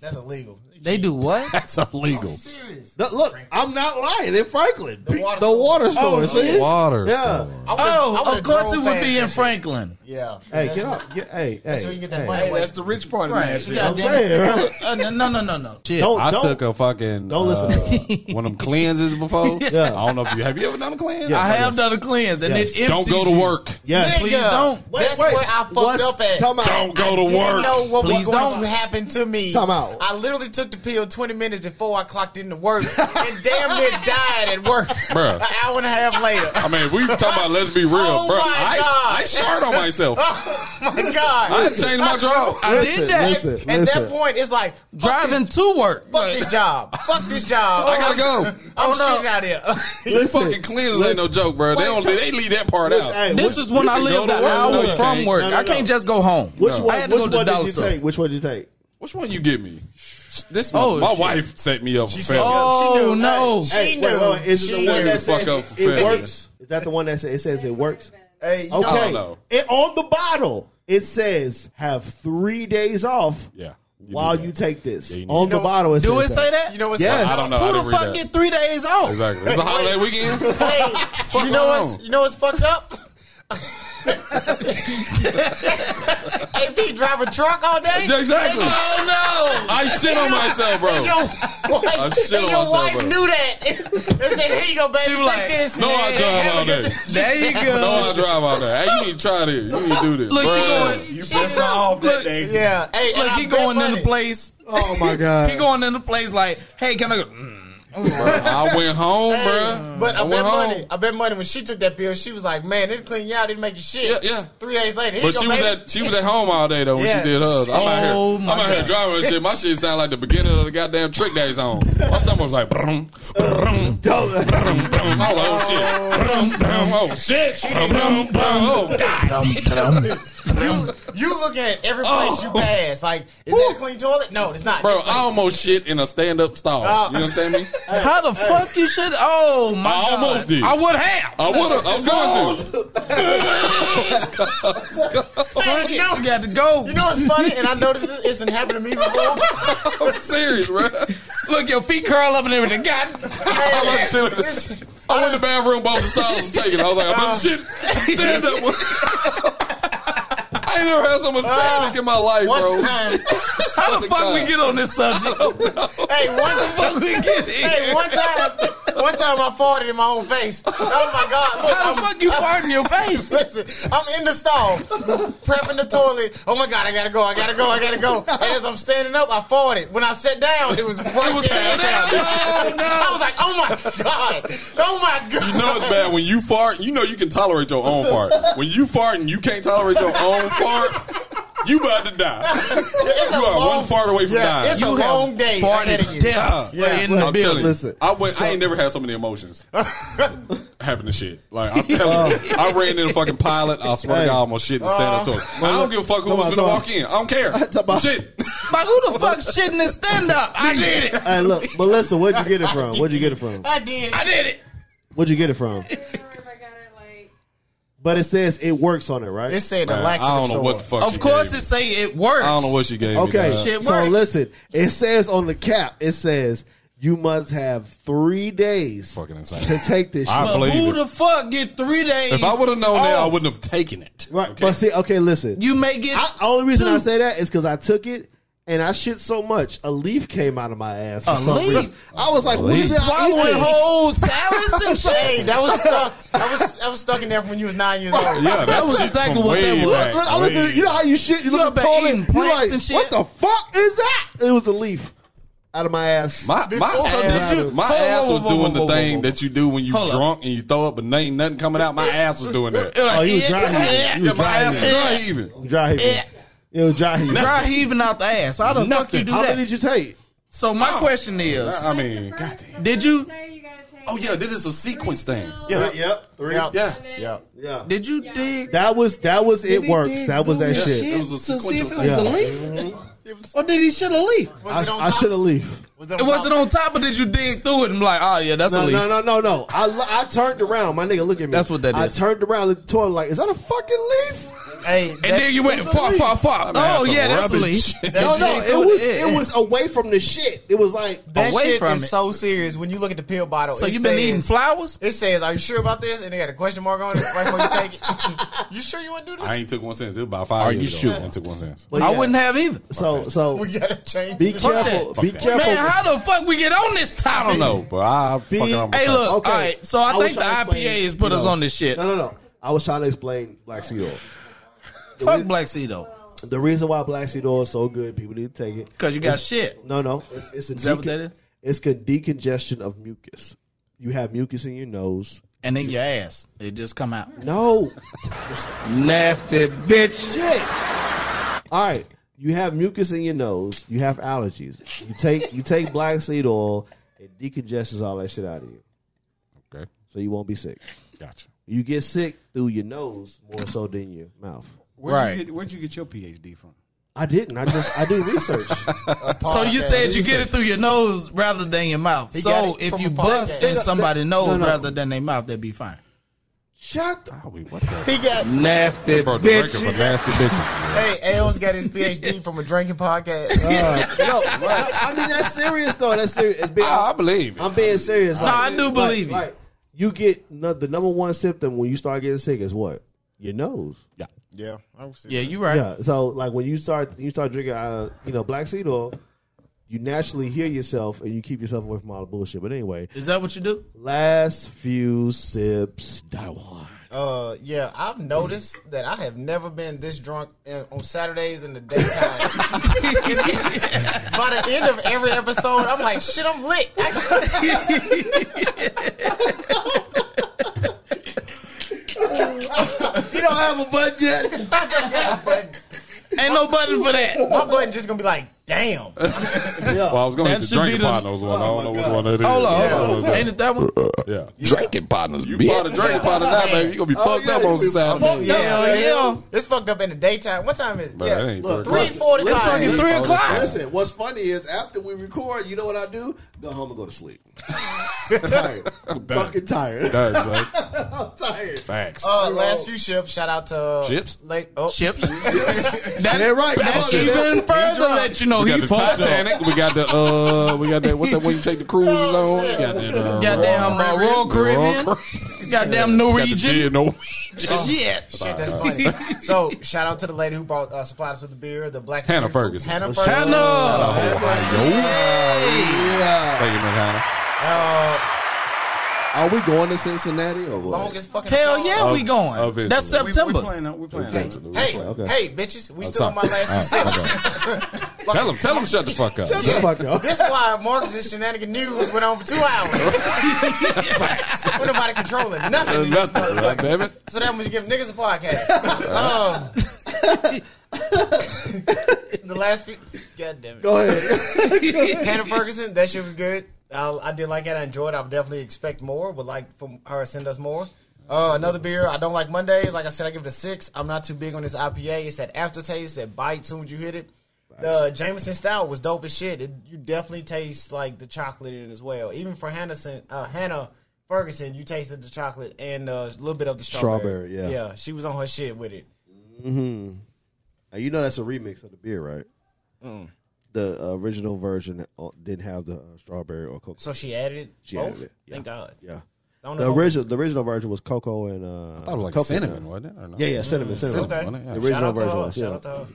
S6: That's illegal.
S3: They do what?
S4: That's illegal.
S6: Serious.
S2: No, look, I'm not lying. In Franklin, the
S6: water
S2: water,
S6: store.
S2: store.
S6: Oh,
S2: see?
S4: Water
S2: Yeah.
S4: store.
S6: I would've- I
S3: Oh,
S6: would've
S3: of course
S6: drove
S3: it would
S6: past
S3: be
S6: that
S3: in
S6: shit.
S3: Franklin.
S6: Yeah.
S2: Hey,
S6: That's
S2: get
S6: what-
S2: up. Get, hey, hey.
S6: That's where you get that
S2: hey.
S6: money.
S7: Hey, that's the rich part of
S3: Right.
S7: Nashville.
S2: I'm saying.
S3: Uh, no, no, no, no, no. Chill.
S2: Don't,
S4: I
S2: don't.
S4: took a fucking
S2: Don't listen
S4: uh, one of them cleanses before.
S2: Yeah.
S4: I don't know if you have you ever done a cleanse.
S3: I have done a cleanse and
S2: Yes.
S3: it
S4: Don't
S3: empties
S4: go to
S3: you.
S4: work.
S2: yes.
S3: Please
S6: Nigga,
S3: don't.
S6: That's where I fucked
S2: What's-
S6: up at.
S2: Tell me.
S4: Don't go to
S6: didn't
S4: work.
S6: know what
S3: Please
S6: was going
S3: don't.
S6: to happen to me.
S2: Time out.
S6: I literally took the pill 20 minutes before I clocked into work and damn near died at work
S4: Bruh.
S6: an hour and a half later.
S4: I mean, we talking about let's be real,
S6: Oh
S4: bro.
S6: my
S4: I,
S6: God.
S4: I shard on myself. I
S6: Oh my God.
S4: done changed my job.
S3: I
S2: Listen,
S3: did that.
S2: listen,
S6: At
S2: listen.
S6: that point, it's like, fuck
S3: Driving
S6: this,
S3: to work.
S6: fuck this job. Fuck this job.
S4: I gotta go.
S6: I'm
S3: no.
S6: shooting out here.
S4: These fucking cleanses ain't no joke, bro. They don't. They leave that part
S2: Listen,
S4: out.
S2: hey,
S3: This
S2: which,
S3: is when I
S4: can go
S3: lived
S4: to
S3: an
S4: work.
S3: hour
S4: No, you
S3: from
S4: can't.
S3: work.
S2: No, no,
S3: I can't
S2: no.
S3: just go home.
S2: which
S3: I
S2: one?
S3: had to
S2: which
S3: go to
S2: one
S3: the
S2: did
S3: dollar
S2: you
S3: store.
S2: take? Which one did you take?
S4: Which one you give me? This my,
S3: Oh,
S4: my
S3: shit.
S4: wife set me up. for
S6: said-
S4: failure.
S3: Oh no!
S6: She
S2: Hey, wait,
S6: knew.
S2: wait, wait, Is it
S6: She
S2: the one
S6: knew.
S2: that
S4: Fuck
S2: said
S4: up for
S2: it,
S4: failure.
S2: works? Is that the one that says it says it works?
S6: Hey, you know,
S2: Okay.
S4: no.
S2: It, on the bottle, it says have three days off
S4: Yeah. You
S2: while
S4: need
S2: you
S4: that.
S2: take this.
S4: you need
S2: on the
S6: that.
S2: bottle, it
S3: Do it
S2: says
S3: say that?
S6: you know what's
S2: Yes.
S4: I don't know. I
S3: Who
S4: didn't
S3: the
S4: read
S3: fuck
S4: that.
S3: get three days off?
S4: Exactly. It's a holiday weekend.
S6: Hey, you know what's
S4: on.
S6: you know what's fucked up? AP drive a truck all day.
S4: exactly.
S3: Oh no!
S4: I shit on myself,
S6: And
S4: bro.
S6: your
S4: I
S6: wife,
S4: shit
S6: and
S4: on
S6: your
S4: myself,
S6: wife
S4: bro.
S6: knew that. They said, "Here you go, baby.
S3: She
S6: Take
S3: was like,
S6: this."
S4: No, I drive all day.
S3: There you
S4: No,
S3: go.
S4: I drive all day. Hey, you need to try this. You need to do this.
S3: Look, she
S4: Bruh.
S3: going-
S7: You pissed her off that
S3: Look.
S7: day.
S6: Yeah. Hey, and
S3: Look,
S6: I
S3: he
S6: bet
S3: going in
S6: money.
S3: the place.
S2: Oh my god!
S3: He going in the place like, hey, can I go? Mm.
S4: I went home,
S6: Hey,
S4: bruh.
S6: But I,
S4: went
S6: bet
S4: home.
S6: money. I bet money when she took that pill, she was like, "Man, didn't clean you out. Didn't make you shit."
S4: Yeah, yeah.
S6: Three days later, here
S4: But
S6: you
S4: she
S6: go,
S4: was
S6: baby.
S4: at she was at home all day though when
S6: Yeah.
S4: she did hers. I'm out here,
S3: Oh,
S4: I'm
S3: my
S4: out here
S3: God.
S4: driving and shit. My shit sound like the beginning of the goddamn trick days on. My stomach was like, brum, brum, brum, brum. I was like, oh shit, brum, brum, oh shit, brum, brum, brum, oh god.
S6: you, you looking at every place you pass. Like, is that a clean toilet? No, it's not.
S4: Oh. Bro, I almost shit in a stand up stall.
S6: Oh.
S4: You understand me?
S3: How the fuck you should? Oh my
S4: I
S3: god!
S4: almost did. Uh,
S3: I would have.
S4: I would have. I was going to.
S6: Hey, you know,
S3: You got to go.
S6: you know what's funny? And I noticed this isn't happened to me before.
S4: I'm serious, bro.
S3: Look, your feet curl up and everything. God,
S6: Hey,
S4: I was shitting.
S6: this-
S4: I went to the bathroom, both the stalls was taken. I was like, I'm
S6: Ah.
S4: about to shit stand up. I ain't never had so much panic in my life,
S6: Ah. one
S4: bro.
S6: time,
S3: how the fuck we get on this subject? How the
S6: hey, one
S3: fuck we get
S6: Hey,
S3: here?
S6: one time, one time I farted in my own face. Oh my god! Look,
S3: How
S6: I'm,
S3: the fuck you fart in your face?
S6: listen, I'm in the stall, prepping the toilet. Oh my god, I gotta go! I gotta go! I gotta go! And as I'm standing up, I farted. When I sat down, it was right
S3: It was
S6: there.
S3: still there. Oh
S6: I
S3: no!
S6: was like, oh my god! Oh my god!
S4: You know it's bad when you fart. You know you can tolerate your own fart. When you fart and you can't tolerate your own fart, you about to die.
S6: It's
S4: You
S6: a
S4: are
S6: long-
S4: one fart away from
S6: yeah,
S4: dying.
S6: it's a
S3: You have
S6: long day ahead of you.
S3: Farted death
S4: Yeah.
S3: in the
S4: I'm telling
S3: building.
S4: you,
S2: Listen,
S4: I went. I ain't never had so many emotions. having to shit. Like I'm telling you, I ran in a fucking pilot. I swear
S2: Hey.
S4: to God, I'm gonna shit and stand up to it. I don't give a fuck who
S2: Come
S4: was
S2: on,
S4: gonna
S2: come on.
S4: walk in. I don't care.
S2: about-
S4: Shit.
S3: Like, who the fuck shitting this stand up? I did it.
S2: Hey, look, but listen, where'd you get it from? Where'd you get it from?
S6: I did.
S3: I did it.
S2: Where'd you get it from?
S10: I got it like
S2: But it says it works on it, right?
S6: It said the
S4: I
S6: laxative
S4: don't know
S6: store.
S4: what the fuck. she
S3: Of course,
S4: gave
S3: it
S4: me.
S3: say it works.
S4: I don't know what she gave me.
S2: Okay,
S4: dog.
S3: Shit
S2: so
S3: works.
S2: listen, it says on the cap, it says you must have three days
S4: Fucking insane.
S2: to take this
S4: I
S2: shit.
S3: But
S4: believe
S3: who
S4: it.
S3: the fuck get three days?
S4: If I would have known that, I
S3: off?
S4: wouldn't have taken it.
S2: Right, but see, okay, listen.
S3: You may get.
S2: I, oh, only reason
S3: two.
S2: I say that is because I took it and I shit so much, a leaf came out of my ass for
S3: A
S2: some
S3: leaf?
S2: reason. I was like, what is that?
S3: swallowing whole salads and
S6: Hey,
S3: shit.
S6: that was stuck. That was that was stuck in there from when you was nine years old.
S4: Yeah, that was
S3: exactly
S4: from
S3: what that
S4: way
S3: was.
S4: back,
S2: Look, I look
S4: way
S2: at, you know how you shit, you
S3: You up
S2: look at
S3: there
S2: toilet,
S3: eating
S2: you
S3: plants
S2: like,
S3: and shit?
S2: what the fuck is that? It was a leaf out of my ass.
S4: My, my
S3: So
S4: ass,
S3: did you-
S4: my
S3: Whoa, whoa,
S4: ass was
S3: whoa, whoa,
S4: doing
S3: whoa,
S4: the
S3: whoa,
S4: thing
S3: whoa.
S4: that you do when you
S3: Hold up.
S4: drunk and you throw up and ain't nothing coming out. My ass was doing that.
S3: You're like,
S2: Oh, you was
S3: yeah,
S2: dry heaving.
S3: yeah.
S2: You was
S4: Yeah, my ass was
S3: Yeah.
S4: dry even.
S2: dry heaving.
S3: Yeah.
S2: It was dry heaving.
S3: Dry heaving out the ass. How the fuck
S4: Nothing.
S3: you do
S2: How
S3: that?
S2: many Oh. Uh-uh. did you take?
S3: so my question is,
S4: I mean,
S10: first-
S4: goddamn.
S10: the
S3: Did
S10: first
S3: you-
S10: Day you gotta take
S4: Oh yeah, this is a sequence thing.
S10: Yeah.
S4: Yeah,
S2: Yep. Three.
S6: Yeah.
S4: yeah.
S6: Yeah.
S2: Yeah.
S3: did you dig?
S2: That was that was it
S3: did
S2: works.
S3: dig
S2: That was
S3: through
S2: that
S3: the
S2: shit.
S4: It was a
S3: to see if it
S4: sequential
S3: was a leaf, or did he shit a leaf?
S2: I,
S6: Was it on
S2: I
S6: top?
S2: should have leave.
S6: Was it
S3: It
S6: on
S3: wasn't
S6: top?
S3: on top, or did you dig through it and be like, oh yeah, that's a
S2: No,
S3: leaf?
S2: no, no, no, no. I, lo- I turned around. My nigga, look at me.
S3: That's what that
S2: I
S3: is.
S2: turned around at the toilet like, is that a fucking leaf?
S6: Hey,
S3: And
S6: that-
S3: then you went far, far, far. Oh yeah, that's a leaf.
S6: that
S2: No, no.
S6: shit-
S2: It was it was away from the shit. It was like
S6: That
S3: away
S6: shit
S3: from
S6: is
S3: it.
S6: so serious. When you look at the pill bottle,
S3: So
S6: it
S3: you been
S6: says-
S3: eating flowers?
S6: It says, "Are you sure about this?" And they got a question mark on it right before you take it. you sure you want to do this?
S4: I ain't took one cents. It was about five.
S3: Are
S4: years
S3: you
S4: ago.
S3: sure?
S4: I took one cents.
S2: But
S3: I
S2: yeah.
S3: wouldn't have either.
S2: oh, So so
S6: we gotta change.
S2: be
S6: this.
S2: careful.
S4: that.
S2: Be
S4: Fuck that.
S2: careful.
S3: Man, how the fuck we get on this topic?
S4: I don't know, but I fucking. I'm a
S3: Hey, look.
S2: Okay.
S3: All right. So I,
S2: I was
S3: think the
S2: trying to
S3: IPA
S2: explain,
S3: has put
S2: you
S3: us
S2: know.
S3: on this shit.
S2: No, no, no. I was trying to explain Black Sea Dog.
S3: Fuck Black Sea though,
S2: The reason why Black Sea Dog is so good, people need to take it.
S3: because you got shit.
S2: No, no. It's, it's a
S3: Is that what
S2: decon-
S3: that is?
S2: It's a decongestion of mucus. You have mucus in your nose.
S3: And then your ass, it just come out.
S2: No.
S11: Nasty bitch.
S2: Shit. All right. You have mucus in your nose. You have allergies. You take you take black seed oil. It decongests all that shit out of you,
S4: Okay,
S2: so you won't be sick.
S4: gotcha.
S2: You get sick through your nose more so than your mouth.
S7: Where'd
S3: Right.
S7: You get, where'd you get your PhD from?
S2: I didn't. I just I do research.
S3: So you said you get it through your nose rather than your mouth. So
S6: got it
S3: if
S6: from
S3: you
S6: a
S3: bust
S6: podcast.
S3: in somebody's nose
S2: No, no.
S3: rather than their mouth, that'd be fine.
S2: Shut. The,
S4: How Ah, we what the?
S6: He got
S11: Nasty
S4: Bro, the record
S11: bitch.
S4: for nasty bitches. man.
S6: hey, L's got his PhD from a drinking podcast.
S2: no, I, I mean that's serious though. That's serious. It's been,
S3: Ah,
S4: I, I believe it.
S2: I'm being serious. like-
S3: I do believe you.
S2: like, you get no, the number one symptom when you start getting sick is what your nose.
S4: yeah.
S6: yeah, I was
S3: Yeah, you right.
S2: Yeah. So like when you start you start drinking uh, you know black seed oil, you naturally hear yourself and you keep yourself away from all the bullshit. But anyway,
S3: Is that what you do?
S2: last few sips, Taiwan.
S6: Uh, yeah, I've noticed that I have never been this drunk in, on Saturdays in the daytime. By the end of every episode, I'm like, shit, I'm lit.
S2: You don't have a button yet.
S3: Ain't no button for that.
S6: My button just gonna be like, damn.
S4: Well, I was going
S3: That
S4: to
S3: should be
S4: drink
S3: the-
S4: partners one. I don't know which one that is.
S3: Hold on,
S4: Yeah.
S3: hold on. Ain't it that one?
S4: Yeah. Drinking partners, You bought a drinking partner now, baby. You're going to be
S6: Oh,
S4: fucked
S2: yeah,
S4: up on
S2: you-
S4: Saturday.
S6: No,
S3: Hell
S6: man.
S3: yeah.
S6: It's fucked up in the daytime. What time is it?
S4: Bro, that ain't
S2: Look,
S4: three
S6: Three
S4: o'clock.
S3: It's fucking
S6: forty-five.
S3: three o'clock.
S2: Listen, what's funny is after we record, you know what I do? Go home and go to sleep. I'm tired. I'm
S4: done.
S2: fucking tired.
S4: That's like
S2: I'm tired.
S4: facts.
S6: Uh, last few ships. Shout out to uh,
S4: Chips?
S6: Late, oh,
S3: Chips.
S2: That
S3: That,
S2: right.
S3: that's
S2: Come on, nigga.
S3: even further
S2: drunk.
S3: let you know
S4: we
S3: Oh, he
S4: got the
S3: fucked up.
S4: Titanic. We got the uh, we got that. What that when you take the cruises
S6: Oh,
S4: on? We got that. Uh,
S3: Goddamn uh, Royal Caribbean. Goddamn Norwegian.
S4: no.
S3: Shit.
S6: Shit, that's funny. so oh, shout out to the lady who brought uh, supplied us with the beer. The black
S4: Hannah Ferguson.
S6: Hannah Ferguson.
S3: Hannah.
S6: Hannah Ferguson.
S3: Hey.
S2: Yeah.
S4: Thank you, Miss Hannah.
S6: Uh,
S2: Are we going to Cincinnati or what?
S6: longest fucking.
S3: Hell
S6: song.
S3: yeah, we
S4: eventually.
S3: going. That's
S7: We,
S3: September.
S7: we playing out. We playing
S4: Thank
S7: out.
S4: you.
S6: Hey,
S2: Okay.
S6: hey, bitches, we still
S4: sorry.
S6: on my last two
S4: All right,
S6: sips.
S4: Tell him, tell him, shut the fuck up.
S2: Shut the fuck up.
S6: This is why Marcus's shenanigan news went on for two hours. We're nobody controlling nothing. in this
S4: Nothing, right,
S6: motherfucker.
S4: damn it.
S6: So that means you give niggas a podcast. um, the last few, god damn it.
S2: Go ahead.
S6: Hannah Ferguson, that shit was good. I, I did like it. I enjoyed. it. I would definitely expect more. Would like from her to send us more. Uh, another beer. I don't like Mondays. Like I said, I give it a six. I'm not too big on this IPA. It's that aftertaste that bite soon as you hit it. The Jameson style was dope as shit. It, you definitely taste like the chocolate in it as well. Even for Hannah, uh, Hannah Ferguson, you tasted the chocolate and uh, a little bit of the
S2: Strawberry,
S6: strawberry.
S2: yeah.
S6: yeah. She was on her shit with it.
S2: Mm-hmm. And you know that's a remix of the beer, right?
S6: Mm.
S2: The uh, original version uh, didn't have the uh, strawberry or cocoa.
S6: So she added it.
S2: She
S6: both?
S2: added it, yeah.
S6: Thank God.
S2: Yeah.
S6: I don't
S2: The
S6: know if-
S2: original, the original version was cocoa and uh,
S4: I thought it was like
S2: coconut.
S4: cinnamon, wasn't it, or no?
S2: Yeah, yeah, cinnamon,
S4: Mm,
S2: cinnamon.
S4: cinnamon, wasn't it? Yeah.
S2: The original
S6: Shout out to
S2: version
S6: her.
S2: was. Yeah.
S6: Shout out to her.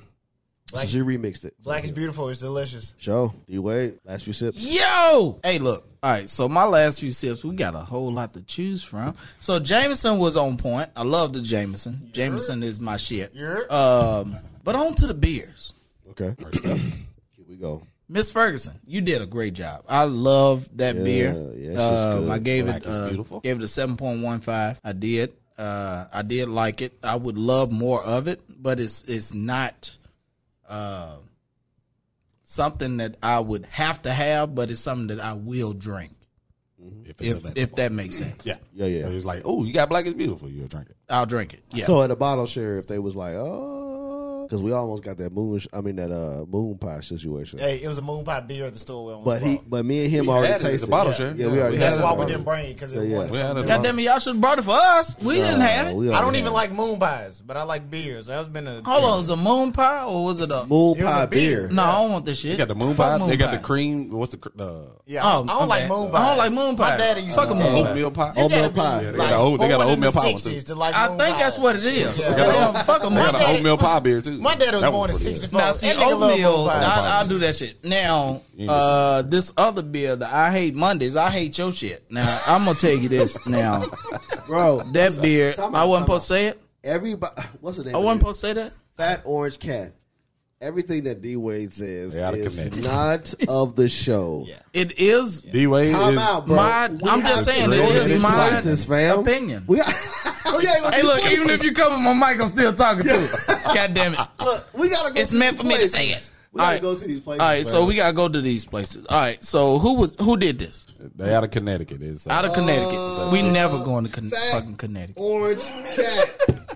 S2: So she remixed it.
S6: Black is beautiful. It's delicious.
S2: Show D Wade, last few sips.
S3: Yo! Hey, look. All right, so my last few sips, we got a whole lot to choose from. So Jameson was on point. I love the Jameson. Jameson is my shit.
S6: Yerp.
S3: Um, but on to the beers.
S2: Okay,
S4: first up,
S2: here we go.
S3: Miss Ferguson, you did a great job. I love that
S2: Yeah,
S3: beer.
S2: yeah, she's
S3: um,
S2: good.
S3: I gave
S4: Black
S3: it
S4: is
S3: uh,
S4: beautiful.
S3: gave it a seven point one five. I did. Uh, I did like it. I would love more of it, but it's it's not uh, something that I would have to have, but it's something that I will drink
S4: If, it's
S3: if
S4: available.
S3: if that makes sense.
S4: yeah,
S2: Yeah, yeah.
S4: So he was like, "Oh, you got black is beautiful. You'll drink it."
S3: I'll drink it. Yeah.
S2: So at the bottle share, if they was like, oh, because we almost got that moon, I mean that uh moon pie situation.
S6: Hey, it was a moon pie beer at the store. We almost
S2: But he,
S6: bought.
S2: but me and him
S4: We
S2: already
S4: had it at the
S2: tasted
S4: bottle
S2: yeah.
S4: share.
S2: Yeah, we already.
S4: Yeah,
S6: That's
S2: had it.
S6: why we didn't bring it because it
S2: Yeah, yeah.
S6: wasn't
S4: We had
S6: something
S4: it.
S3: God damn it, y'all should have brought it for us. We didn't have it.
S2: We
S6: I don't
S2: already
S6: even
S2: had
S6: like moon pies, but I like beers. That's been a
S3: Hold on, was it a moon pie or was it a
S2: it. moon
S6: It was
S2: pie
S6: a beer.
S2: beer.
S3: No, I don't want this shit.
S4: They got the moon
S3: Fuck
S4: pie. They got the
S3: pie.
S4: cream. What's the cr- uh,
S6: Yeah,
S3: Oh,
S6: I
S3: my
S6: don't like
S3: bad.
S6: moon pies.
S3: I don't like moon
S6: My
S3: pies.
S6: daddy used
S3: Fuck
S6: to
S3: a
S6: do
S3: moon
S6: that.
S4: oatmeal pie?
S6: You
S2: Oatmeal
S6: gotta be
S2: pie.
S4: Yeah, they got a oat- they got
S6: born
S4: a
S6: in the
S4: oatmeal pie one,
S6: 60s
S4: too.
S6: to like
S3: I
S6: moon
S3: think that's
S6: pies.
S3: what it is.
S6: Yeah.
S3: Goddamn, fuck a
S4: They
S3: moon
S4: got
S3: pie.
S4: an oatmeal pie beer too.
S6: My dad was
S4: That
S6: born in
S4: one's pretty good.
S6: '64.
S3: Now, see, oatmeal, I, I'll do that shit. Now, uh, this other beer that I hate Mondays, I hate your shit. Now, I'm going to tell you this now.
S2: bro.
S3: That beer,
S2: time out,
S3: I wasn't
S2: time out.
S3: supposed to say it.
S2: Everybody, what's the name?
S3: I
S2: of
S3: wasn't
S2: it?
S3: supposed to say that.
S2: Fat Orange Cat. Everything that D Wade says
S4: They outta
S2: is
S4: committee.
S2: not of the show.
S3: It is
S4: D Wade is.
S2: Time out, bro.
S3: My-
S2: We
S3: I'm
S2: have
S3: just saying, it
S2: traded
S3: is my
S2: places, fam.
S3: opinion.
S2: We, we ain't gonna
S3: Hey,
S2: do
S3: look,
S2: places.
S3: even if you cover my mic, I'm still talking to you. God damn it.
S2: Look, we gotta go.
S3: It's
S2: to
S3: meant
S2: these
S3: for me to
S2: places.
S3: say it.
S2: We gotta
S3: Alright.
S2: go to these places.
S3: All right, so
S2: man.
S3: we gotta go to these places. All right, so who was who did this?
S4: They out of Connecticut. It's uh,
S3: Out of Connecticut. We never going to con- fucking Connecticut.
S2: Orange Cat.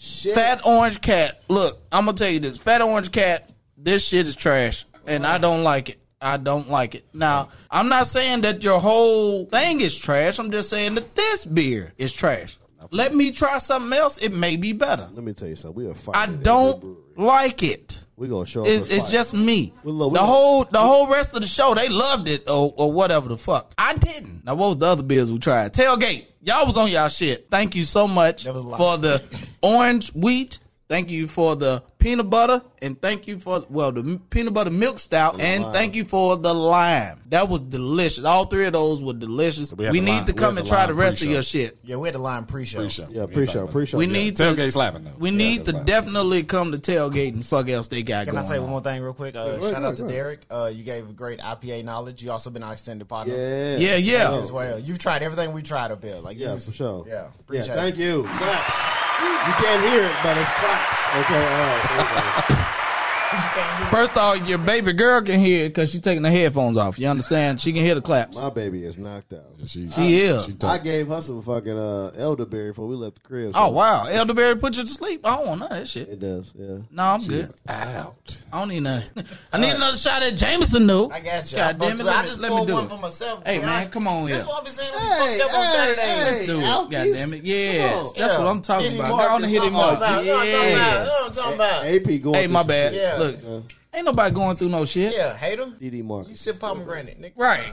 S2: Shit.
S3: Fat Orange Cat. Look, I'm gonna tell you this. Fat Orange Cat. This shit is trash, and I don't like it. I don't like it. Now, I'm not saying that your whole thing is trash. I'm just saying that this beer is trash. Let me try something else. It may be better.
S2: Let me tell you something. We are fighting.
S3: I
S2: at every brewery.
S3: don't like it.
S2: We gonna show. up
S3: It's,
S2: and
S3: it's
S2: fight.
S3: just me.
S2: Well, look, we
S3: the
S2: got-
S3: whole the whole rest of the show, they loved it or, or whatever the fuck. I didn't. Now, what was the other beers we tried? Tailgate. Y'all was on y'all shit. Thank you so much
S6: was a lot.
S3: for the orange wheat. Thank you for the peanut butter, and thank you for well the m- peanut butter milk stout, and thank you for the lime. That was delicious. All three of those were delicious.
S4: We
S3: We,
S4: had the
S3: need
S4: lime-
S3: to
S4: we
S3: come
S4: had
S3: and
S4: the
S3: try
S4: lime
S3: the rest of
S4: pre-show.
S3: your shit.
S6: Yeah, we had the line pre-show.
S4: pre-show.
S2: Yeah, pre-show, pre-show.
S3: We
S2: yeah.
S3: need to
S4: Tailgate slapping though.
S3: we
S4: Yeah,
S3: need
S4: that's
S3: to
S4: slapping.
S3: definitely come to tailgate and suck else they got
S6: Can I
S3: going.
S6: say
S3: on.
S6: one more thing real quick? Uh,
S2: right,
S6: shout
S2: right,
S6: out to
S2: right.
S6: Derek. Uh, you gave great IPA knowledge. You also been our extended partner
S2: Yeah.
S3: Yeah, yeah.
S6: as well. You've tried everything we tried up here. Like you
S2: Yeah,
S6: was-
S2: for sure.
S6: Yeah,
S2: Yeah,
S6: appreciate
S2: thank you. Claps. You can't hear it, but it's claps. Okay, all right. okay.
S3: First off, your baby girl can hear it because she's taking the headphones off. You understand? She can hear the claps.
S2: My baby is knocked out.
S4: She,
S3: She is.
S4: She tough.
S2: I gave her some fucking uh, elderberry before we left the crib. so
S3: Oh wow, elderberry put you to sleep. I don't want none of that shit.
S2: It does, yeah.
S3: No, I'm good.
S4: out.
S3: I don't need nothing. I need another shot at Jameson though.
S6: I got you.
S3: God damn
S6: I fucked
S3: it,
S6: with-
S3: let
S6: I
S3: me,
S6: just
S3: let me
S6: poured
S3: do
S6: one
S3: it.
S6: for myself.
S3: Hey
S6: man.
S3: man, come on
S6: That's
S3: here.
S6: what I've been saying. Hey, fucked up on
S2: hey,
S6: Saturdays.
S2: hey,
S3: Dude, God
S2: Alkies.
S3: damn it. Yes,
S2: Come
S3: that's
S6: Yeah.
S3: what I'm talking
S6: Hit him
S3: about.
S6: hard.
S3: Go on and hit
S6: That's
S3: him
S6: what I'm
S3: up.
S6: talking about. That's what I'm talking
S3: Yes.
S6: about. That's what I'm talking about.
S2: AP going
S3: Hey,
S2: through
S3: my
S2: some
S3: bad.
S2: shit.
S6: Yeah.
S3: Look, ain't nobody going through no shit.
S6: Yeah, hate him.
S2: DD
S6: You
S2: Marcus.
S6: sip pomegranate, nigga.
S3: Right.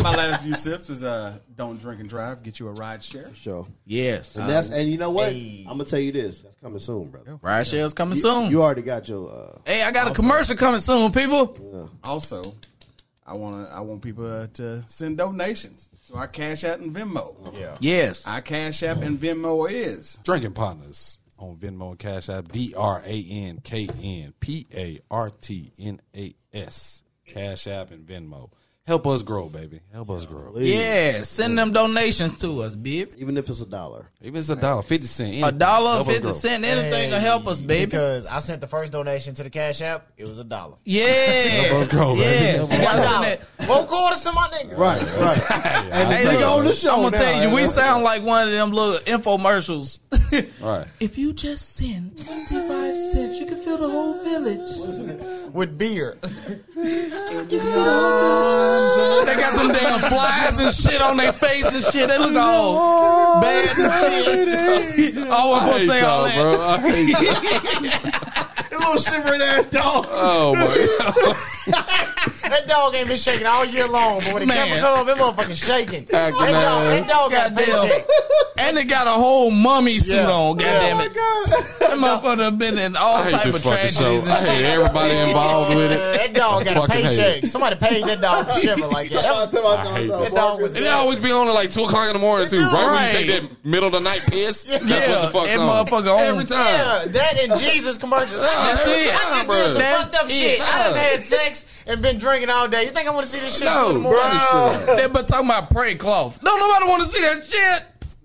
S7: My last few sips is uh, don't drink and drive. Get you a ride share.
S2: Show.
S3: Yes.
S2: And that's and you know what?
S6: Hey.
S2: I'm gonna tell you this. That's coming soon, brother.
S3: Ride share's coming
S2: You,
S3: soon.
S2: you already got your uh
S3: hey, I got a commercial coming soon, people.
S7: Also, I want to I want people uh, to send donations to our Cash App and Venmo.
S6: Yeah.
S3: Yes.
S7: Our Cash App and Venmo is
S4: Drinking partners on Venmo and Cash App. D R A N K N P A R T N A S. Cash App and Venmo. Help us grow, baby. Help us grow.
S3: Yeah, send them donations to us, babe.
S2: even if it's a dollar.
S4: Even if it's a dollar fifty cent.
S3: A
S4: anything,
S3: dollar,
S4: help us
S3: fifty
S4: grow.
S3: cent, anything to help us, baby.
S6: Because I sent the first donation to the Cash App. It was a dollar.
S3: Yeah,
S4: us grow, baby.
S3: yes.
S4: Help us
S3: Gotta
S6: One
S3: send
S6: dollar.
S3: that-
S6: Four quarters to my nigga.
S2: Right, right. and
S3: Hey,
S2: the
S3: look,
S2: nigga on the show.
S3: I'm gonna
S2: now,
S3: tell you, we
S2: ain't it?
S3: sound like one of them little infomercials
S4: right.
S3: If you just send 25 cents, you can fill the whole village
S6: with beer.
S3: they got them damn flies and shit on their face and shit. They look all bad and shit. Oh, I'm
S4: I
S3: gonna
S4: hate
S3: say all
S4: y'all,
S3: that.
S4: bro. I hate y'all.
S2: little shivering ass dog.
S4: Oh my god.
S6: That dog ain't been shaking all year long, but when it
S3: Man.
S6: comes up, that motherfucking shaking. That
S4: Acting
S6: dog, that
S4: ass.
S6: dog got a
S3: Goddamn.
S6: paycheck.
S3: And they got a whole mummy suit on. Goddamn it!
S4: Oh
S2: God.
S3: That motherfucker have been in all
S4: I hate
S3: type
S4: this
S3: of
S4: fucking
S3: tragedies
S4: show.
S3: and
S4: I hate
S3: shit.
S4: everybody involved with it.
S6: That dog got a
S4: Fucking hate
S6: paycheck.
S4: it.
S6: Somebody paid that dog to shiver like that. That was-
S4: I hate
S6: That dog was
S4: And they always be on at like two o'clock in the morning too, right, when you take that middle of the night piss. That's what the fuck's
S3: that
S4: on.
S3: motherfucker on.
S4: every time.
S6: Yeah, uh, that and Jesus commercials.
S4: That's it.
S6: I just did some
S3: That's
S6: fucked up
S3: it.
S6: shit. I done
S4: Yeah.
S6: had sex and been drinking all day. You think I want to see this shit
S4: No,
S6: two in the morning?
S4: bro.
S3: They but talking about prey cloth. No, nobody want to see that shit.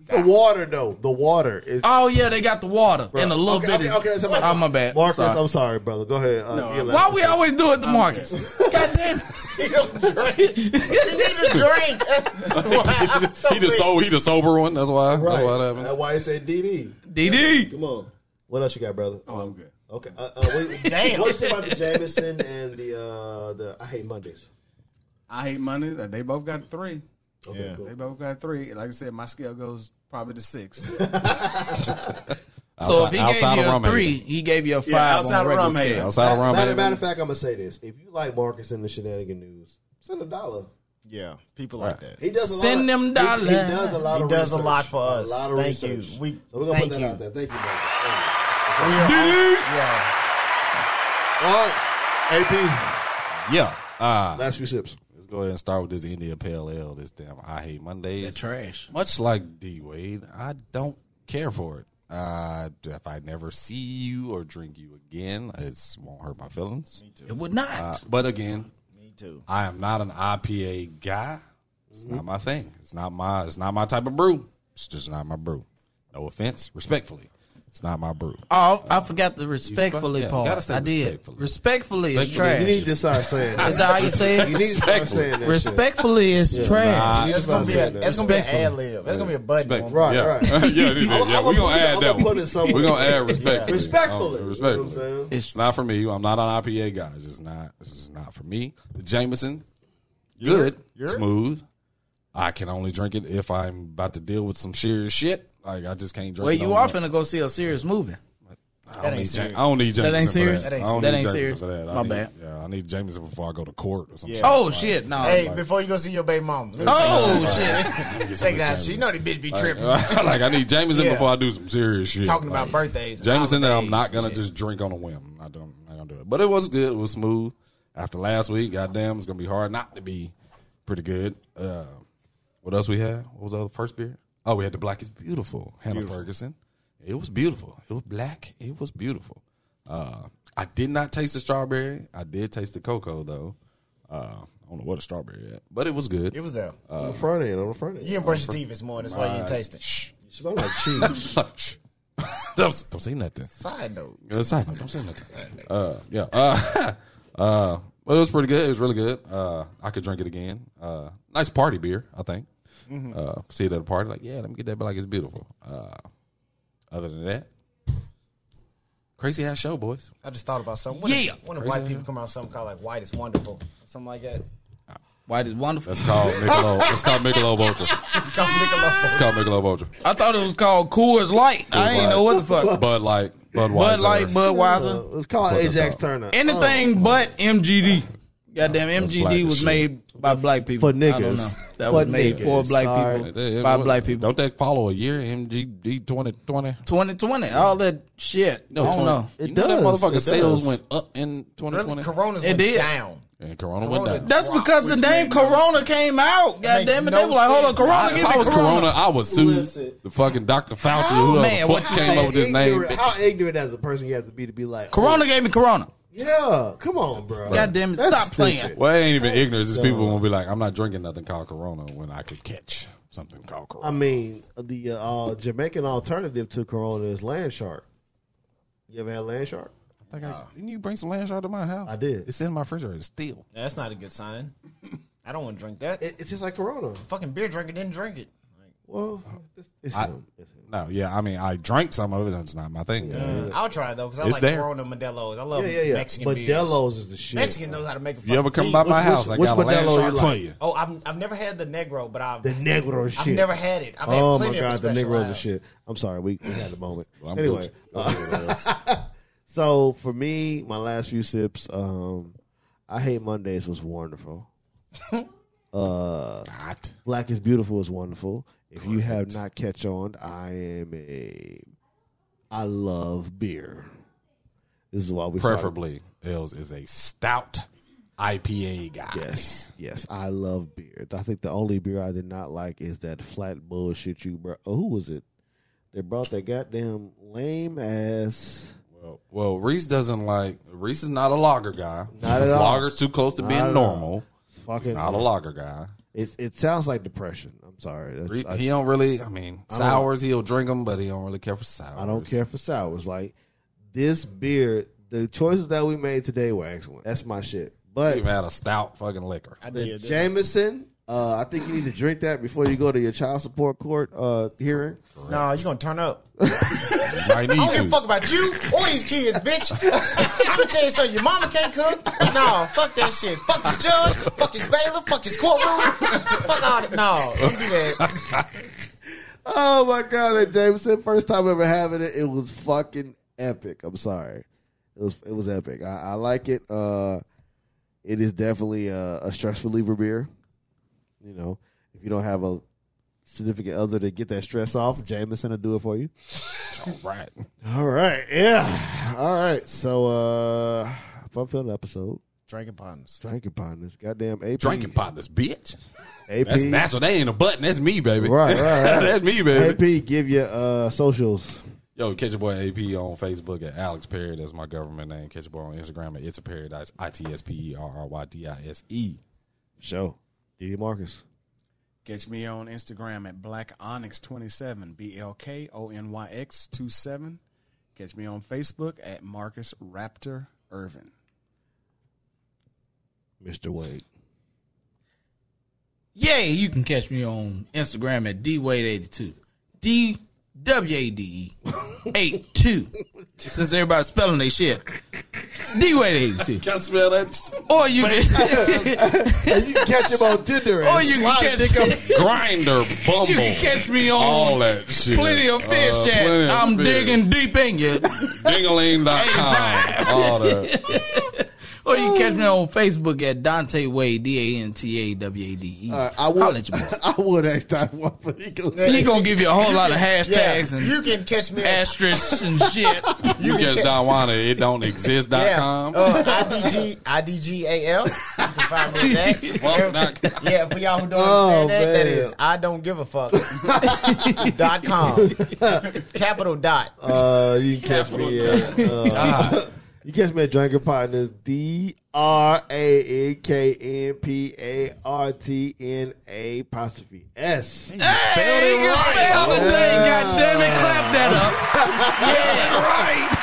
S2: The water, though. The water is.
S3: Oh yeah, they got the water and a little
S2: Okay,
S3: bit.
S2: okay,
S3: of,
S2: okay, that's about-
S3: oh my bad.
S2: Marcus,
S3: Sorry.
S2: I'm sorry, brother. Go ahead. Uh,
S7: No,
S2: Eli.
S3: Why we always do it to Marcus? God damn it.
S6: You don't drink. You need to drink. Wow, I'm so
S4: He the
S6: weak.
S4: so he the sober one. That's why. That's why that happens.
S2: That's why I said DD.
S3: DD.
S2: Come on. What else you got, brother?
S7: Oh, I'm good.
S2: Okay. Uh, uh, wait,
S6: Damn.
S2: What's about the Jameson and the uh, the I hate Mondays?
S7: I hate money. that They both got three.
S2: Okay,
S4: Yeah.
S7: They both got three. Like I said, my scale goes probably to six.
S3: So
S4: Outside-
S3: if he
S4: outside
S3: gave you
S4: of
S3: a
S4: rum hater.
S3: three, he gave you a five
S7: outside
S3: on
S7: of
S3: the regular
S7: rum hater.
S3: scale.
S4: Outside of Ron
S2: Matter,
S4: Bailey.
S2: matter of fact, I'm gonna say this: if you like Marcus and the shenanigan news, send a dollar.
S12: Yeah, people like that.
S2: He does a
S3: Send
S2: lot.
S3: them
S2: he-
S3: dollars.
S2: He, does a lot.
S12: He
S2: of
S12: does a
S2: research.
S12: lot for us.
S2: A lot of
S12: Thank you.
S2: research.
S12: We-
S2: so we're gonna
S12: thank
S2: put that
S12: you.
S2: out there. Thank you, Marcus. Thank
S6: Yeah.
S2: you. AP,
S4: Yeah. Uh,
S2: last few sips.
S4: let's go ahead and start with this India Pale Ale. This damn I hate Mondays.
S3: Trash.
S4: Much like D Wade, I don't care for it. Uh, if I never see you or drink you again, it won't hurt my feelings.
S3: It would not.
S4: Uh, but again,
S12: Me too.
S4: I am not an IPA guy. It's
S2: Mm-hmm.
S4: not my thing. It's not my. It's not my type of brew. It's just not my brew. No offense, respectfully, it's not my brew.
S3: oh, I forgot the respectfully
S4: yeah, you gotta
S3: part.
S4: say
S3: I did.
S4: respectfully.
S3: Respectfully, is
S4: Respectfully.
S3: trash.
S2: You need to start saying.
S3: is that how you say
S2: You
S3: it?
S2: need to start saying that. shit.
S3: Respectfully is trash.
S2: You need to
S6: That's
S2: start
S6: gonna be a,
S2: saying
S6: that's
S2: that.
S6: gonna be an ad lib. That's gonna be a button.
S4: Respectful.
S2: Right,
S4: yeah.
S2: right.
S4: yeah, it is.
S2: I'ma-
S4: yeah.
S2: I'ma
S4: We're
S2: put
S4: gonna
S2: it-
S4: add
S2: I'ma
S4: that
S2: put
S4: one.
S2: it somewhere.
S4: We're gonna add respectfully. Um,
S2: Oh, Respectfully. You know what I'm
S4: respectfully.
S2: saying?
S4: it's not for me. I'm not an IPA guy. It's just not. This is not for me. The Jameson, good, smooth. I can only drink it if I'm about to deal with some serious shit. Like I just can't drink.
S3: Well,
S4: it
S3: you
S4: on
S3: are
S4: the-
S3: finna go see a serious movie.
S4: I don't,
S6: ain't
S4: need Jam-
S6: serious.
S4: I don't need Jameson.
S3: ain't
S4: for
S3: serious?
S4: That
S3: That ain't-
S4: I don't
S3: that
S4: need
S3: ain't
S4: Jameson
S3: serious?
S4: For that. I
S3: My
S4: need,
S3: bad.
S4: Yeah, I need Jameson before I go to court or something.
S12: Yeah.
S3: Oh shit, no.
S6: Hey, before you go see your baby mama. let me
S3: oh shit.
S6: Take that shit. You know the bitch be tripping.
S4: Like, like, I need Jameson
S6: Yeah.
S4: before I do some serious shit.
S6: Talking about
S4: Like,
S6: birthdays and
S4: Jameson that I'm
S6: holidays
S4: not
S6: and
S4: gonna
S6: shit.
S4: just drink on a whim. I don't. I don't do it. But it was good. It was smooth. After last week, goddamn, it's gonna be hard not to be pretty good. Uh, what else we had? What was the other first beer? Oh, we had the Black is Beautiful, Hannah Ferguson. It was beautiful. It was black. It was beautiful. Uh, I did not taste the strawberry. I did taste the cocoa though. Uh, I don't know what a strawberry at, but it was good.
S6: It was there.
S2: On the front end, on the front end.
S3: Uh,
S6: You didn't brush your teeth this morning. That's why you didn't taste it.
S2: You smell like cheese.
S4: don't, don't say nothing.
S6: Side note.
S4: Uh, side note, don't say nothing. Uh, yeah. Uh, uh, but it was pretty good. It was really good. Uh, I could drink it again. Uh, nice party beer, I think. Uh, see it at a party, like, yeah, let me get that, but like it's beautiful. Uh, other than that, crazy ass show, boys.
S6: I just thought about something. When
S3: Yeah.
S6: When the white people come out with something called like white is wonderful, or something like that.
S3: White is wonderful.
S4: It's called Michelob. it's called Michelob Ultra.
S6: It's called Michelob.
S4: It's called Michelob Ultra.
S3: I thought it was called Coors Light. I ain't
S4: Light.
S3: know what the fuck.
S4: Bud Light, Budweiser.
S3: Bud Light, Budweiser.
S2: Let's call it Uh, Ajax Turner. Uh,
S3: Anything but MGD. Goddamn,
S4: black
S3: MGD
S4: as
S3: was
S4: shit.
S3: made by black people.
S2: For niggas.
S3: I don't know. That
S2: For
S3: was made
S2: niggas.
S3: for black
S2: Sorry.
S3: people
S4: They-
S3: by
S4: what-
S3: black people.
S4: Don't they follow a year? MGD 2020.
S3: 2020, all that shit. I don't know.
S4: You
S2: It
S4: know that
S2: does.
S4: motherfucker
S2: It
S4: sales
S2: does.
S4: went up in 2020.
S6: Really? Corona's
S3: It
S6: went
S3: did.
S6: down.
S4: And Corona,
S6: Corona-
S4: went down.
S3: That's
S6: Wow,
S3: because the
S6: which
S3: name
S6: made no
S3: Corona
S6: sense.
S3: came out. God
S6: Makes
S3: damn it.
S6: no
S3: they were like, hold on,
S6: sense.
S3: Corona,
S6: I-
S3: give
S4: If I
S3: me
S4: was Corona,
S3: Corona.
S4: I would sue
S2: Listen.
S4: the fucking Dr. Fauci, whoever
S3: Man,
S4: the
S3: what
S4: fuck
S3: you
S4: came
S3: saying?
S4: up with this name.
S2: Ignorant-
S4: bitch.
S2: How ignorant as a person you have to be to be like,
S3: Corona gave me Corona.
S2: yeah, come on, bro.
S3: God damn it,
S2: That's
S3: stop playing.
S2: stupid.
S4: Well, it ain't even ignorance. It's people gonna be like, I'm not drinking nothing called Corona when I could catch something called Corona.
S2: I mean, the uh, Jamaican alternative to Corona is land shark. You ever had land shark?
S4: I think I- didn't you bring some land shark to my house?
S2: I did.
S4: It's in my refrigerator still.
S12: Yeah, that's not a good sign.
S6: I don't want to drink that.
S2: It, it's just like Corona.
S6: Fucking beer drinker didn't drink it. Like,
S2: Well, it's
S4: I-
S2: him. It's him.
S4: No, yeah, I mean, I drank some of it. That's not my thing.
S6: I'll try it though because I
S4: It's
S6: like
S4: there.
S6: Corona Modelo's. I love
S2: Yeah, yeah, yeah.
S6: Mexican
S2: Modelo's
S6: beers.
S2: is the shit.
S6: Mexican knows how to make. A
S4: If you ever
S6: fucking
S4: come by
S6: beer.
S4: my
S2: Which-
S4: house,
S2: which
S4: I got a land
S2: Modelo you
S4: shark
S2: like?
S4: for you.
S6: Oh, I've, I've never had the Negro, but I've
S2: The Negro shit.
S6: I've never had it. I've had
S2: oh
S6: plenty
S2: my
S6: of
S2: god,
S6: it
S2: the Negroes are
S6: specialized.
S2: shit. I'm sorry, we, we had a moment.
S4: I'm
S2: anyway,
S4: guilty.
S2: uh, so for me, my last few sips, um, I hate Mondays was wonderful. uh, Black is beautiful is wonderful. If you have not catch on, I am a. I love beer. This is why we started-
S4: Preferably, L's is a stout IPA guy.
S2: Yes, yes, I love beer. I think the only beer I did not like is that flat bullshit you brought. Oh, who was it? They brought that goddamn lame ass.
S4: Well, well, Reese doesn't like. Reese is not a lager guy.
S2: Not
S4: His
S2: at all.
S4: lager's too close to
S2: Not
S4: being
S2: at
S4: normal.
S2: all. Fucking
S4: He's not a lager guy.
S2: It it sounds like depression. I'm sorry. That's-
S4: Re-
S2: I,
S4: he don't really. I mean,
S2: I don't-
S4: sours he'll drink them, but he don't really care for sours.
S2: I don't care for sours. Like this beer, the choices that we made today were excellent. That's my shit.
S4: He
S2: But
S4: even had a stout fucking liquor.
S6: I
S2: the
S6: did.
S2: Jameson, uh, I think you need to drink that before you go to your child support court uh, hearing.
S6: No, you're gonna turn up.
S4: I
S6: I don't give a
S4: need to.
S6: fuck about you or these kids, bitch. I'm gonna tell you something. Your mama can't cook. No, fuck that shit. Fuck this judge. Fuck this bailiff. Fuck this courtroom. Fuck all that. No, don't do that.
S2: Oh my god, that Jameson! First time ever having it, it was fucking epic. I'm sorry, it was it was epic. I, I like it. Uh, it is definitely a, a stress reliever beer. You know, if you don't have a significant other to get that stress off, Jameson will do it for you.
S4: Right.
S2: All right, yeah, all right. So, uh, fun filled episode.
S6: Drinking partners.
S2: Drinking partners, goddamn AP,
S4: Drinking partners, bitch.
S2: AP,
S4: That's natural. That ain't a button. That's me, baby.
S2: Right, right, right.
S4: That's me, baby.
S2: AP. Give your uh, socials.
S4: Yo, catch your boy AP on Facebook at Alex Perry. That's my government name. Catch your boy on Instagram at It's a Paradise. I T S P E R R Y D I S E.
S2: Show, DD Marcus.
S7: Catch me on Instagram at Black Onyx 27, B L K O N Y X 27. Catch me on Facebook at Marcus Raptor Irvin.
S2: Mr. Wade.
S3: Yeah, you can catch me on Instagram at dwade82. D W A D E 82. Since everybody's spelling their shit. dwade82.
S4: Can't spell that.
S3: Or you can,
S2: you can catch him on Tinder.
S3: or you can catch
S4: Grinder, Bumble.
S3: you can catch me on
S4: all that shit.
S3: plenty of fish
S4: Uh,
S3: chat.
S4: plenty of
S3: I'm
S4: fish.
S3: digging deep in you.
S4: Dingaling.com. all that.
S3: Or you can catch me on Facebook at Dante Wade, D A N T A W A D E.
S2: Uh, I
S3: I'll
S2: would.
S3: let you know.
S2: I would ask that one, but he goes.
S3: He gonna give you a whole lot of hashtags and
S6: You can catch me at
S3: asterisks and shit.
S4: You catch Don Juan at it don't exist.com.
S6: yeah, uh, IDG, IDGAL. You can find me at that.
S4: Fuck.
S6: Yeah, for y'all who don't
S2: Oh,
S6: understand that, that
S2: man.
S6: is I don't give a fuck. dot com. Capital dot.
S2: Uh, you can catch me. At, uh, you catch me at Drinking Partners. D R A N K N P A R T N A apostrophe S.
S3: Hey, you spelled it right. Oh. God damn it, clap that up. yeah, right.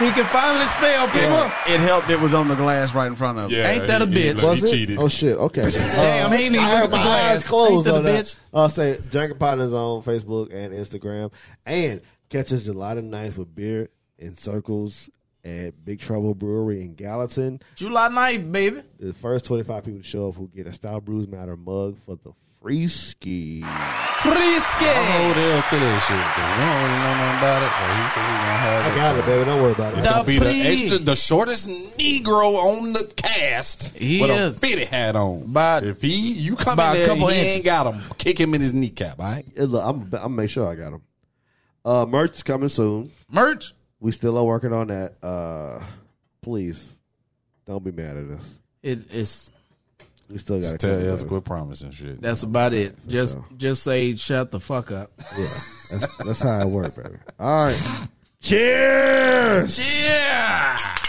S3: He can finally spell, people.
S7: It helped it was on the glass right in front of you.
S3: Ain't that a bitch?
S4: look,
S2: Was it? Oh shit. Okay. Uh,
S3: Damn, he needs
S2: I
S3: to
S2: had
S3: look at
S2: my
S3: the glass.
S2: eyes closed
S3: Ain't
S2: on
S3: that a
S2: that.
S3: bitch?
S2: I'll say Drinking Partners on Facebook and Instagram, and catch us July the 9th with beer in circles at Big Trouble Brewery in Gallatin.
S3: July night, baby.
S2: The first 25 people to show up who get a Style Brews Matter mug for the free ski.
S3: Frisky.
S4: Hold L's to this shit because we don't really know nothing about it. So he said he gonna have
S2: I got
S4: so
S2: it, baby. Don't worry about it.
S4: It's gonna be the
S3: Free.
S4: extra, the shortest Negro on the cast
S3: He
S4: with
S3: is.
S4: a fitted hat on.
S3: By-
S4: if he, you come
S3: by
S4: in
S3: a
S4: there,
S3: couple
S4: he
S3: inches.
S4: ain't got him. Kick him in his kneecap. All right.
S2: It- Look, I'm, I'm gonna make sure I got them. Uh, merch is coming soon.
S3: Merch.
S2: We still are working on that. Uh, please don't be mad at us.
S3: It, it's
S2: We still got
S4: Just
S2: to
S4: tell us quit promising shit.
S3: that's about it. Just just say shut the fuck up.
S2: Yeah, that's, that's how I work, baby. All right. Cheers.
S3: Yeah.